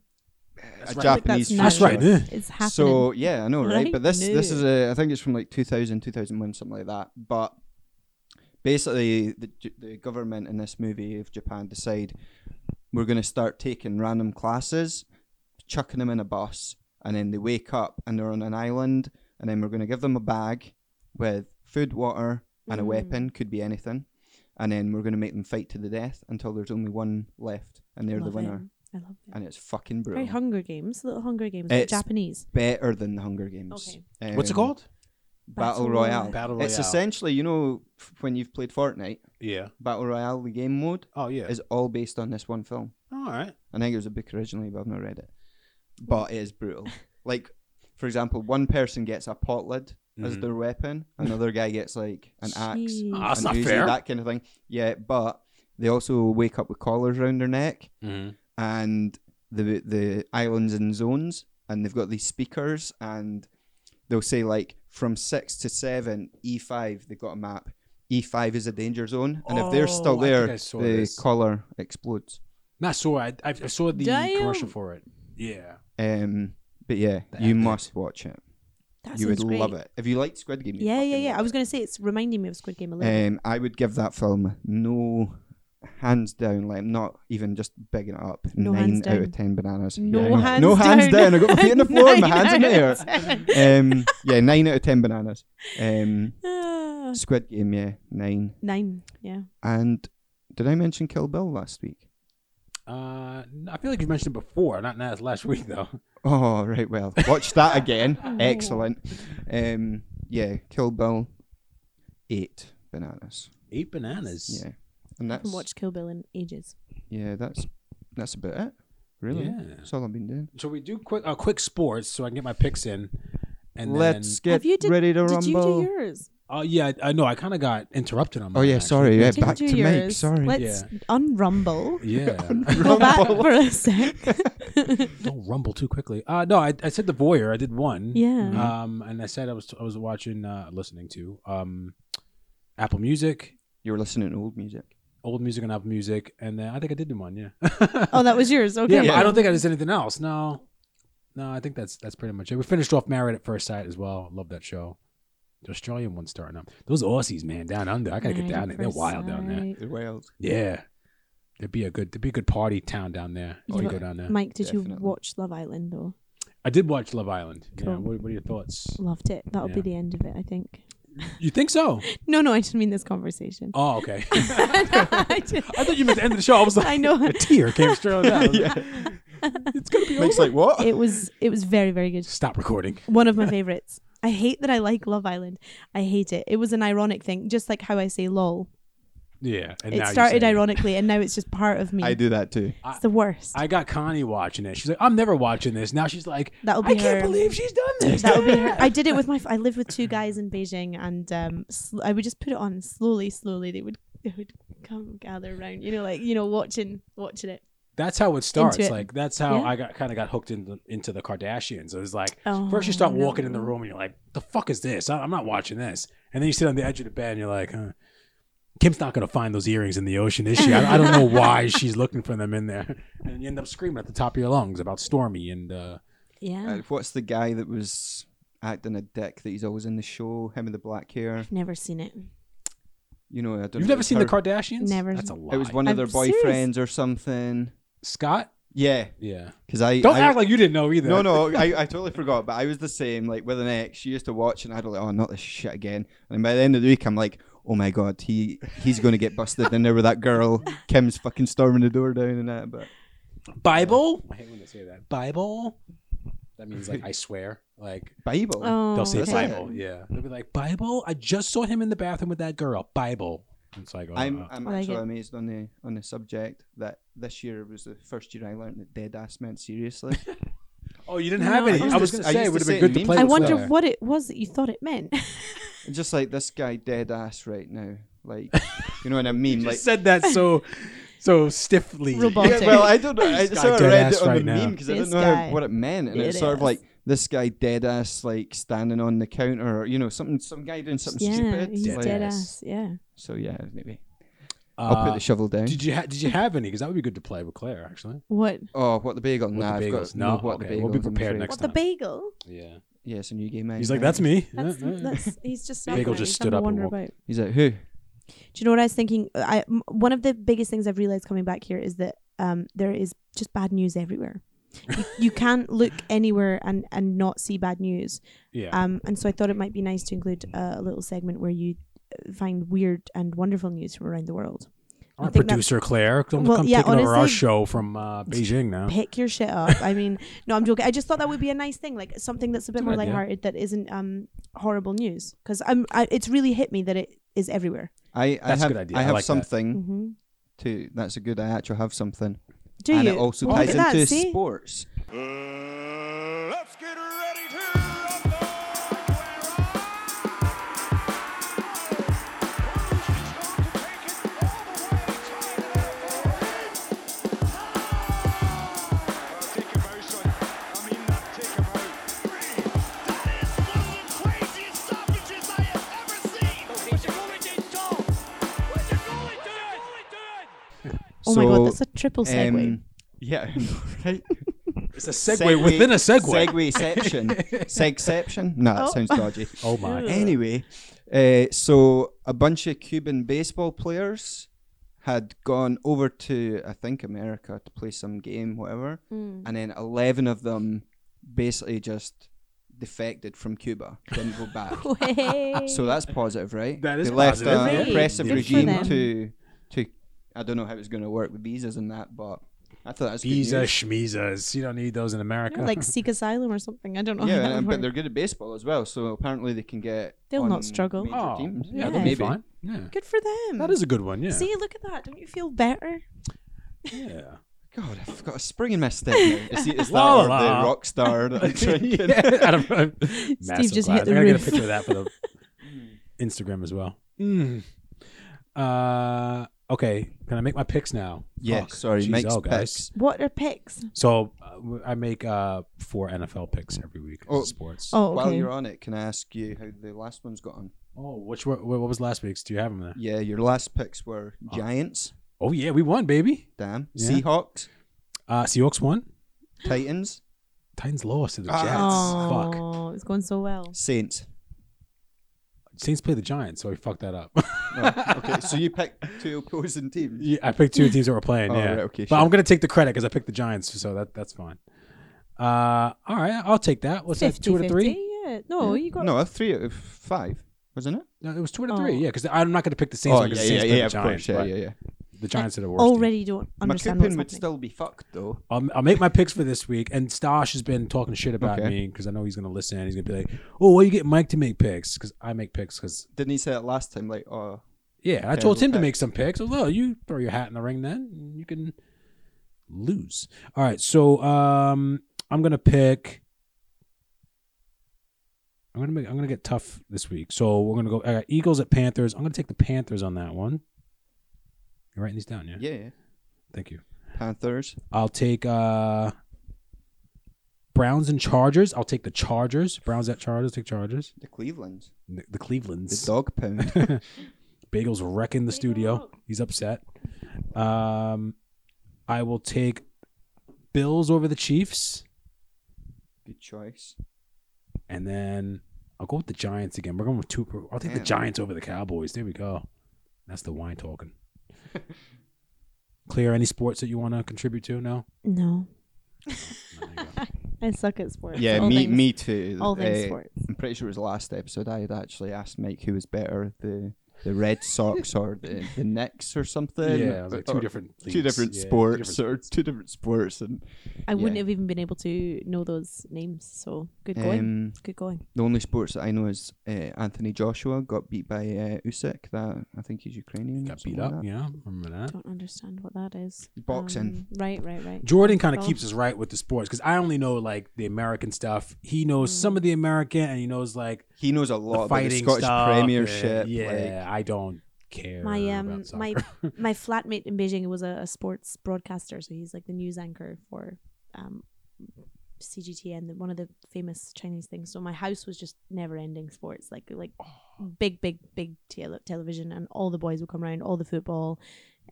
[SPEAKER 2] a
[SPEAKER 3] right.
[SPEAKER 2] Japanese
[SPEAKER 5] That's
[SPEAKER 3] That's
[SPEAKER 5] now.
[SPEAKER 3] right. Yeah.
[SPEAKER 5] It's happening.
[SPEAKER 2] So yeah, I know, right?
[SPEAKER 5] Right
[SPEAKER 2] But this this
[SPEAKER 5] now.
[SPEAKER 2] is a I think it's from like 2000, 2001, something like that. But basically, the the government in this movie of Japan decide we're going to start taking random classes, chucking them in a bus, and then they wake up and they're on an island, and then we're going to give them a bag with food, water, and
[SPEAKER 5] Mm.
[SPEAKER 2] a weapon, could be anything, and then we're going to make them fight to the death until there's only one left, and they're
[SPEAKER 5] Love
[SPEAKER 2] the winner.
[SPEAKER 5] It. I love it.
[SPEAKER 2] And it's fucking
[SPEAKER 5] Very
[SPEAKER 2] brutal.
[SPEAKER 5] Hunger Games, little Hunger Games, but
[SPEAKER 2] It's-
[SPEAKER 5] Japanese.
[SPEAKER 2] Better than the Hunger Games. Um, Okay.
[SPEAKER 3] What's it called?
[SPEAKER 2] Battle
[SPEAKER 5] Battle
[SPEAKER 2] Royale.
[SPEAKER 5] Royale.
[SPEAKER 3] Battle
[SPEAKER 2] It's
[SPEAKER 3] Royale.
[SPEAKER 2] essentially, you know, f- when you've played Fortnite,
[SPEAKER 3] Yeah.
[SPEAKER 2] Battle Royale, the game mode,
[SPEAKER 3] Oh yeah.
[SPEAKER 2] is all based on this one film.
[SPEAKER 3] All right.
[SPEAKER 2] I think it was a book originally, but I've not read it. But it is brutal. like, for example, one person gets a pot lid as
[SPEAKER 3] Mhm.
[SPEAKER 2] their weapon, another guy gets like an axe,
[SPEAKER 5] Mm-hmm. Jeez.
[SPEAKER 3] Ah, that's
[SPEAKER 2] and
[SPEAKER 3] not
[SPEAKER 2] usually
[SPEAKER 3] fair.
[SPEAKER 2] that kind of thing. Yeah, but they also wake up with collars around their neck,
[SPEAKER 3] Mhm.
[SPEAKER 2] and the the islands and zones, and they've got these speakers, and they'll say like from six to seven, E five, they've got a map. E five is a danger zone, and if they're
[SPEAKER 3] Oh, I
[SPEAKER 2] still
[SPEAKER 3] think
[SPEAKER 2] there,
[SPEAKER 3] I saw
[SPEAKER 2] the
[SPEAKER 3] this.
[SPEAKER 2] collar explodes.
[SPEAKER 3] Not sure. I, I I saw the
[SPEAKER 5] Damn.
[SPEAKER 3] commercial for it. Yeah.
[SPEAKER 2] Um, but yeah,
[SPEAKER 3] The
[SPEAKER 2] you
[SPEAKER 3] epic.
[SPEAKER 2] must watch it.
[SPEAKER 5] That
[SPEAKER 2] you would
[SPEAKER 5] sounds great.
[SPEAKER 2] love it if you liked Squid Game. you'd
[SPEAKER 5] Yeah, yeah,
[SPEAKER 2] fucking
[SPEAKER 5] yeah.
[SPEAKER 2] love
[SPEAKER 5] I was
[SPEAKER 2] it.
[SPEAKER 5] going to say it's reminding me of Squid Game a little. bit.
[SPEAKER 2] Um, I would give that film no hands down. Like not even just bigging it up.
[SPEAKER 5] No
[SPEAKER 2] nine
[SPEAKER 5] hands
[SPEAKER 2] out of
[SPEAKER 5] down.
[SPEAKER 2] ten bananas.
[SPEAKER 5] No
[SPEAKER 2] Yeah, I know.
[SPEAKER 5] hands
[SPEAKER 2] No hands
[SPEAKER 5] down.
[SPEAKER 2] down. I got my feet on the floor. and my
[SPEAKER 5] Nine
[SPEAKER 2] hands in the
[SPEAKER 5] out
[SPEAKER 2] air.
[SPEAKER 5] of ten.
[SPEAKER 2] um, yeah, nine out of ten bananas. Um,
[SPEAKER 5] Ah.
[SPEAKER 2] Squid Game, yeah, nine.
[SPEAKER 5] Nine. Yeah.
[SPEAKER 2] And did I mention Kill Bill last week?
[SPEAKER 3] Uh, I feel like you mentioned it before. Not not last week though.
[SPEAKER 2] Oh right, well, watch that again.
[SPEAKER 5] Oh.
[SPEAKER 2] Excellent. Um, yeah, Kill Bill, eight bananas.
[SPEAKER 3] Eight bananas.
[SPEAKER 2] Yeah, and
[SPEAKER 5] I haven't
[SPEAKER 2] that's
[SPEAKER 5] watched Kill Bill in ages.
[SPEAKER 2] yeah, that's that's about it. Really?
[SPEAKER 3] Yeah.
[SPEAKER 2] That's all I've been doing.
[SPEAKER 3] So we do quick uh, quick sports so I can get my picks in. And
[SPEAKER 2] Let's
[SPEAKER 3] Then,
[SPEAKER 2] get
[SPEAKER 5] Have you did-
[SPEAKER 2] ready to
[SPEAKER 5] Did
[SPEAKER 2] rumble.
[SPEAKER 5] you do yours?
[SPEAKER 3] oh yeah, I know. I kind of got interrupted on.
[SPEAKER 2] Oh
[SPEAKER 3] mine,
[SPEAKER 2] yeah,
[SPEAKER 3] actually.
[SPEAKER 2] sorry. Yeah,
[SPEAKER 5] Did you
[SPEAKER 2] back
[SPEAKER 5] do
[SPEAKER 2] to Mike.
[SPEAKER 5] yours?
[SPEAKER 2] Sorry.
[SPEAKER 5] Let's unrumble.
[SPEAKER 3] Yeah.
[SPEAKER 5] Go back for a sec.
[SPEAKER 3] Don't rumble too quickly. Uh, no, I, I said the voyeur. I did one.
[SPEAKER 5] yeah.
[SPEAKER 3] Um, and I said I was I was watching, uh, listening to um, Apple Music,
[SPEAKER 2] You were listening to old music.
[SPEAKER 3] old music on Apple Music, and then I think I did do one. Yeah.
[SPEAKER 5] Oh, that was yours. Okay.
[SPEAKER 3] yeah, but
[SPEAKER 2] Yeah.
[SPEAKER 3] I don't think I did anything else. No, no, I think that's that's pretty much it. We finished off Married at First Sight as well. Love that show. The Australian one's starting up. Those Aussies, man, down under. I gotta get
[SPEAKER 5] Married
[SPEAKER 3] down
[SPEAKER 5] at
[SPEAKER 3] there. They're
[SPEAKER 5] First
[SPEAKER 3] wild down there.
[SPEAKER 5] Sight.
[SPEAKER 2] Wales.
[SPEAKER 3] Yeah, there'd be a good there'd be a good party town down there.
[SPEAKER 5] Yeah,
[SPEAKER 3] Oh, you
[SPEAKER 5] but
[SPEAKER 3] go down there.
[SPEAKER 5] Mike, did you
[SPEAKER 2] Definitely.
[SPEAKER 5] watch Love Island though?
[SPEAKER 3] I did watch Love Island. Yeah.
[SPEAKER 5] Cool.
[SPEAKER 3] What, what are your thoughts?
[SPEAKER 5] Loved it. That'll
[SPEAKER 3] Yeah.
[SPEAKER 5] be the end of it, I think.
[SPEAKER 3] You think so?
[SPEAKER 5] No, no, I didn't mean this conversation.
[SPEAKER 3] Oh, okay.
[SPEAKER 5] I just-
[SPEAKER 3] I thought you meant the end of the show. I was like,
[SPEAKER 5] I know.
[SPEAKER 3] A tear came straight down.
[SPEAKER 2] yeah.
[SPEAKER 3] It's gonna be
[SPEAKER 2] Mike's
[SPEAKER 3] over.
[SPEAKER 2] like what?
[SPEAKER 5] it was it was very very good.
[SPEAKER 3] Stop recording.
[SPEAKER 5] One of my favorites. I hate that I like Love Island. I hate it. It was an ironic thing, just like how I say lol.
[SPEAKER 3] Yeah, and now
[SPEAKER 5] It
[SPEAKER 3] you're
[SPEAKER 5] started
[SPEAKER 3] saying-
[SPEAKER 5] ironically, and now it's just part of me.
[SPEAKER 2] I do that too.
[SPEAKER 5] It's the worst.
[SPEAKER 3] I got Connie watching it. She's like, I'm never watching this. Now she's like,
[SPEAKER 5] That'll
[SPEAKER 3] I
[SPEAKER 5] be
[SPEAKER 3] can't
[SPEAKER 5] her.
[SPEAKER 3] believe she's done this.
[SPEAKER 5] That would be her. I did it with my. f- I lived with two guys in Beijing, and um, sl- I would just put it on slowly, slowly. They would they would come gather around, you know, like you know, watching watching it.
[SPEAKER 3] that's how it starts.
[SPEAKER 5] Into it.
[SPEAKER 3] Like that's how
[SPEAKER 5] Yeah.
[SPEAKER 3] I got kind of got hooked into into the Kardashians. It was like
[SPEAKER 5] Oh,
[SPEAKER 3] first you start walking in the
[SPEAKER 5] no.
[SPEAKER 3] room and you're like, the fuck is this? I, I'm not watching this. And then you sit on the edge of the bed and you're like, huh. Kim's not gonna find those earrings in the ocean, is she? I, I don't know why she's looking for them in there. And you end up screaming at the top of your lungs about Stormy and uh,
[SPEAKER 5] Yeah,
[SPEAKER 2] Uh, what's the guy that was acting a dick that he's always in the show? Him with the black hair.
[SPEAKER 5] never seen it.
[SPEAKER 2] You know, I don't. know,
[SPEAKER 3] You've
[SPEAKER 2] it
[SPEAKER 3] never
[SPEAKER 2] was
[SPEAKER 3] seen
[SPEAKER 2] her-
[SPEAKER 3] the Kardashians?
[SPEAKER 5] Never.
[SPEAKER 3] That's a lie.
[SPEAKER 2] It was one of
[SPEAKER 5] I'm
[SPEAKER 2] their
[SPEAKER 5] serious.
[SPEAKER 2] boyfriends or something.
[SPEAKER 3] Scott.
[SPEAKER 2] Yeah,
[SPEAKER 3] Yeah.
[SPEAKER 2] because I
[SPEAKER 3] Don't
[SPEAKER 2] I,
[SPEAKER 3] act like you didn't know either.
[SPEAKER 2] No, no, I, I totally forgot. But I was the same. Like with an ex, she used to watch, and I'd be like, "Oh, not this shit again." And by the end of the week, I'm like, "Oh my god, he he's going to get busted." And there with that girl, Kim's fucking storming the door down and that. But
[SPEAKER 3] Bible. I hate when they say that. Bible. That means like I swear. Like
[SPEAKER 2] Bible,
[SPEAKER 5] Oh,
[SPEAKER 3] they'll say
[SPEAKER 2] okay.
[SPEAKER 3] Bible. Yeah. They'll be like Bible. I just saw him in the bathroom with that girl. Bible. It's like oh,
[SPEAKER 2] I'm
[SPEAKER 3] uh,
[SPEAKER 2] I'm
[SPEAKER 5] I like
[SPEAKER 2] actually
[SPEAKER 5] it.
[SPEAKER 2] amazed on the on the subject that this year was the first year I learned that dead ass meant seriously.
[SPEAKER 3] oh, you didn't have
[SPEAKER 5] No,
[SPEAKER 3] any.
[SPEAKER 5] I
[SPEAKER 3] I,
[SPEAKER 5] used
[SPEAKER 3] was
[SPEAKER 2] to-
[SPEAKER 3] gonna
[SPEAKER 2] I
[SPEAKER 3] say
[SPEAKER 2] used
[SPEAKER 3] it
[SPEAKER 2] to
[SPEAKER 3] would have
[SPEAKER 2] say
[SPEAKER 3] been
[SPEAKER 2] it
[SPEAKER 3] good to
[SPEAKER 2] in
[SPEAKER 3] play.
[SPEAKER 5] I
[SPEAKER 2] memes
[SPEAKER 3] with
[SPEAKER 5] wonder
[SPEAKER 2] there.
[SPEAKER 3] that.
[SPEAKER 5] what it was that you thought it meant.
[SPEAKER 2] Just like this guy, dead ass right now. Like you know what I mean?
[SPEAKER 3] You
[SPEAKER 2] Like
[SPEAKER 3] said that so so stiffly.
[SPEAKER 5] Robotic.
[SPEAKER 2] Yeah, well, I don't know. I
[SPEAKER 3] This guy
[SPEAKER 2] sort of
[SPEAKER 3] dead
[SPEAKER 2] read
[SPEAKER 3] ass
[SPEAKER 2] it on
[SPEAKER 3] right
[SPEAKER 2] the
[SPEAKER 3] now.
[SPEAKER 2] meme because I
[SPEAKER 5] This
[SPEAKER 2] didn't know how,
[SPEAKER 5] guy.
[SPEAKER 2] what it meant, and it's
[SPEAKER 5] Dead
[SPEAKER 2] sort of
[SPEAKER 5] ass.
[SPEAKER 2] like this guy dead ass, like standing on the counter, or you know, something, some guy doing something
[SPEAKER 5] yeah,
[SPEAKER 2] stupid.
[SPEAKER 5] he's
[SPEAKER 2] like-
[SPEAKER 5] dead
[SPEAKER 3] ass.
[SPEAKER 5] ass. Yeah.
[SPEAKER 2] So yeah, anyway, I'll put
[SPEAKER 3] Uh,
[SPEAKER 2] the shovel down.
[SPEAKER 3] did you ha- did you have any? Because that would be good to play with Claire actually.
[SPEAKER 5] What?
[SPEAKER 2] oh, what the bagel?
[SPEAKER 3] the
[SPEAKER 2] nah, I've
[SPEAKER 3] bagels?
[SPEAKER 2] got no,
[SPEAKER 3] No?
[SPEAKER 2] what the
[SPEAKER 3] Okay,
[SPEAKER 2] bagel.
[SPEAKER 3] we'll be prepared next
[SPEAKER 5] What the
[SPEAKER 3] time.
[SPEAKER 5] bagel?
[SPEAKER 3] Yeah.
[SPEAKER 2] Yeah, it's a new game.
[SPEAKER 3] He's like that's me.
[SPEAKER 5] That's,
[SPEAKER 3] Yeah, yeah.
[SPEAKER 5] that's he's just
[SPEAKER 3] Bagel
[SPEAKER 5] somewhere.
[SPEAKER 3] Mm-hmm. just
[SPEAKER 5] He's
[SPEAKER 3] stood
[SPEAKER 5] having
[SPEAKER 3] up
[SPEAKER 5] a
[SPEAKER 3] and
[SPEAKER 5] wander
[SPEAKER 3] walked.
[SPEAKER 5] about.
[SPEAKER 2] He's like who?
[SPEAKER 5] Do you know what I was thinking? I m- one of the biggest things I've realized coming back here is that um, there is just bad news everywhere. you, you can't look anywhere and and not see bad news.
[SPEAKER 3] yeah.
[SPEAKER 5] Um, and so I thought it might be nice to include a, a little segment where you uh, find weird and wonderful news from around the world.
[SPEAKER 3] Our
[SPEAKER 5] I think that-
[SPEAKER 3] producer Claire, come,
[SPEAKER 5] Well,
[SPEAKER 3] come
[SPEAKER 5] yeah,
[SPEAKER 3] taking over our
[SPEAKER 5] honestly-
[SPEAKER 3] show from uh, Beijing now.
[SPEAKER 5] Pick your shit up. I mean, no, I'm joking. I just thought that would be a nice thing, like something that's a bit
[SPEAKER 3] Good
[SPEAKER 5] more
[SPEAKER 3] idea.
[SPEAKER 5] lighthearted that isn't um horrible news. Because I'm, I, it's really hit me that it is everywhere.
[SPEAKER 2] I, I
[SPEAKER 3] That's a
[SPEAKER 2] have
[SPEAKER 3] good idea.
[SPEAKER 2] I
[SPEAKER 3] I
[SPEAKER 2] have
[SPEAKER 3] like that.
[SPEAKER 2] something
[SPEAKER 5] Mm-hmm.
[SPEAKER 2] too. That's a good. I actually have something,
[SPEAKER 5] Do
[SPEAKER 2] and
[SPEAKER 5] you?
[SPEAKER 2] it also
[SPEAKER 5] Well, look
[SPEAKER 2] ties
[SPEAKER 5] at that,
[SPEAKER 2] into
[SPEAKER 5] see?
[SPEAKER 2] sports.
[SPEAKER 6] Mm, let's get ready to rumble.
[SPEAKER 5] Oh my
[SPEAKER 2] So,
[SPEAKER 5] god, that's a triple segue.
[SPEAKER 2] Um, yeah, right.
[SPEAKER 3] It's a segue, within a segue.
[SPEAKER 2] Segwayception. Segception. No, that
[SPEAKER 5] Oh.
[SPEAKER 2] sounds dodgy.
[SPEAKER 3] Oh my.
[SPEAKER 2] Anyway, uh, so a bunch of Cuban baseball players had gone over to, I think, America to play some game, whatever, and then 11 of them basically just defected from Cuba, didn't go back.
[SPEAKER 5] Way.
[SPEAKER 2] so that's positive, right?
[SPEAKER 3] That is
[SPEAKER 2] they left
[SPEAKER 3] positive.
[SPEAKER 2] an
[SPEAKER 5] Great.
[SPEAKER 2] oppressive
[SPEAKER 5] Good for
[SPEAKER 2] regime
[SPEAKER 5] them.
[SPEAKER 2] to, to, I don't know how it's going to work with visas and that, but I thought that's
[SPEAKER 3] Visa
[SPEAKER 2] good news.
[SPEAKER 3] schmeezas. You don't need those in America.
[SPEAKER 5] like seek asylum or something. I don't know. how
[SPEAKER 2] Yeah,
[SPEAKER 5] Oh, that
[SPEAKER 2] and,
[SPEAKER 5] would
[SPEAKER 2] but they're
[SPEAKER 5] work.
[SPEAKER 2] good at baseball as well, so apparently they can get.
[SPEAKER 5] They'll not
[SPEAKER 2] on
[SPEAKER 5] struggle.
[SPEAKER 2] major
[SPEAKER 3] oh,
[SPEAKER 2] teams.
[SPEAKER 3] yeah,
[SPEAKER 5] Yeah.
[SPEAKER 3] that'd be
[SPEAKER 2] maybe.
[SPEAKER 3] fine. Yeah.
[SPEAKER 5] good for them.
[SPEAKER 3] That is a good one. Yeah.
[SPEAKER 5] See, look at that. Don't you feel better?
[SPEAKER 3] Yeah.
[SPEAKER 2] God, I've got a spring in my step. Now. Is, he- is that
[SPEAKER 3] La
[SPEAKER 2] or
[SPEAKER 3] la.
[SPEAKER 2] the rock star that I'm drinking?
[SPEAKER 3] Yeah, I don't know. Massive
[SPEAKER 5] just
[SPEAKER 3] glass.
[SPEAKER 5] hit the
[SPEAKER 3] I gotta get a
[SPEAKER 5] roof.
[SPEAKER 3] picture of that for the Hmm. Instagram as well. Uh, okay, can I make my picks now?
[SPEAKER 2] Yeah,
[SPEAKER 3] Fuck.
[SPEAKER 2] sorry,
[SPEAKER 3] Jeez,
[SPEAKER 2] makes
[SPEAKER 3] oh,
[SPEAKER 2] picks.
[SPEAKER 5] What are picks?
[SPEAKER 3] So uh, I make uh, four NFL picks every week.
[SPEAKER 2] Oh.
[SPEAKER 3] Sports.
[SPEAKER 5] Oh, okay.
[SPEAKER 2] While you're on it, can I ask you how the last one's got on?
[SPEAKER 3] Oh, which were, what was last week's? Do you have them there?
[SPEAKER 2] Yeah, your last picks were
[SPEAKER 3] Oh.
[SPEAKER 2] Giants,
[SPEAKER 3] Oh yeah, we won, baby.
[SPEAKER 2] damn,
[SPEAKER 3] Yeah.
[SPEAKER 2] Seahawks,
[SPEAKER 3] Uh, Seahawks won.
[SPEAKER 2] Titans,
[SPEAKER 3] Titans lost to the
[SPEAKER 2] Ah.
[SPEAKER 3] Jets. Fuck.
[SPEAKER 5] oh, it's going so well.
[SPEAKER 2] Saints.
[SPEAKER 3] Saints play the Giants, so we fucked that up.
[SPEAKER 2] Oh, okay, so you picked two opposing teams.
[SPEAKER 3] Yeah, I picked two teams that were playing.
[SPEAKER 2] Oh,
[SPEAKER 3] yeah.
[SPEAKER 2] right, okay,
[SPEAKER 3] but
[SPEAKER 2] sure.
[SPEAKER 3] I'm gonna take the credit because I picked the Giants, so that that's fine. Uh, all right, I'll take that. What's that?
[SPEAKER 5] 50,
[SPEAKER 3] Two out of three?
[SPEAKER 5] 50, Yeah. No, you got.
[SPEAKER 2] No, a three out of five, wasn't it? Oh,
[SPEAKER 3] No, it was two out of
[SPEAKER 5] Oh.
[SPEAKER 3] three. Yeah, because I'm not gonna pick the Saints. because the Saints play the Giants,
[SPEAKER 2] yeah,
[SPEAKER 3] but
[SPEAKER 2] yeah, yeah.
[SPEAKER 3] The Giants are the worst. team.
[SPEAKER 5] Already don't understand what's
[SPEAKER 2] McCoupin would
[SPEAKER 5] happening.
[SPEAKER 2] still be fucked though.
[SPEAKER 3] I'll, I'll make my picks for this week. And Stosh has been talking shit about
[SPEAKER 2] Okay.
[SPEAKER 3] me because I know he's gonna listen. He's gonna be like, "Oh, why you get Mike to make picks?" Because I make picks. Because
[SPEAKER 2] Didn't he say it last time? Like, oh,
[SPEAKER 3] yeah, and I told
[SPEAKER 2] Terrible
[SPEAKER 3] him to
[SPEAKER 2] pick.
[SPEAKER 3] make some picks. I was, "Oh, you throw your hat in the ring, then and you can lose." All right, so um, I'm gonna pick. I'm gonna make, I'm gonna get tough this week. So we're gonna go I got Eagles at Panthers. I'm gonna take the Panthers on that one. You're writing these down, yeah?
[SPEAKER 2] yeah, yeah.
[SPEAKER 3] Thank you.
[SPEAKER 2] Panthers.
[SPEAKER 3] I'll take uh Browns and Chargers. I'll take the Chargers. Browns at Chargers. Take Chargers.
[SPEAKER 2] The Cleveland.
[SPEAKER 3] The,
[SPEAKER 2] The
[SPEAKER 3] the Clevelands.
[SPEAKER 2] dog pound.
[SPEAKER 3] Bagel's wrecking the studio. He's upset. Um, I will take Bills over the Chiefs,
[SPEAKER 2] Good choice.
[SPEAKER 3] and then I'll go with the Giants again. We're going with two. I'll take the
[SPEAKER 2] Damn.
[SPEAKER 3] Giants over the Cowboys. There we go. That's the wine talking. Clear any sports that you want to contribute to? No.
[SPEAKER 5] No,
[SPEAKER 3] No, there you go.
[SPEAKER 5] I suck at sports.
[SPEAKER 2] Yeah,
[SPEAKER 5] All
[SPEAKER 2] me,
[SPEAKER 5] things-
[SPEAKER 2] me too.
[SPEAKER 5] All things
[SPEAKER 2] Uh,
[SPEAKER 5] sports.
[SPEAKER 2] I'm pretty sure it was last episode. I had actually asked Mike who was better, the the Red Sox or the the Knicks or something.
[SPEAKER 3] yeah, it was like two
[SPEAKER 2] Or-
[SPEAKER 3] different leagues.
[SPEAKER 2] Two different
[SPEAKER 3] Yeah, two
[SPEAKER 2] sports
[SPEAKER 3] different
[SPEAKER 2] or two different sports, and
[SPEAKER 5] I wouldn't
[SPEAKER 2] yeah.
[SPEAKER 5] have even been able to know those names. So good going.
[SPEAKER 2] um,
[SPEAKER 5] good going.
[SPEAKER 2] the only sports that I know is uh, Anthony Joshua got beat by uh, Usyk. That I think he's Ukrainian. or
[SPEAKER 3] got
[SPEAKER 2] something
[SPEAKER 3] beat
[SPEAKER 2] like
[SPEAKER 3] up.
[SPEAKER 2] that.
[SPEAKER 3] Yeah, remember that.
[SPEAKER 5] Don't understand what that is.
[SPEAKER 2] Boxing.
[SPEAKER 5] Um, right, right, right.
[SPEAKER 3] Jordan kind of
[SPEAKER 5] Well-
[SPEAKER 3] keeps us right with the sports because I only know like the American stuff. He knows some of the American, and he knows like
[SPEAKER 2] He knows a lot
[SPEAKER 3] the
[SPEAKER 2] about the
[SPEAKER 3] fighting
[SPEAKER 2] Scottish
[SPEAKER 3] stuff.
[SPEAKER 2] Premiership.
[SPEAKER 3] Yeah,
[SPEAKER 2] like-
[SPEAKER 3] yeah, I don't care.
[SPEAKER 5] My, um,
[SPEAKER 3] about
[SPEAKER 5] my-
[SPEAKER 3] soccer.
[SPEAKER 5] My flatmate in Beijing was a, a sports broadcaster, so he's like the news anchor for um, CGTN, the- one of the famous Chinese things. So my house was just never-ending sports, like like
[SPEAKER 2] Oh.
[SPEAKER 5] big, big, big tele- television, and all the boys would come around, all the football,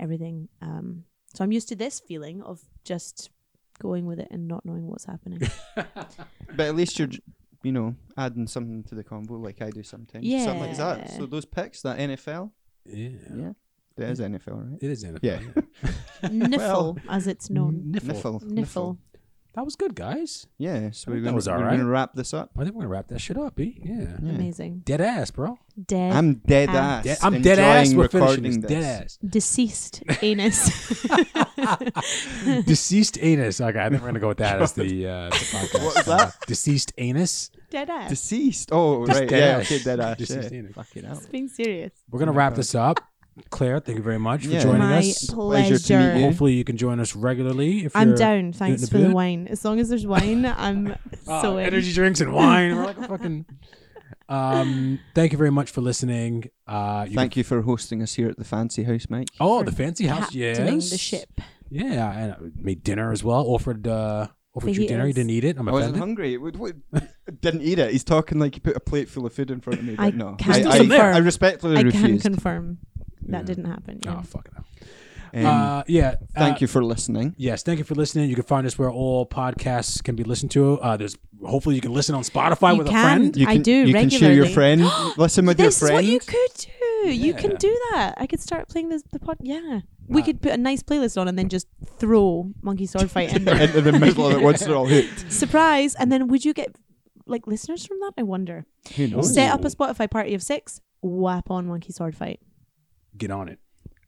[SPEAKER 5] everything. Um, so I'm used to this feeling of just going with it and not knowing what's happening.
[SPEAKER 2] But at least you're, j- you know, adding something to the combo like I do sometimes. Yeah. Something like that.
[SPEAKER 5] Yeah.
[SPEAKER 2] So those picks, that NFL,
[SPEAKER 3] yeah,
[SPEAKER 2] Yeah. there is NFL, right?
[SPEAKER 3] it is NFL.
[SPEAKER 2] Yeah.
[SPEAKER 5] Niffle,
[SPEAKER 2] Well-
[SPEAKER 5] as it's known.
[SPEAKER 3] Niffle.
[SPEAKER 2] Niffle.
[SPEAKER 5] Niffle.
[SPEAKER 3] That was good, guys.
[SPEAKER 2] Yeah. So
[SPEAKER 3] I
[SPEAKER 2] we're
[SPEAKER 3] think that
[SPEAKER 2] gonna,
[SPEAKER 3] was all
[SPEAKER 2] we're
[SPEAKER 3] right.
[SPEAKER 2] gonna wrap this up.
[SPEAKER 3] I think we're gonna wrap that shit up. Eh? Yeah.
[SPEAKER 2] Yeah.
[SPEAKER 5] Amazing.
[SPEAKER 3] Dead ass, bro.
[SPEAKER 5] Dead.
[SPEAKER 2] I'm dead
[SPEAKER 5] Um,
[SPEAKER 2] ass.
[SPEAKER 3] Dead, I'm dead ass.
[SPEAKER 2] enjoying
[SPEAKER 3] We're finishing this.
[SPEAKER 2] recording
[SPEAKER 3] Dead ass.
[SPEAKER 5] deceased anus.
[SPEAKER 3] Deceased anus. Okay, I think we're gonna go with that as the, uh, the podcast.
[SPEAKER 2] What was that?
[SPEAKER 3] Deceased anus.
[SPEAKER 5] Dead ass.
[SPEAKER 2] Deceased. Oh,
[SPEAKER 3] Just
[SPEAKER 2] right.
[SPEAKER 3] dead
[SPEAKER 2] yeah.
[SPEAKER 3] ass.
[SPEAKER 2] Okay, dead ass.
[SPEAKER 3] Deceased
[SPEAKER 2] yeah.
[SPEAKER 3] anus.
[SPEAKER 2] Fucking hell.
[SPEAKER 5] Being serious.
[SPEAKER 3] We're gonna wrap this up. Claire, thank you very much
[SPEAKER 2] Yeah.
[SPEAKER 3] for joining
[SPEAKER 5] My
[SPEAKER 3] us.
[SPEAKER 2] Pleasure to meet
[SPEAKER 5] pleasure.
[SPEAKER 2] you.
[SPEAKER 3] Hopefully, you can join us regularly. If
[SPEAKER 5] I'm
[SPEAKER 3] you're
[SPEAKER 5] down.
[SPEAKER 3] in
[SPEAKER 5] Thanks
[SPEAKER 3] the
[SPEAKER 5] for the
[SPEAKER 3] mood.
[SPEAKER 5] wine. As long as there's wine, I'm
[SPEAKER 3] Ah,
[SPEAKER 5] so in.
[SPEAKER 3] energy drinks and wine. We're like a fucking. Um, thank you very much for listening. Uh, you
[SPEAKER 2] Thank you for hosting us here at the Fancy House, Mike.
[SPEAKER 3] can- oh,
[SPEAKER 5] for
[SPEAKER 3] the fancy house.
[SPEAKER 5] Captaining
[SPEAKER 3] Yes.
[SPEAKER 5] the ship.
[SPEAKER 3] Yeah, and I uh, made dinner as well. Offered uh, offered
[SPEAKER 5] The
[SPEAKER 3] you dinner. You
[SPEAKER 5] heaters.
[SPEAKER 3] didn't eat it. I'm
[SPEAKER 2] I wasn't
[SPEAKER 3] offended.
[SPEAKER 2] hungry. Oh, It would- would- didn't eat it. He's talking like he put a plate full of food in front of me. But
[SPEAKER 5] I
[SPEAKER 2] no,
[SPEAKER 5] can
[SPEAKER 2] I, I,
[SPEAKER 5] confirm.
[SPEAKER 2] I respectfully
[SPEAKER 5] I can
[SPEAKER 2] refused.
[SPEAKER 5] confirm that
[SPEAKER 3] Yeah.
[SPEAKER 5] didn't happen. Yeah.
[SPEAKER 3] Oh, fuck it.
[SPEAKER 2] Um,
[SPEAKER 3] uh, yeah.
[SPEAKER 2] thank
[SPEAKER 3] uh,
[SPEAKER 2] you for listening.
[SPEAKER 3] Yes, thank you for listening. You can find us where all podcasts can be listened to. Uh, there's hopefully you can listen on Spotify
[SPEAKER 5] You
[SPEAKER 3] with
[SPEAKER 5] can.
[SPEAKER 3] a friend.
[SPEAKER 2] You
[SPEAKER 5] I
[SPEAKER 2] can,
[SPEAKER 5] do
[SPEAKER 2] You can share your
[SPEAKER 5] regularly.
[SPEAKER 2] friend. listen with
[SPEAKER 5] this
[SPEAKER 2] your friend.
[SPEAKER 5] is what you could do. You
[SPEAKER 3] Yeah. Ah.
[SPEAKER 5] can do that. I could start playing this the pod. Yeah, we could put a nice playlist on and then just throw Monkey Sword Fight in there.
[SPEAKER 2] in, in the middle of it once they're all hooked.
[SPEAKER 5] Surprise! And then would you get like listeners from that? I wonder.
[SPEAKER 2] Who knows?
[SPEAKER 5] Set up a Spotify party of six. Whap on Monkey Sword Fight.
[SPEAKER 3] Get on it,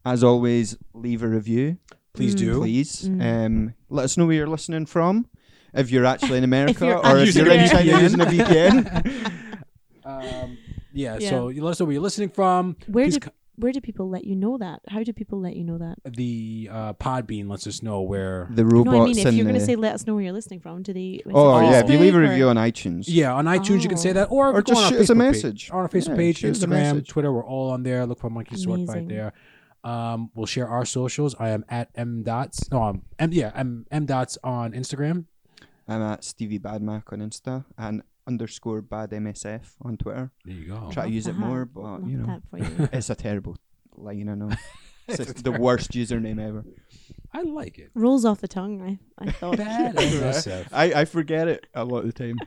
[SPEAKER 2] As always, leave a review,
[SPEAKER 5] Mm.
[SPEAKER 3] please do.
[SPEAKER 2] please. Um, let us know where you're listening from. If you're actually in America
[SPEAKER 5] you're
[SPEAKER 2] or if
[SPEAKER 3] using
[SPEAKER 2] you're
[SPEAKER 3] a
[SPEAKER 2] in China
[SPEAKER 3] VPN.
[SPEAKER 2] using a VPN.
[SPEAKER 3] Um, yeah,
[SPEAKER 5] Yeah.
[SPEAKER 3] Um, So you let us know where you're listening from.
[SPEAKER 5] Where
[SPEAKER 3] Please
[SPEAKER 5] did
[SPEAKER 3] co-
[SPEAKER 5] where do people let you know that? How do people let you know that?
[SPEAKER 3] The uh, Podbean lets us know where.
[SPEAKER 2] The
[SPEAKER 5] No,
[SPEAKER 2] robots
[SPEAKER 5] I mean, if
[SPEAKER 2] and
[SPEAKER 5] you're going
[SPEAKER 2] the,
[SPEAKER 5] to say let us know where you're listening from, do they? is it
[SPEAKER 2] oh yeah, if you
[SPEAKER 5] Facebook
[SPEAKER 2] leave a
[SPEAKER 5] or-
[SPEAKER 2] review on iTunes,
[SPEAKER 3] Yeah, on iTunes you can say that, or,
[SPEAKER 2] Oh. Or
[SPEAKER 3] go
[SPEAKER 2] just
[SPEAKER 3] on our
[SPEAKER 2] shoot us a
[SPEAKER 3] Facebook page-
[SPEAKER 2] message.
[SPEAKER 3] on our Facebook
[SPEAKER 2] Yeah,
[SPEAKER 3] page,
[SPEAKER 2] shoot us a
[SPEAKER 3] Instagram,
[SPEAKER 2] message.
[SPEAKER 3] Twitter. We're all on there. Look for Monkey Sword Fight
[SPEAKER 5] Amazing.
[SPEAKER 3] there. Um, we'll share our socials. I am at m dots. No, I'm m yeah, I'm m dots on Instagram.
[SPEAKER 2] I'm at Stevie Badmac on Insta and underscore bad MSF on Twitter.
[SPEAKER 3] There you go.
[SPEAKER 2] Try to use it
[SPEAKER 5] that.
[SPEAKER 2] more, but
[SPEAKER 5] Love
[SPEAKER 2] you know,
[SPEAKER 5] that for you.
[SPEAKER 2] it's a terrible line. I know. It's just the worst username ever.
[SPEAKER 3] I like it.
[SPEAKER 5] Rolls off the tongue. I, I
[SPEAKER 2] Oh,
[SPEAKER 5] thought.
[SPEAKER 3] Bad MSF.
[SPEAKER 2] I, I forget it a lot of the time.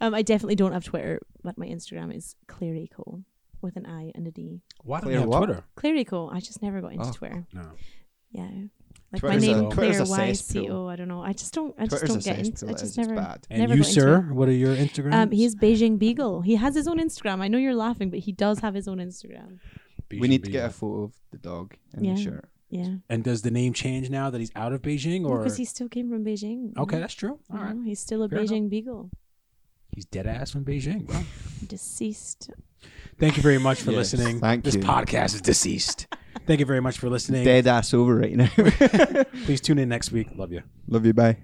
[SPEAKER 5] um, I definitely don't have Twitter, but my Instagram is Clarico with an I and a D.
[SPEAKER 3] Why don't
[SPEAKER 2] Clear
[SPEAKER 3] you have
[SPEAKER 2] what?
[SPEAKER 3] Twitter?
[SPEAKER 5] Clarico. I just never got into
[SPEAKER 2] Oh.
[SPEAKER 5] Twitter.
[SPEAKER 3] No.
[SPEAKER 5] Yeah. Like
[SPEAKER 2] Twitter's
[SPEAKER 5] my
[SPEAKER 3] a-
[SPEAKER 5] name,
[SPEAKER 2] Twitter's
[SPEAKER 5] Claire
[SPEAKER 2] a
[SPEAKER 5] Y C
[SPEAKER 2] cesspool.
[SPEAKER 5] O. I don't know. I just don't. I just
[SPEAKER 2] Twitter's a
[SPEAKER 5] don't get into.
[SPEAKER 2] cesspool.
[SPEAKER 5] I
[SPEAKER 2] it
[SPEAKER 5] just
[SPEAKER 2] is,
[SPEAKER 5] never.
[SPEAKER 2] It's bad.
[SPEAKER 3] And
[SPEAKER 5] Never
[SPEAKER 3] you,
[SPEAKER 5] got into
[SPEAKER 3] sir, what are your Instagrams?
[SPEAKER 5] Um, he's Beijing Beagle. He has his own Instagram. I know you're laughing, but he does have his own Instagram.
[SPEAKER 2] We need to get a photo of the dog and
[SPEAKER 5] Yeah.
[SPEAKER 2] the shirt.
[SPEAKER 5] Yeah,
[SPEAKER 3] And does the name change now that he's out of Beijing, or
[SPEAKER 5] because he still came from Beijing.
[SPEAKER 3] okay, that's true. All right,
[SPEAKER 2] Mm-hmm.
[SPEAKER 5] No, he's still a
[SPEAKER 3] Fair enough.
[SPEAKER 5] Beijing Beagle,
[SPEAKER 3] he's dead ass from Beijing, bro.
[SPEAKER 5] deceased.
[SPEAKER 3] Thank you very much for
[SPEAKER 2] Yes,
[SPEAKER 3] listening.
[SPEAKER 2] thank
[SPEAKER 3] this
[SPEAKER 2] you.
[SPEAKER 3] podcast is deceased. Thank you very much for listening.
[SPEAKER 2] Dead ass over right now.
[SPEAKER 3] Please tune in next week. Love you.
[SPEAKER 2] Love you. Bye.